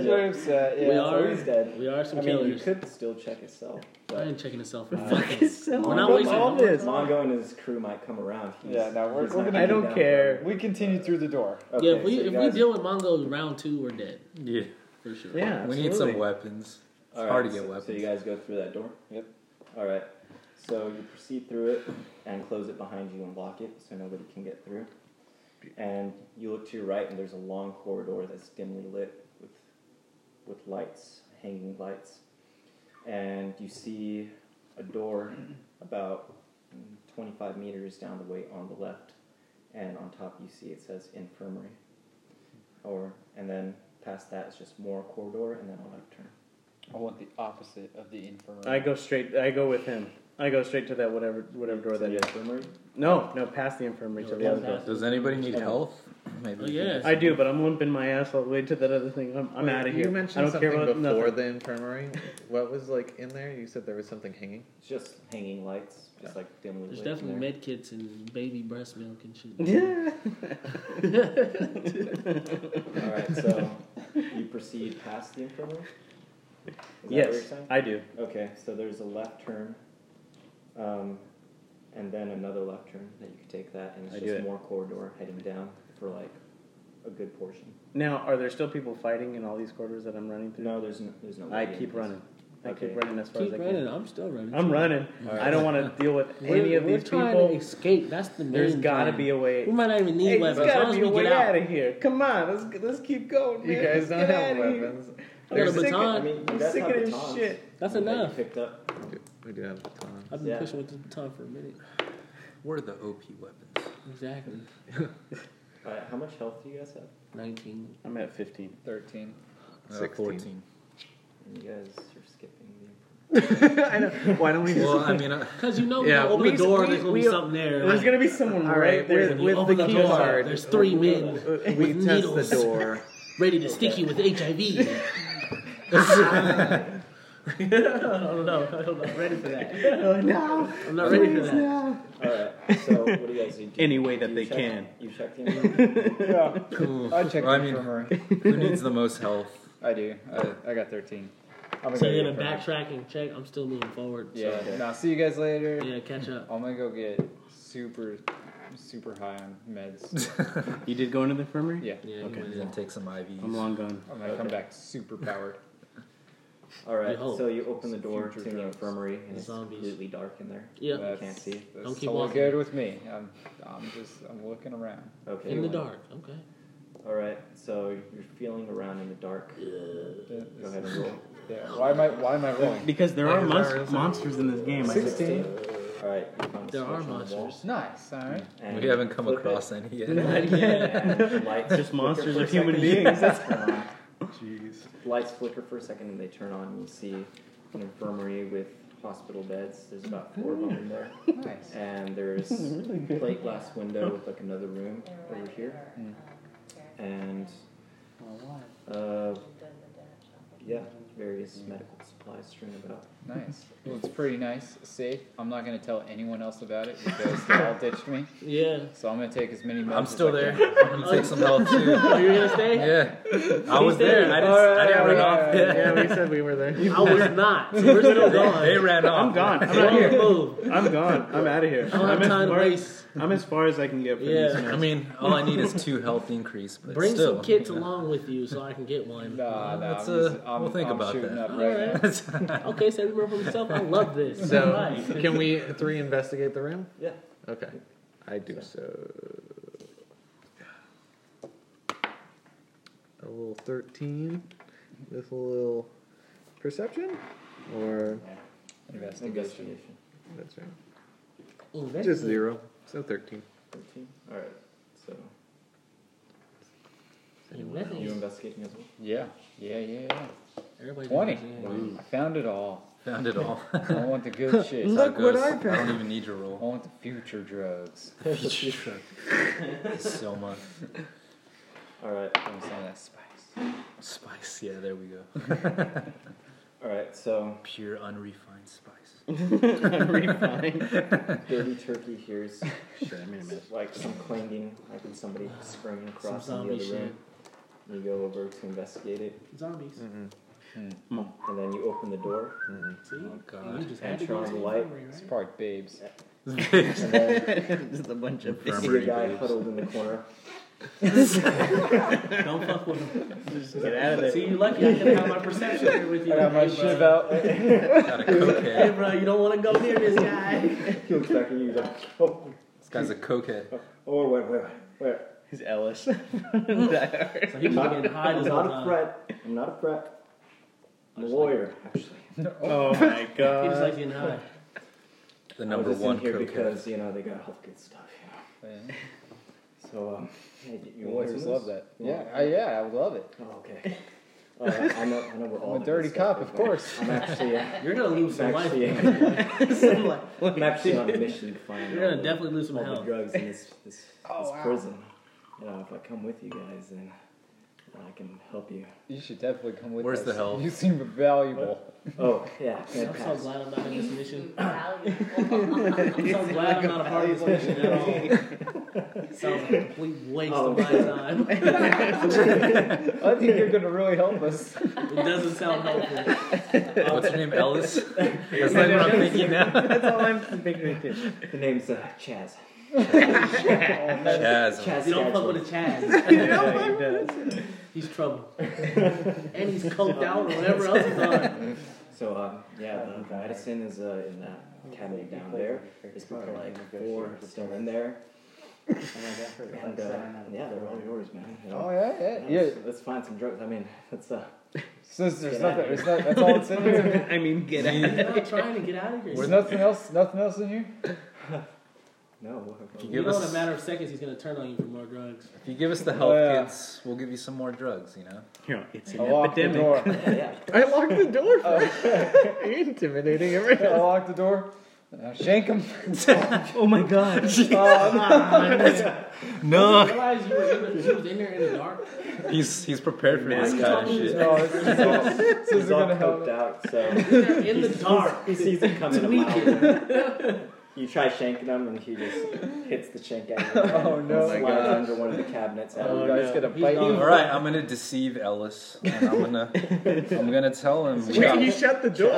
You were upset, <laughs> yeah, we it's are always dead. We are some I mean, you killers. could still check his cell. I ain't checking his cell for Uh, fucking. Mongo, We're not wasting no more time. Mongo and his crew might come around. He's, Yeah, no, we're, he's we're not gonna. getting down. We continue through the door. Okay, yeah, if we so you if guys- we deal with Mongo round two, we're dead Yeah. for sure. Yeah, We need absolutely. some weapons. It's All right, hard to get so, weapons. So you guys go through that door? Yep. All right. So you proceed through it and close it behind you and lock it so nobody can get through. And you look to your right and there's a long corridor that's dimly lit with with lights, hanging lights. And you see a door about mm, 25 meters down the way on the left. And on top you see it says infirmary. Or and then past that is just more corridor and then a left turn. I want the opposite of the infirmary. I go straight. I go with him. I go straight to that whatever whatever door that is. infirmary? No, no, past the infirmary to the other door. Does anybody need health? Maybe. Oh, we can- yeah. I do, but I'm limping my ass all the way to that other thing. I'm, I'm out of here. You mentioned I don't something care about before nothing. the <laughs> infirmary. What was like in there? You said there was something hanging. It's just hanging lights, just like dimly There's lit. definitely in there. med kits and baby breast milk and shit. Yeah. All right, so you proceed past the infirmary. Is that what you're Yes, saying? I do. Okay, so there's a left turn, um, and then another left turn that you could take that, and it's I do just it. more corridor heading down for like a good portion. Now, are there still people fighting in all these quarters that I'm running through? No, there's no, there's no. I way in keep this. running. I Okay. keep running as far Keep as I running. can. I'm still running. I'm running. I don't want to deal <laughs> with We're, any of we're these trying to people. escape. That's the main. There's got to plan. be a way. We might not even need Hey, there's weapons. As got long as to be a we way get out out. of here. Come on, let's let's keep going. You man. guys let's don't get have outta here. weapons. I'm There's sick of- baton. I mean, I'm you guys sick have of this batons shit. That's that you enough. Picked up. We do have batons. I've been Yeah. pushing with this baton for a minute. What are the OP weapons? Exactly. All right, Uh, how much health do you guys have? Nineteen. I'm <laughs> at 15. Thirteen. Uh, 16. 14. And you guys are skipping the. infirmary. I know. Why don't we just? Well, I mean, <laughs> I, Because you know, Yeah, when you open we- the door, we- there's gonna we- be something there. There's gonna be someone right, there when you with open the the key door, card. there's three men We with test needles the door. ready to stick you with <laughs> HIV. I don't know. I'm not ready for that. Oh, no. I'm not ready for that. All right, so what do you guys do? Any way that You they check- can. You check the infirmary. Yeah. cool. I checked Well, I the mean, infirmary. <laughs> who needs the most health? I do. I, I got thirteen. I'm gonna So go you're to gonna the infirmary. backtrack and check. I'm still moving forward. Yeah. So, Now see you guys later. yeah. Catch up. I'm gonna go get super, super high on <laughs> meds. You did go into the infirmary. yeah. Yeah. Okay. You And went then in. take some I'm IVs. long gone. I'm gonna come back super powered. All right, You hope. so you open the door Future to the drugs. infirmary, and it's Zombies. completely dark in there. Yeah. You That's- can't see. That's Don't keep totally walking. good with me. I'm, I'm just, I'm looking around. Okay. In the dark. Okay. All right, so you're feeling around in the dark. Yeah, Go this- ahead and roll. yeah. Why am I, why am I rolling? Because there are Wait, monst- where is it? monsters in this game. I think. Sixteen. All right, you find a There are switch on the wall, monsters. Nice. All <laughs> right. and we haven't come flip <laughs> across any yet. It, and the lights Just flicker monsters for a of second, and human beings. the lights turn on. Jeez. Lights flicker for a second, and they turn on. And you see an infirmary with hospital beds. There's about four of them in there, Nice. and there's a plate glass window with like another room over here, Um, and uh, yeah, various medical supplies strewn about. Nice. Well, it's pretty nice, safe. I'm not gonna tell anyone else about it because they all ditched me. Yeah. So I'm gonna take as many. meds I'm as still I there. can. I'm gonna take some <laughs> health too. Oh, you're gonna stay? Yeah. I was there. there. I didn't, I didn't run off. Alright, Yeah. yeah, we said we were there. I was not. So we're still gone. <laughs> They ran off. I'm gone. <laughs> I'm Don't out here. move. I'm gone. I'm out of here. I don't have I'm as, time to far, waste. I'm as far as I can get from Yeah. this. I Man. mean, all I need is two health increase, but Bring still. some kits you know. along with you so I can get one. Nah, nah. That's, I'm just, uh, I'm, we'll think I'm about shooting that. up right now. Okay, so everyone for himself. I love this. <laughs> So, Nice. can we three investigate the room? Yeah. Okay. I do so. A little 13 with a little perception? Or. Investigation. Investigation. That's right. Oh, that's Just good. zero. So 13. 13? Alright, so That's you nice. investigating as well? Yeah. Yeah. Yeah. yeah. Everybody- Twenty. Yeah. I found it all. Found it all. <laughs> I want the good shit. That's how it goes. I don't even need your I roll. want the future drugs. so much All right. Some of that spice. spice. Yeah, there we go. All right. <laughs> So Pure unrefined spice. <laughs> dirty turkey hears Shit, I made a mess. like some clanging, like in somebody screaming Some across the zombie other shit. room. You go over to investigate it, Zombies. and then you open the door, <laughs> See? Oh, God. You just And had to turn go on the see light. Infirmary, right? It's part babes. and then <laughs> Just a bunch of you see a guy huddled in the <laughs> corner. Don't fuck with them. Get out of there. See, you lucky I didn't have my perception here with you. I got my Hey, shiv bro. <laughs> out. Got a Hey, cokehead. bro, you don't want to go near this guy. He looks back at you. He's like, oh, This guy's a cokehead. oh, wait, wait, wait. He's Ellis. So he was Not- getting high I'm this whole not a time. threat. I'm not a threat. I'm a lawyer, actually. <laughs> oh <laughs> my He just god. likes getting high. The I'm number just one in here cokehead. because you know they got health good stuff. You know? So um, hey, you- you want Lawyers some of love this? that. Yeah, I, Uh, yeah, I would love it. Oh, okay. Uh, I know. I know we're all I'm a that dirty good stuff cop, is, of but course. I'm <laughs> actually. uh, You're going to lose some I'm life. actually, Some life. I'm actually on a mission to find. You're going all to the- definitely lose some all the health. drugs in this this, <laughs> Oh, this wow. prison. You know, if I come with you guys, then I can help you. You should definitely come with Where's us. the help? You seem valuable. Oh yeah, can't I'm <laughs> so pass. glad I'm not <laughs> in this mission. um, <laughs> <laughs> Valuable. I'm so glad I'm not a part of this mission at all. Sounds like a complete waste of my time. It <laughs> I think you're going to really help us. doesn't sound helpful. What's her <laughs> name? Ellis. That's like what I'm thinking now. That's all I'm figuring too. The name's uh, Chaz. Chaz. Chaz. You don't fuck Gadgett. with a <laughs> Chaz. He's trouble. and he's coked out or whatever else he's on. So um, yeah, Oh, the medicine is uh, in Mm-hmm. that cabinet down there. There's probably like four still in <laughs> there. And uh, yeah, they're all yours, man. You know? Oh, yeah, Yeah, yeah. yeah. let's- Let's find some drugs. I mean, let's uh, Since there's Get nothing, out of it's not, that's all it's in here. I mean, get out. He's not trying to get out of here. There's nothing else, nothing else in here. no. we're- You you give know, in a us, matter of seconds, he's going to turn on you for more drugs. if you give us the help, Yeah. kids, we'll give you some more drugs. You know. You know, it's an I locked the epidemic. <laughs> <laughs> <laughs> door. Yeah. I locked the door. You're intimidating everyone. I locked the door. Uh, shank him. Oh my god. No. You realize you were in the, she was in there in the dark. He's he's prepared for this Why you kind of talking shit. to No, <laughs> this is all, this He's is all going to coked help. out, so You're in the dark. <laughs> he sees it coming a mile. away. You try shanking him, and he just hits the shank at you. Oh, no. Slides under one of the cabinets. Oh, out. you guys gonna He's bite gone. me? All right, I'm gonna deceive Ellis, and I'm gonna I'm gonna tell him. we got- Wait, you shut the door.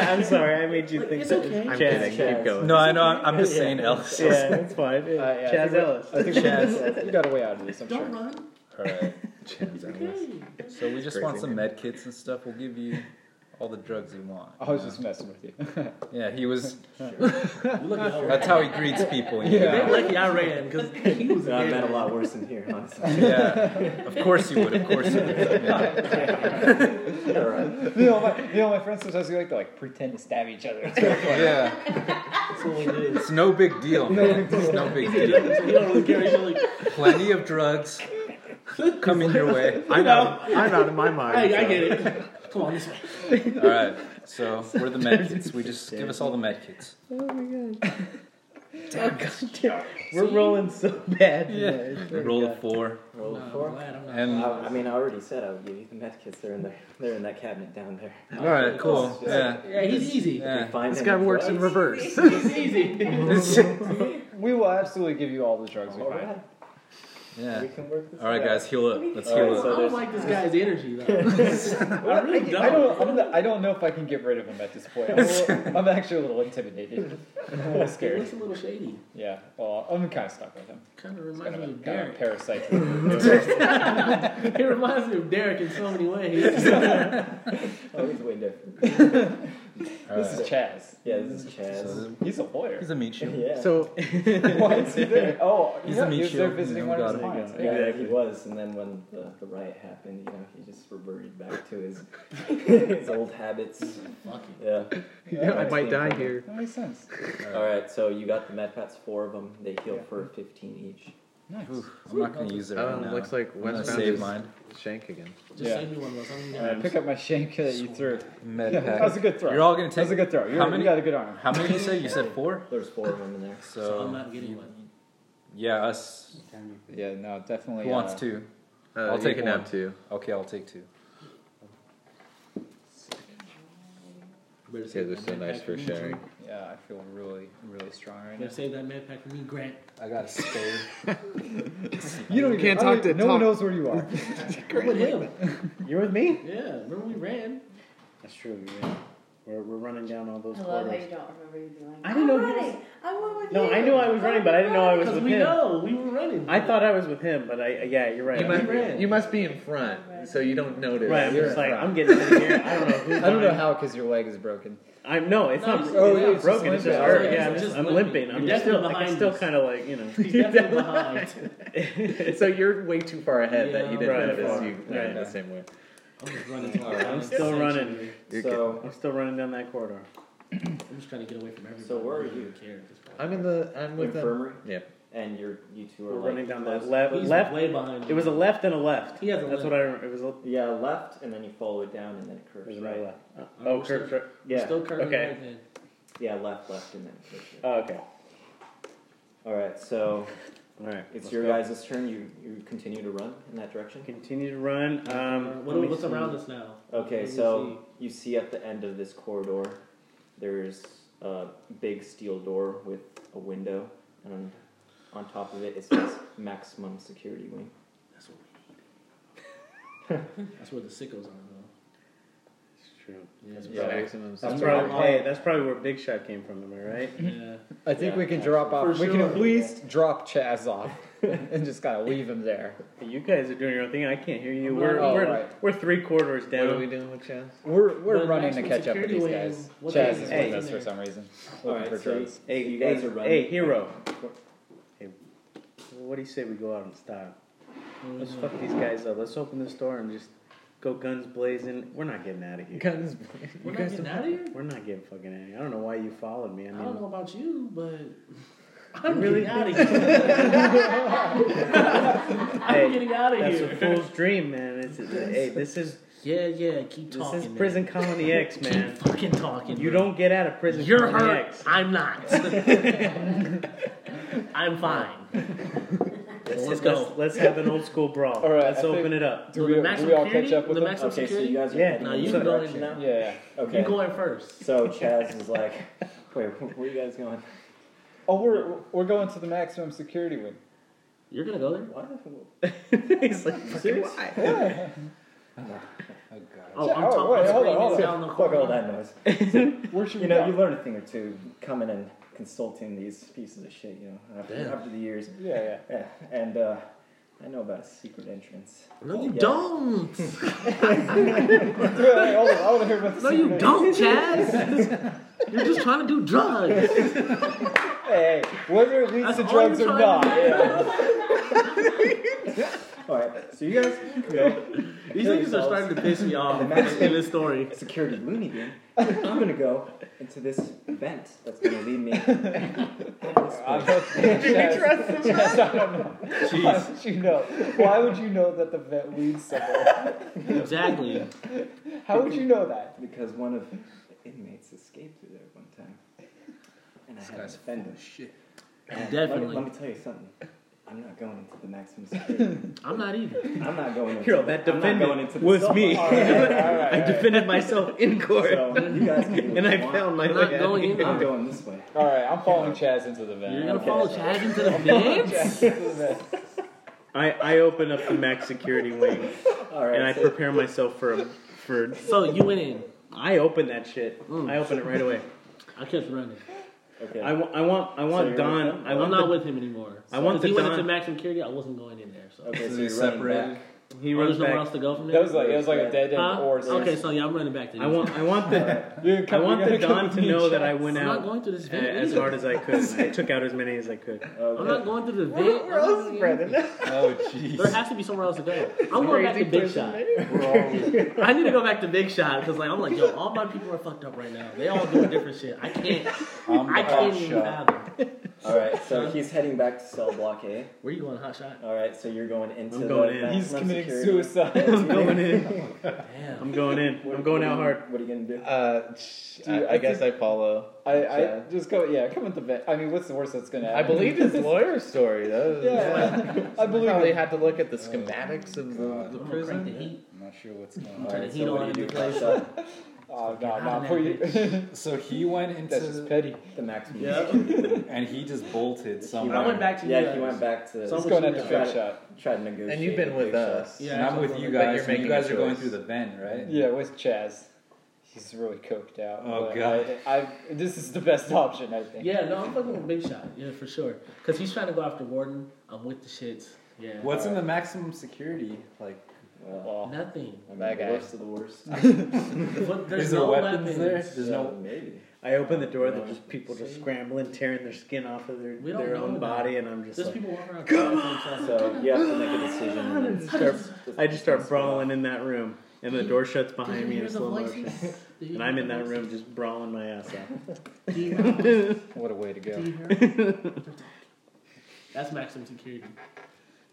I'm sorry, I made you Like, think it's that- okay. I'm It's kidding. Chaz. <laughs> Keep going. no, I know. I'm, I'm just saying Ellis. Yeah, it's <laughs> fine. Uh, yeah, Chaz I think we- Ellis. I think we- we got a way out of this, I'm Don't sure. run. All right. Chaz Ellis. Okay. So we just want crazy, some med kits and stuff. We'll give you all the drugs you want. I was just messing with you. Yeah, he was. You look over. That's how he greets people. You Yeah. know? You're lucky I ran because he was in No, I met a there. lot worse than here, honestly. Yeah. Of course you would. Of course you would. Yeah. All right. <laughs> you, know, my, you know, my friends sometimes they like to like pretend to stab each other. <laughs> Yeah. That's what we <laughs> do. It's no big deal. Man. It's no big deal. So you don't really care. You're like, Plenty of drugs coming your way. I'm out. I'm out of my <laughs> mind. hey, I get it. Come on, this way. All right. So we're the med kits. We just give us all the med kits. Oh, We're rolling so bad. Yeah. Roll a four. Roll I'm four. glad I'm not. I, And all I mean, I already said I would give you the med kits. They're in there. They're in that cabinet down there. right. Cool. Yeah. Yeah, he's easy. Yeah. Find This any guy works in drugs? reverse. He's easy. We will absolutely give you all the drugs we All find. right. Yeah. We can work this All right, out. guys. Heal up. Let's All right, heal I up. so don't there's- like this guy's energy though. I really I don't, I'm not, I don't know if I can get rid of him at this <laughs> point. I'm, a little- I'm actually a little intimidated. I'm a little He scared. looks a little shady. Yeah, well, I'm kind of stuck with him. Kind of Kind reminds of me a, of kind of a Derek. parasite. <laughs> He reminds me of Derek in so many ways. Oh, he's way different. All This right. is Chaz. Yeah, this is Chaz. So <laughs> He's a lawyer. <laughs> he's a meet you. Yeah. So Why is he there? Oh, <laughs> He's yeah, a meat he was shield, there visiting you know, one of his got clients. yeah, Yeah. he was, and then when the, the riot happened, you know, he just reverted back to his <laughs> his old habits. Yeah. yeah, I might die here. That makes sense. All right. So you got the med pats, four of them. They heal for fifteen each. Nice. I'm not going to use it right Oh, now. looks like I'm gonna Wes found save his mine. shank again. Just save me one of those. I'm gonna Alright, pick up my shank that you threw. Med Yeah, pack. that was a good throw. You're all going to That take was a good throw. You're, How many? You got a good arm. How many you said? You <laughs> said four? There's four of them in there. So, so I'm not getting one. yeah, us. Yeah, no, definitely. Who wants uh, two? Uh, I'll you take can one. have two. Okay, I'll take two. Better Yeah, save they're that so med nice pack for me. sharing. Yeah, I feel really, really strong right now. Better save that med pack for me, Grant. I got a spade. You don't Can't I don't- talk to- No one talk- knows where you are. I'm with him. You're with me? Yeah, remember when we ran? That's true. You're right. We're, we're running down all those I love how you corridors. don't remember you being like, I didn't I'm know he was- running. I'm one with No, you. I knew I was running, but I didn't know I was Because with we him. know we were running. I thought I was with him, but I yeah, you're right. You must, ran. you must be in front, so you don't notice. right, I'm You're just in like front. I'm getting out of here. I don't know <laughs> who's I don't know mine. how because your leg is broken. I'm no, it's No, not. it's- It's, oh, not yeah, it's broken. just It's just limping. hurt. Yeah, Yeah, I'm it's just just I'm limping. limping. I'm You're just still definitely like, behind I'm still us. kind of like <laughs> you He's know. definitely <laughs> behind. so you're way too far ahead that you Yeah, didn't right, notice far. you Right. ran the same way. I was running. till I I'm ran. still running. So, I'm still running down that corridor. I'm just trying to get away from everybody. So where are I don't you? even care at this point. I'm in the. I'm with them. infirmary, Yeah. and you're, you two are We're like running down that close. left. He's Left. way behind. It was a left and a left. He has a That's left. what I remember. It was a, it Yeah, left, and then you follow it down, and then it curves was right. another left. Uh, I'm Oh, still- curved. right. We're Yeah, Still curving okay. right then. yeah, left, left, and then it curves right. Oh, okay. All right, so All right. it's Uh, let's your go. guys' turn. You you continue to run in that direction. Continue to run. Um, What- let me what's see. around us now? What Okay, do we so you see at the end of this corridor, there's a big steel door with a window, and on top of it it says maximum security wing. see? That's what we <laughs> need. That's where the sickos are though. It's true. That's Yeah. right. Maximum. That's where probably I'm hey. That's probably where Big Shot came from. Am I right? Yeah. I think Yeah, we can drop off. For We can at sure. least drop Chaz off <laughs> and just gotta leave him there. You guys are doing your own thing. I can't hear you. I'm We're not- we're, Oh, right. we're three quarters What are we down. doing with Chaz? We're we're But running to maximum catch up with security these wing, guys. what Chaz is is it with us in for some reason. All Looking right, for so you- drugs. Hey, you guys hey, are running. Hey, hero. Hey, what do you say we go out in style? What Let's was fuck these guys up. Let's open this door and just go guns blazing. We're not getting out of here. Guns. We're not getting out of here. Oh, We're not getting fucking out of here. I don't know why you followed me. I I mean, don't know about you, but I'm Really? getting out of here. Hey, I'm getting out of that's here. a fool's dream, man. It's, hey, this is Yeah, yeah. Keep this talking. is man. prison colony X, man. Keep fucking talking. You man. don't get out of prison You're colony hurt. X. I'm not. <laughs> I'm fine. Let's, Let's go. Let's, let's have an old school brawl. All right, let's I think- open <laughs> it up. Do So we, the do maximum we all security? catch up with the them? maximum Okay, so security. you guys are Yeah. heading No, in you this can go in direction now. now. <laughs> Yeah. yeah. Okay. You go in first. So Chaz is <laughs> like, wait, wh- where are you guys going? Oh, we're we're going to the maximum security wing. You're gonna go there. What? He's like, serious? why? Oh, God. Oh, Yeah, I'm oh, talking. wait, I'm hold on, screaming hold on. down the Fuck all corridor. that noise. Where should we You know, go? you learn a thing or two coming and consulting these pieces of shit. You know, after, Damn. after the years. yeah, yeah. Yeah, and uh, I know about a secret entrance. No, you Yeah. don't. <laughs> Wait, wait, hold on. I want to hear about the No, you secret- don't, Chaz. You're just trying to do drugs. Hey, hey, whether it leads That's to all drugs or you're trying not. to do. All right, so you guys go <laughs> These niggas are starting to piss me off in this story. security loony bin. I'm gonna go into this vent that's gonna lead me. out of this place. Why would you know? Why would you know that the vet leads somewhere? Exactly. How would you know that? because one of the inmates escaped through there one time, and I had to guy's defend him. And Definitely. Let me, let me tell you something. I'm not going into the maximum security. I'm not either. I'm not going into. Hero, that I'm not going defendant into the was cell <laughs> me. block. <laughs> I defended myself in court, So you guys can do what and I you want. found my I'm way not out. going in I'm there. going this way. All right, I'm following Chaz into the You're van. gonna Okay. follow Chaz into the bed? Chaz into the van. I, I open up the max security wing All right. and I so- prepare myself for a, for. So you went in. I open that shit. Mm. I open it right away. I kept running. okay. I, wa- I want I want you're with Don. him? I I'm want not the, with him anymore. I want If the he went Don- into max security. I wasn't going in there. So okay, so they you're separated? separated. he Oh, runs there's nowhere else back. to go from That there. was like it was like a dead end Huh? horse. Okay, so yeah, I'm running back to I want I want the Dude, I come- want you're the gonna come Don to me and know that I Chaz. went I'm not out going to this a- vent. eh, as either. hard as I could. and I took out as many as I could. I'm Okay. not going to the vent. I'm not going in. Oh, jeez. There has to be somewhere else to go. I'm going back to Big Shot. I need to go back to Big Shot because like I'm like, yo, all my people are fucked up right now. They all doing different shit. I can't. I'm I can't the hot even shot. fathom. All right, so he's heading back to cell block A. Where you going, hot shot? All right, so you're going into I'm going the in. He's maximum committing security. suicide. I'm going in. Damn. I'm going in. What- I'm going what are out you- hard. What are you gonna do? Uh, sh- Dude, I, I, I guess I follow. I, I Chad. just go. Yeah, come with the vet. I mean, what's the worst that's gonna I happen? believe his lawyer story. That <laughs> was, Yeah, I believe Probably it. had to look at the schematics God. of the, I'm the gonna crank the prison. heat. I'm not sure what's going I'm on. turning Alright, heat so what on do in you the do? place. Oh Get no, out no, of poor there, you. So he went into that's just petty. The maximum. Yeah. security. and he just bolted somewhere. I went back to you. Yeah, he guys. went back to So I'm Let's Let's go go after now. Big Shot. try to negotiate. And you've been with Big Shot. us. And I'm so with I'm you like, but guys. you're and making you guys a are going choice. through the vent, right? Yeah, with Chaz. He's really coked out. Oh, but God. I, I, this is the best option, I think. Yeah, no, I'm fucking with Big Shot. Yeah, for sure. Because he's trying to go after Warden. I'm with the shits. Yeah. What's in the maximum security? Like, Well, Well, Nothing. I mean, That the guy. worst of the worst. What- There's is there no weapons, there? weapons. There's no. So, maybe. I open the door. No. There's just people just See? scrambling, tearing their skin off of their We don't their know own that. body, and I'm just There's like, people walking around. Come on. So you have to make a decision. and <laughs> then start- just- I just start brawling in that room, and the door shuts behind me in slow motion, and I'm in that <laughs> room just brawling my ass off. What a way to go. That's maximum security.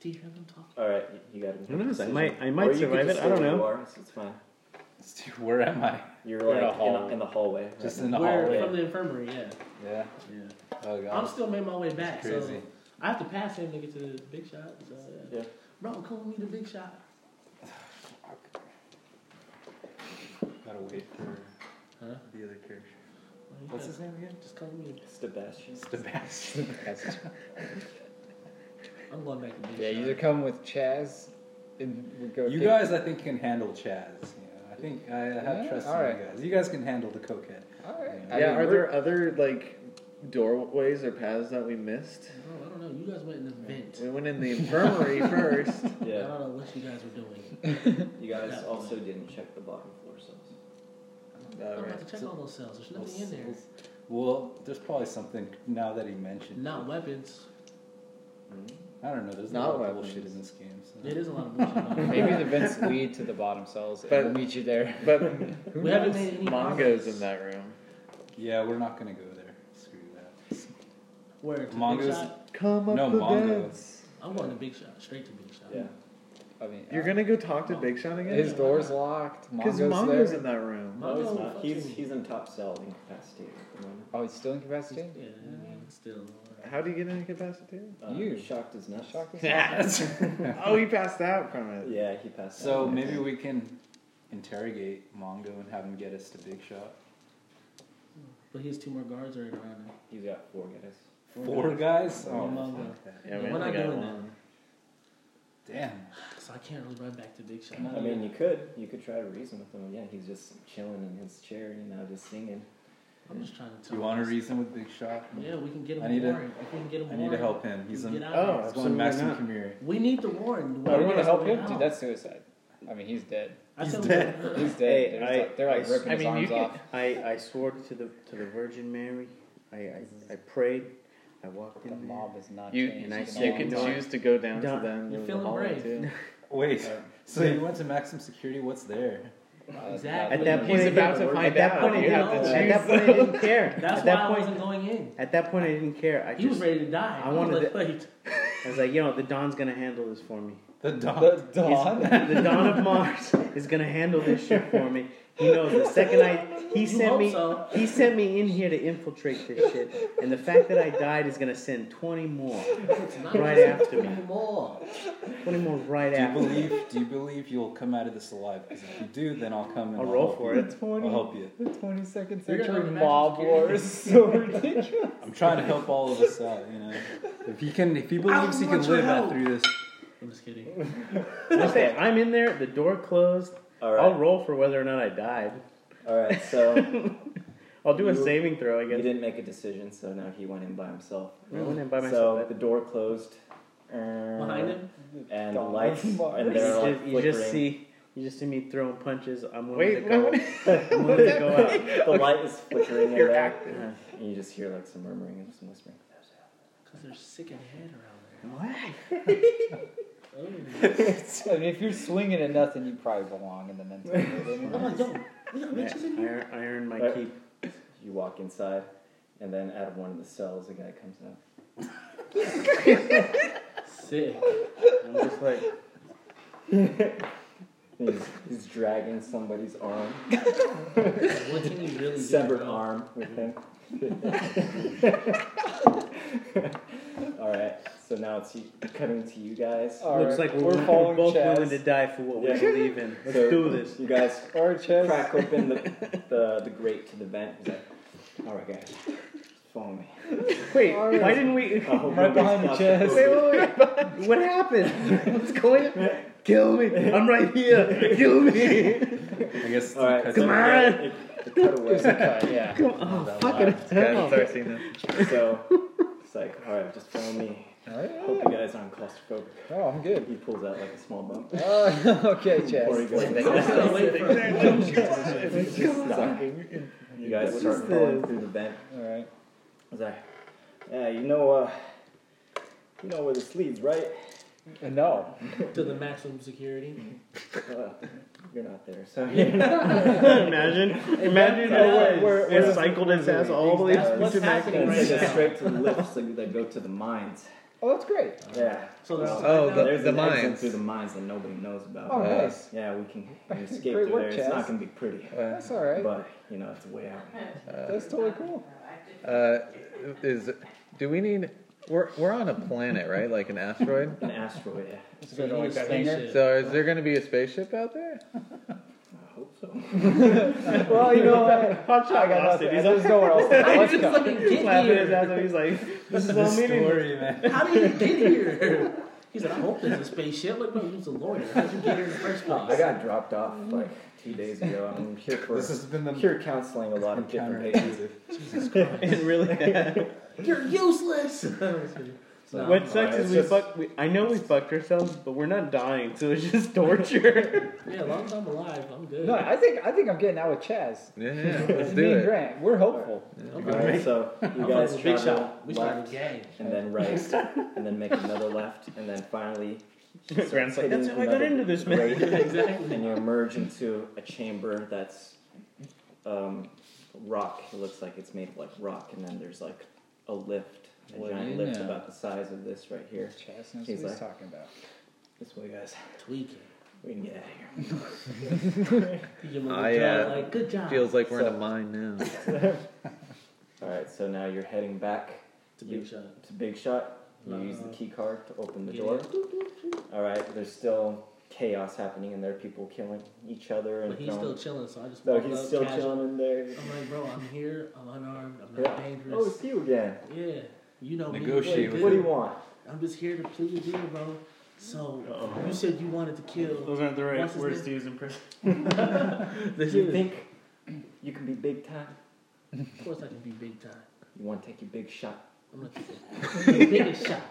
Do you hear them talking? All right, you got to. Who knows? I decision. might I Or might you could survive it. just I stay don't where you know. are, so it's fine. Dude, Where am I? You're We're in like a in, hall. in the hallway. right Just now. in the We're hallway. from the infirmary, yeah. Yeah. Yeah. Oh I'm god. still made my way back, That's so crazy. I have to pass him to get to the big shot. So, yeah. Yeah. Bro, come with me to big shot. Gotta wait for Huh? the other character. Like, What's yeah, his name again? Just come with me. Sebastian. Sebastian. <laughs> I'm going back to big yeah, shot. you either come with Chaz, and we go. You take- guys, I think, can handle Chaz. You know, I think I have Yeah, trust in alright. you guys. You guys can handle the cokehead. All right. Yeah. I Yeah, mean, are we're- there other like doorways or paths that we missed? Bro, I don't know. You guys went in this vent. We went in the infirmary first. I Yeah. don't know what you guys were doing. You guys also didn't check the bottom floor cells. I'm All about right. to check all those cells. There's nothing in there. Well, there's probably something now that he mentioned. Not weapons. I don't know. There's Not not a lot of weapons. bullshit in this game. So. It is a lot of bullshit. <laughs> about it. <laughs> Maybe the vents lead to the bottom cells, But- and we'll meet you there. But we haven't made any Mongo's progress. in that room. Yeah, we're not gonna go there. Screw that. Where? To big Mongo's- shot? Come up No, the Mongo. vents. I'm going to big shot. Straight to big shot. Yeah. I mean, You're uh, gonna go talk to Big Sean His again? door's locked. Because Mongo's, Mongo's there. in that room. No, he's Mongo not. He's fucking- he's in top cell incapacitated. at the moment. Oh, he's still incapacitated. <laughs> Yeah, still. uh, How do you get <laughs> incapacitated? Uh, You. shocked his nuts. Shock is- oh, he passed out from it. Yeah, he passed. So out. maybe we can interrogate Mongo and have him get us to Big Shot. But he has two more guards right around him. he's got four guys. Four guys. Oh, Oh, Mongo. fuck that. Yeah, We're we not only got doing one. Damn. So I can't really run back to Big Shot. I mean, you could you could try to reason with him. Yeah, he's just chilling in his chair, you know, just singing. I'm just trying to tell You want to him. reason with Big Shot? Yeah, we can get him I need to- warned. If we can get him I need to warned, help him. we He's can in. get out of Oh, here. He's going absolutely Maximum not. Kamiri. We need the warden. Oh, you want to help him? do Dude, that's suicide. I mean, he's dead. He's He's dead. dead. Hey, they're, I- like, they're like I- ripping I his mean, arms you off. I, I swore to the to the Virgin Mary. I I, I prayed. I walked The in there. mob is not You, changed. and I at said you all. can No, I- choose to go down to Don't- them. You're in the feeling hall, brave. too. <laughs> Wait. So you went to Maximum Security. What's there? Uh, Exactly. At that He's point, He's I about didn't- to at find that out. point, I you have to No. choose. At that point, I didn't care. <laughs> <laughs> That's at why that I point, wasn't going in. at that point, I didn't care. I He was just ready to die. I I wanted wanted to- to. I was like, you know, the Don's gonna handle this for me. The dog. The dawn. The Don of Mars is gonna handle this shit for me. He knows the second I he sent hope me <laughs> so. he sent me in here to infiltrate this shit, and the fact that I died is gonna send twenty more, It's not Right gonna after be me. More. twenty more right Do you after. believe? <laughs> Do you believe you'll come out of this alive? Because if you do, then I'll come and I'll roll help for you. it. I'll help you. The 22nd You're gonna century imagine mob security. war is so ridiculous. I'm trying to help all of us out. You know, if he can, if he believes he can want your live out help. through this. <laughs> I'm just <laughs> kidding. I say, I'm in there. The door closed. All right, I'll roll for whether or not I died. all right. <laughs> So I'll do a You- saving throw. I he guess. didn't make a decision, so now he went in by himself. I went in by so myself. the door closed. Behind Behind him? and the <laughs> Dog. lights and you, they're just, like you just flickering. see. You just see me throwing punches. I'm willing Wait, to go. <laughs> what- I'm willing to go out. <laughs> The light is flickering. in You're there, Uh, active. And you just hear like some murmuring and some whispering. Because they're sick in head around What? there. I mean, if you're swinging at nothing, you probably belong in the mental Oh. I'm ward. like, yo, we got I, bitches in I here. earn- I earned my Right. keep. You walk inside, and then out of one of the cells, a guy comes out. Sick. I'm just <laughs> like. he's, he's dragging somebody's arm. What can you really do? Severed bro? arm with <laughs> him. <laughs> Alright, so now it's you- coming to you guys. Looks like we're, <laughs> we're we're following both Chaz. willing to die for what Yeah. we believe in. Let's So do this. You guys All right, Chaz. crack open the, <laughs> the, the grate to the vent. He's like, Alright, guys, follow me. Wait, why didn't we? I hope Right nobody behind you, stops Chaz. us. wait, wait. <laughs> what happened? What's going on? Kill me. I'm right here. Kill me. I guess. Alright, because so Come the- on. It, it cut away. <laughs> yeah. Come on. Oh, fucking hell. So it's like, all right, just follow me. Hope you guys aren't claustrophobic. Oh, I'm good. He pulls out like a small bump. Uh, Oh, <laughs> okay, Before he Chaz. goes, Gotta wait for it. <laughs> He's just stuck. You guys start crawling through the vent. All right. He's like, yeah, you know, uh, you know where this leads, right? Uh, No. To the maximum security. Uh, you're not there. So imagine, imagine Yeah, we're, it's- we're, it's- cycled his ass all the way That's to what's Jamaica. happening right Let's go now. straight to the lifts so they go to the mines. Oh, that's great. Yeah. So there's Oh, right now, the- There's an exit mines. through the mines that nobody knows about. Oh, Uh, nice. Yeah, we can <laughs> escape Great through work, there. It's not Chaz. gonna be pretty, That's all right. but you know, it's way out. That's totally cool. Uh, is do we need? We're we're on a planet, right? Like an asteroid. An asteroid. Yeah. It's there's been like that hangar. spaceship. So is there going to be a spaceship out there? I hope so. Well, you know what? Hot shot. I got Lost nothing. it. He's There's nowhere else. to go. Let's Just go. fucking get Slapping his here. ass and he's like, this is the all meaningless. story, man. How did you get here? He said, I hope there's a spaceship. Like, bro, you was a lawyer. How did you get here in the first I place? got dropped Ah, off like two days ago. I'm here for This has been the here counseling a lot of different patients. <laughs> It <laughs> really You're useless. <laughs> No, What sucks alright, is it's we just- fuck. We, I know we fucked ourselves, but we're not dying, so it's just <laughs> torture. Yeah, as long as I'm alive, I'm good. No, I think I think I'm getting out with Chaz. Yeah, yeah, let's It's do me and it. Grant. We're hopeful. I'm All right, <laughs> so you I'm guys fucking big travel shot. We started left a gang. and then right and then make another left and then finally. <laughs> Grant's hitting like, that's how I got another into this, man. grate, <laughs> Exactly. And you emerge into a chamber that's um, rock. It looks like it's made of like rock, and then there's like a lift, a What do giant you lift know? about the size of this right here. Chaz knows what He's he's like- talking about. This way, guys. Tweaking. We can get out of here. You give him a little I, uh, job, like, good job. Feels like we're in So- a mine now. <laughs> All right, so now you're heading back It's a big shot. to Big Shot. You use the key card to open the Uh, Get door. in. All right, there's still chaos happening, and there are people killing each other. And But he's still throwing- chilling, so I just no, walked he's up still casual. chilling in there. I'm like, bro, I'm here. I'm unarmed. I'm not Yeah. Oh, dangerous. it's you again. yeah, you know me. Negotiate What What with do you do. you <laughs> want? I'm just here to plead with you, bro. So you said you wanted to kill. Those aren't the What's right his words name? to use in prison. Do you think you can be big time? Of course, I can be big time. You want to take your big shot? I'm gonna <laughs> take the biggest shot.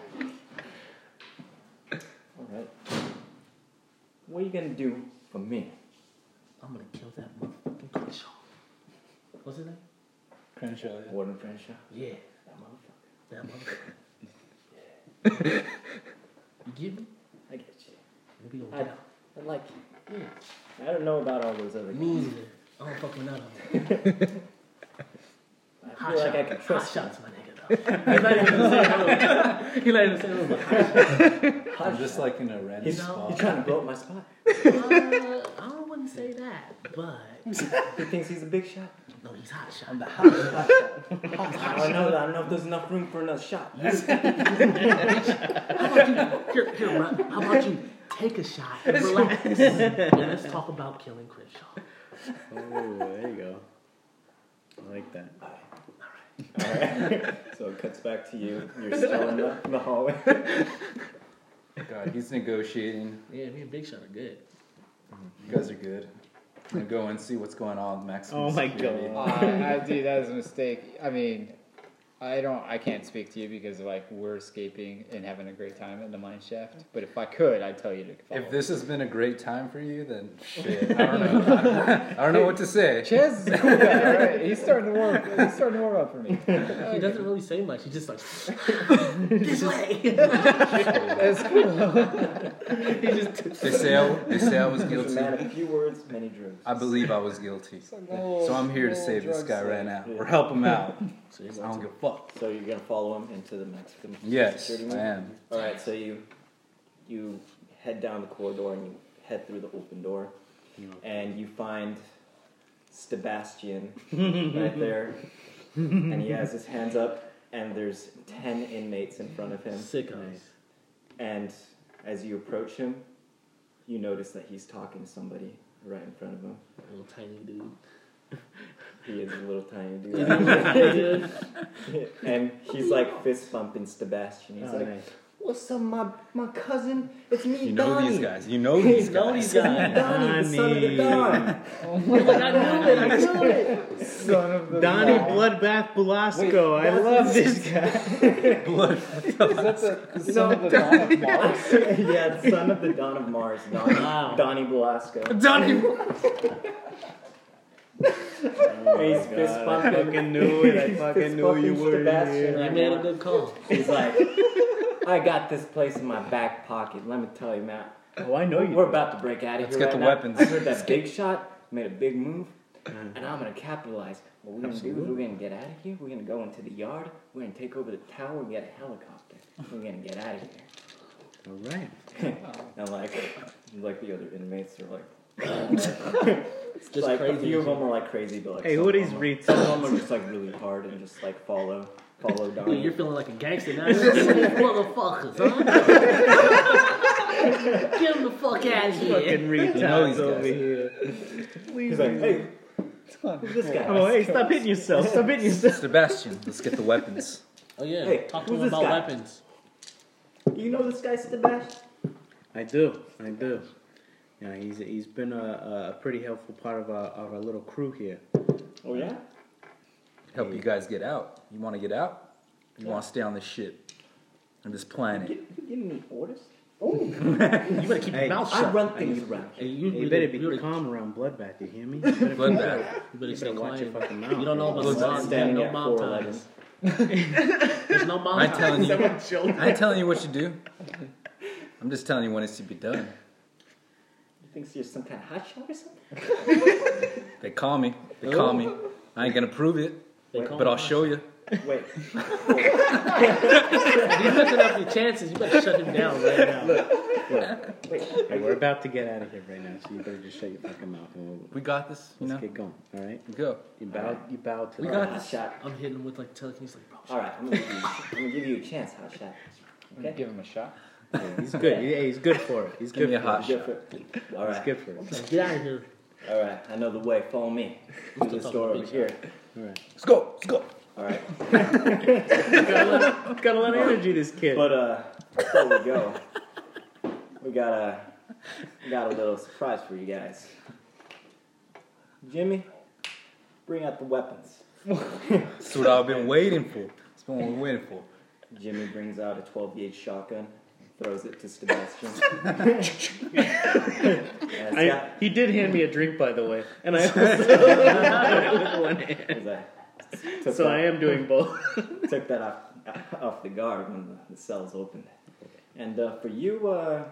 All right. What are you gonna do for me? I'm gonna kill that motherfucking Crenshaw. What's his name? Crenshaw. yeah. Warden Crenshaw? Yeah, That motherfucker. that <laughs> motherfucker. you get me? I get you. Maybe you'll I- get out. I like you. Yeah. I don't know about all those other guys. Me either. I don't fuck with none of them. <laughs> I Hot feel like I can shot. trust hot shots, my nigga. Though. He's not even saying no. He's not even saying no. you. I'm just like in a random He's, he's spot. trying to blow up my spot. Uh, I wouldn't say that, but He thinks he's a big shot. no, he's hot shot. You I don't know. I don't know if there's enough room for another shot. Here, here, Ron, how about you take a shot and relax? and let's talk about killing Crenshaw. Oh, there you go. I like that. <laughs> So it cuts back to you. You're still in the, in the hallway. God, he's negotiating. Yeah, me and Big Shot are good. You guys are good. I'm gonna go and see what's going on with Maximum Oh my security. God. Uh, I, I, dude, that was a mistake. I mean, I don't, I can't speak to you because like we're escaping and having a great time in the mine shaft. But if I could, I'd tell you to follow. If this has been a great time for you, then shit, I don't know. I don't know what to say. <laughs> Chaz is a cool guy, all <laughs> right? He's starting to warm. He's starting to warm up for me. He doesn't really say much. He's <laughs> just like this way. That's cool. he just They say I, they say I was It's a guilty. man of few words, many dreams. I believe I was guilty. like an old- so I'm here to old save this drug guy right slave. now or help him out. so he's I like, don't give a fuck. Well, so you're gonna follow him into the Mexican Yes, security I room? am. All right, so you you head down the corridor and you head through the open door, and you find Sebastian right there, and he has his hands up, and there's ten inmates in front of him. Sickos. And as you approach him, you notice that he's talking to somebody right in front of him. Little tiny <laughs> dude. He is a little tiny He's a little <laughs> tiny dude. dude. and he's like fist bumping Sebastian. He's Oh, like, nice. What's up, my, my cousin? It's me, You know Donnie. these guys. You know these You guys. know these guys. Donnie, the son of the <laughs> Don. He's like, I knew it, I knew it. Son of the Donnie law. Bloodbath Belasco. I that's- love this guy. Is that the the son of the Dawn of Mars? Oh, yeah, it's son of the Don of Mars, Donnie, Wow. Donnie Belasco. Donnie. And he's fist I bumping. fucking knew it. I He's fucking fist knew you bumping were Sebastian. here. I made a good call. He's like, I got this place in my back pocket. Let me tell you, Matt. Oh, I know you. We're about to break out of Let's here. get right the now. weapons. I heard that <laughs> big shot, made a big move, and I'm gonna capitalize. What we're gonna do is we're gonna get out of here. We're gonna go into the yard. We're gonna take over the tower and get a helicopter. We're gonna get out of here. All right. <laughs> And like, like the other inmates are like, It's just like a crazy. few of them are like crazy, but like Hey, some what of is them are- <laughs> Reed Some of them are just like really hard and just like follow, follow down. Dude, you're feeling like a gangster now. You're like, "These motherfuckers, huh? Get them the fuck out of here. Fucking retards know these over guys. here. He's like, hey, who's this guy? Oh, hey, stop hitting yourself. Stop hitting yourself. Sebastian, let's get the weapons. Oh yeah, Hey, talk to who's them this about guy? weapons. You know this guy Sebastian? I do. I do. Yeah, he's he's been a, a pretty helpful part of our, of our little crew here. Oh yeah. <laughs> Help you guys get out. You want to get out? You want to stay on this ship and this planet? You giving me orders? You better keep Hey, your mouth I shut. run things around. Hey, you, You better be calm around Bloodbath. You hear me? You better be- Bloodbath. You better You stay better watch your quiet. fucking mouth. You don't know about the Bloodbath mob. You have standing no at mob 411. ties. There's no mob <laughs> I ties. telling you. I ain't telling you what you do. I'm just telling you when it's to be done. You think you're some kind of hotshot or something? They call me. They call me. I ain't gonna prove it, They call but I'll me. show you. Wait, He's messing up your chances. You better shut him down right now. Hey, we're about to get out of here right now, so you better just shut your fucking mouth and we'll, We got this. You let's know. get going. All right. Go. You bow. You bow to. We the- got this. hotshot. I'm hitting him with like telekinesis. Like, bro, All right, I'm gonna give you, I'm gonna give you a chance, hotshot. Okay. Give him a shot. Yeah, he's good. Yeah, he's good for it. He's Give good. me a for hot it. shot. Good for it. All He's right, good for it. shit, get out of here. all right. I know the way. Follow me. Through this door over here. Let's go. Let's go. All right. Got a lot of energy, this kid. But uh, before we go, we got a we got a little surprise for you guys. Jimmy, bring out the weapons. That's what I've been waiting for. That's what we're waiting for. Jimmy brings out a 12 gauge shotgun, throws it to Sebastian. And it's I, got- he did hand me a drink, by the way, and <laughs> I also with one hand. he's like, took So that- I am doing both. took that off, <laughs> off the guard when the, the cells opened. And uh, for you, uh,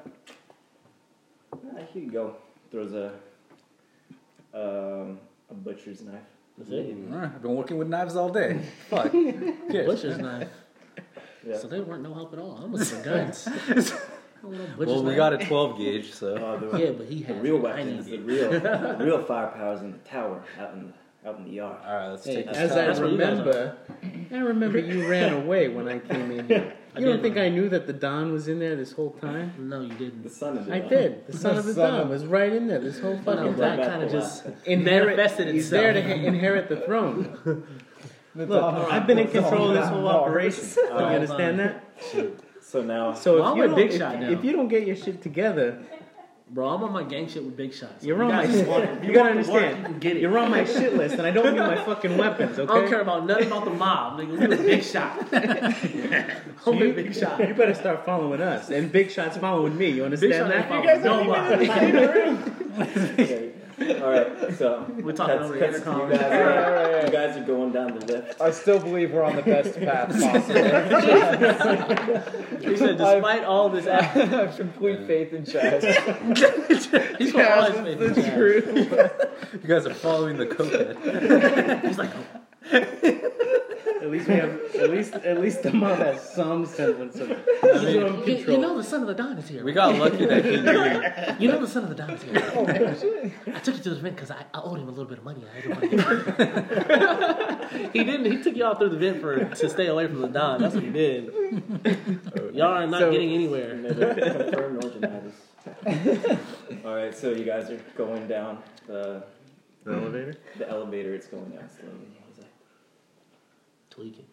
uh, here you go. Throws a um, a butcher's knife. That's it. Alright, I've been working with knives all <laughs> day. Fuck. Good. Butcher's knife. Yeah. So they weren't no help at all. I'm with some guns. Well, we got a 12 gauge, so Uh, the, Yeah, but he the had real it. I weapons, need the real it. the real firepower's in the tower out in the, out in the yard. all right, let's take this. As I I That's what you guys remember, I remember you ran away when I came in <laughs> here. You did don't think run. I knew that the Don was in there this whole time? No, you The didn't. son of the I Don. did. The <laughs> son of the son Don was right in there this whole No, fucking that time. back kind to of just Inherit- manifested He's itself. there to ha- inherit <laughs> the throne. Look, I've been in control of this whole operation. You All right. understand that? So now So Well, I'm if you, with don't, Big if- Shot now. if you don't get your shit together, Bro, I'm on my gang shit with big shots. You're You on my guys shit. want it. You, If <laughs> gotta want the work, you understand. can get it. You're on my shit list, and I don't <laughs> need my fucking weapons. Okay. I don't care about nothing about the mob, nigga. We was big <laughs> shot. <laughs> I'm with big shot. You better start following us, and Big Shot's following me. You Big understand shot ain't that? following nobody. <laughs> Okay. All right, <laughs> so We're talking cuts- over the cuts to intercom. You guys, are, you guys are going down the lift. I still believe we're on the best path possible. He said, despite all this, act- I have complete faith in Chad. he's gonna always make this happen. You guys are following the coconut. He's like, At least we have. At least at least the mom has some semblance <laughs> of some You, control. you know the son of the Don is here. We right? got lucky that he knew. <laughs> You know the son of the Don is here. right? I took you to the vent because I, I owed him a little bit of money. I didn't want to- <laughs> he didn't. He took y'all through the vent for to stay away from the Don. That's what he did. Y'all are not So- getting anywhere. Neither confirm nor deny this. All right, so you guys are going down the The elevator. the elevator. It's going down slowly. Tweaking.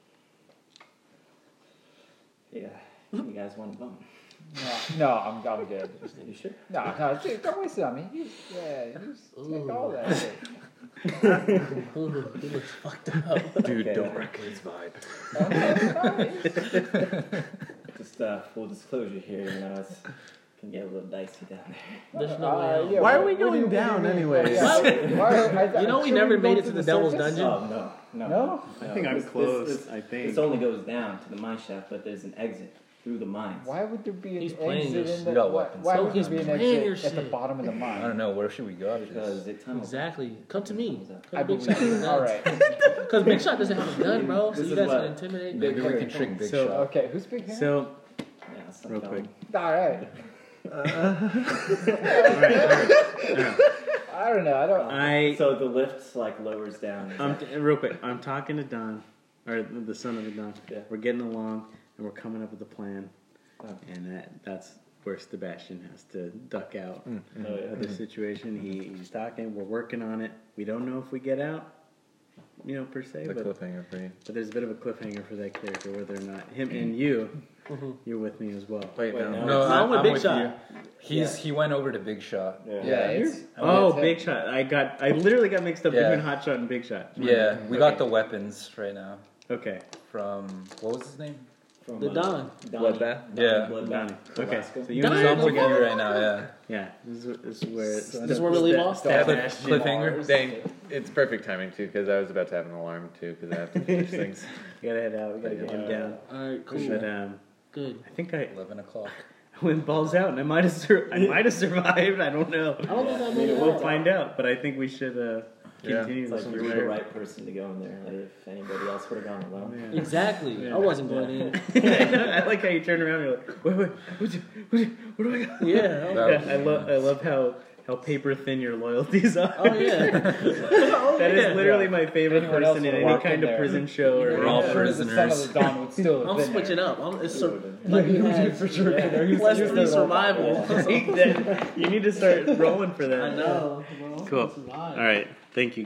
Yeah, you guys want to bump? No, I'm, I'm good. You sure? No, no, dude, don't waste it on me. You, yeah, you just take all that shit. Ooh, he looks fucked up. Dude, don't wreck his vibe. Just uh, full disclosure here, you know, it's can get a little dicey down there. There's no way. Uh, out. yeah, Why are what- we what do going you- what do you down mean? anyways? Yeah, <laughs> why- I- I- You know, we shouldn't never go made it to to the Devil's circus? Dungeon. Oh no, no, No? I think I'm this- this- close. this- I think. This only goes down to the mine shaft, but there's an exit through the mines. Why would there be an He's playing exit your in shit. the Got why, weapons. why So would there he's be an playing your exit at the shit. bottom of the I mine? don't know. Where should we go after this? Because it tunnels. Exactly. Come to me. I Big believe. Shot doesn't <laughs> All have- right. Cause Big Shot doesn't have a gun, bro. So This you is guys what- can intimidate. me. Maybe we can trick Big So Shot. okay, who's big <laughs> hand? So Yeah, it's not real that quick. one. all right. All right, all right. <laughs> I don't know. I don't. I So the lift like lowers down. Um, I'm Um, uh, real quick. I'm talking to Don, or the son of the Don. Yeah. We're getting along, and we're coming up with a plan. Oh. And that that's where Sebastian has to duck out Oh, yeah. of the situation. He, he's talking. We're working on it. We don't know if we get out, you know, per se. The But, cliffhanger for you. but there's a bit of a cliffhanger for that character, whether or not him and you, you're with me as well. Wait, Mm-hmm. Wait, no. no, no, No, I, I'm with am Big with Shot. you. He's he went over to Big Shot. Yeah. yeah, it's, Oh, that's it. Big Shot! I got I literally got mixed up Yeah. between Hot Shot and Big Shot. Yeah, we got the weapons right now Okay, from what was his name? From, The uh, Don. Donnie- Bloodbath? Donnie Yeah. Bloodbath. Donnie. Okay, Alaska. so you Don- and So I I'm with you right now. Yeah. Yeah, this is, this is where it's This is where we leave <laughs> off. Cliff, cliffhanger. Dang, it's perfect timing too because I was about to have an alarm too because I have to finish things. We gotta head out. We gotta get him down. All right, But cool. um, Good. I think I <laughs> Eleven o'clock. went balls out, and I might have sur- I might have survived. I don't know. I don't think I made it We'll out. find out. But I think we should uh, Yeah. continue It's this like one. you're from the there. right person to go in there. Like if anybody else would have gone alone. Yeah. Exactly. I wasn't going in. <laughs> I like how you turn around. and You're like, wait, wait, what do, what do, what do I <laughs> got? Yeah. That Yeah, was- I love I love how how paper thin your loyalties are. Oh yeah. <laughs> Oh, that is literally my favorite Anyone else person in would any walk in kind of there. prison show or We're all Yeah, <laughs> the son prisoners. of the Don would still have I'm been there. switching up. I'm, it's sur- Yeah, he was for sure. been there. He's- <laughs> plus he was three there the whole time. survival. you need to start rolling for that. I know. Cool. All right. Thank you, guys.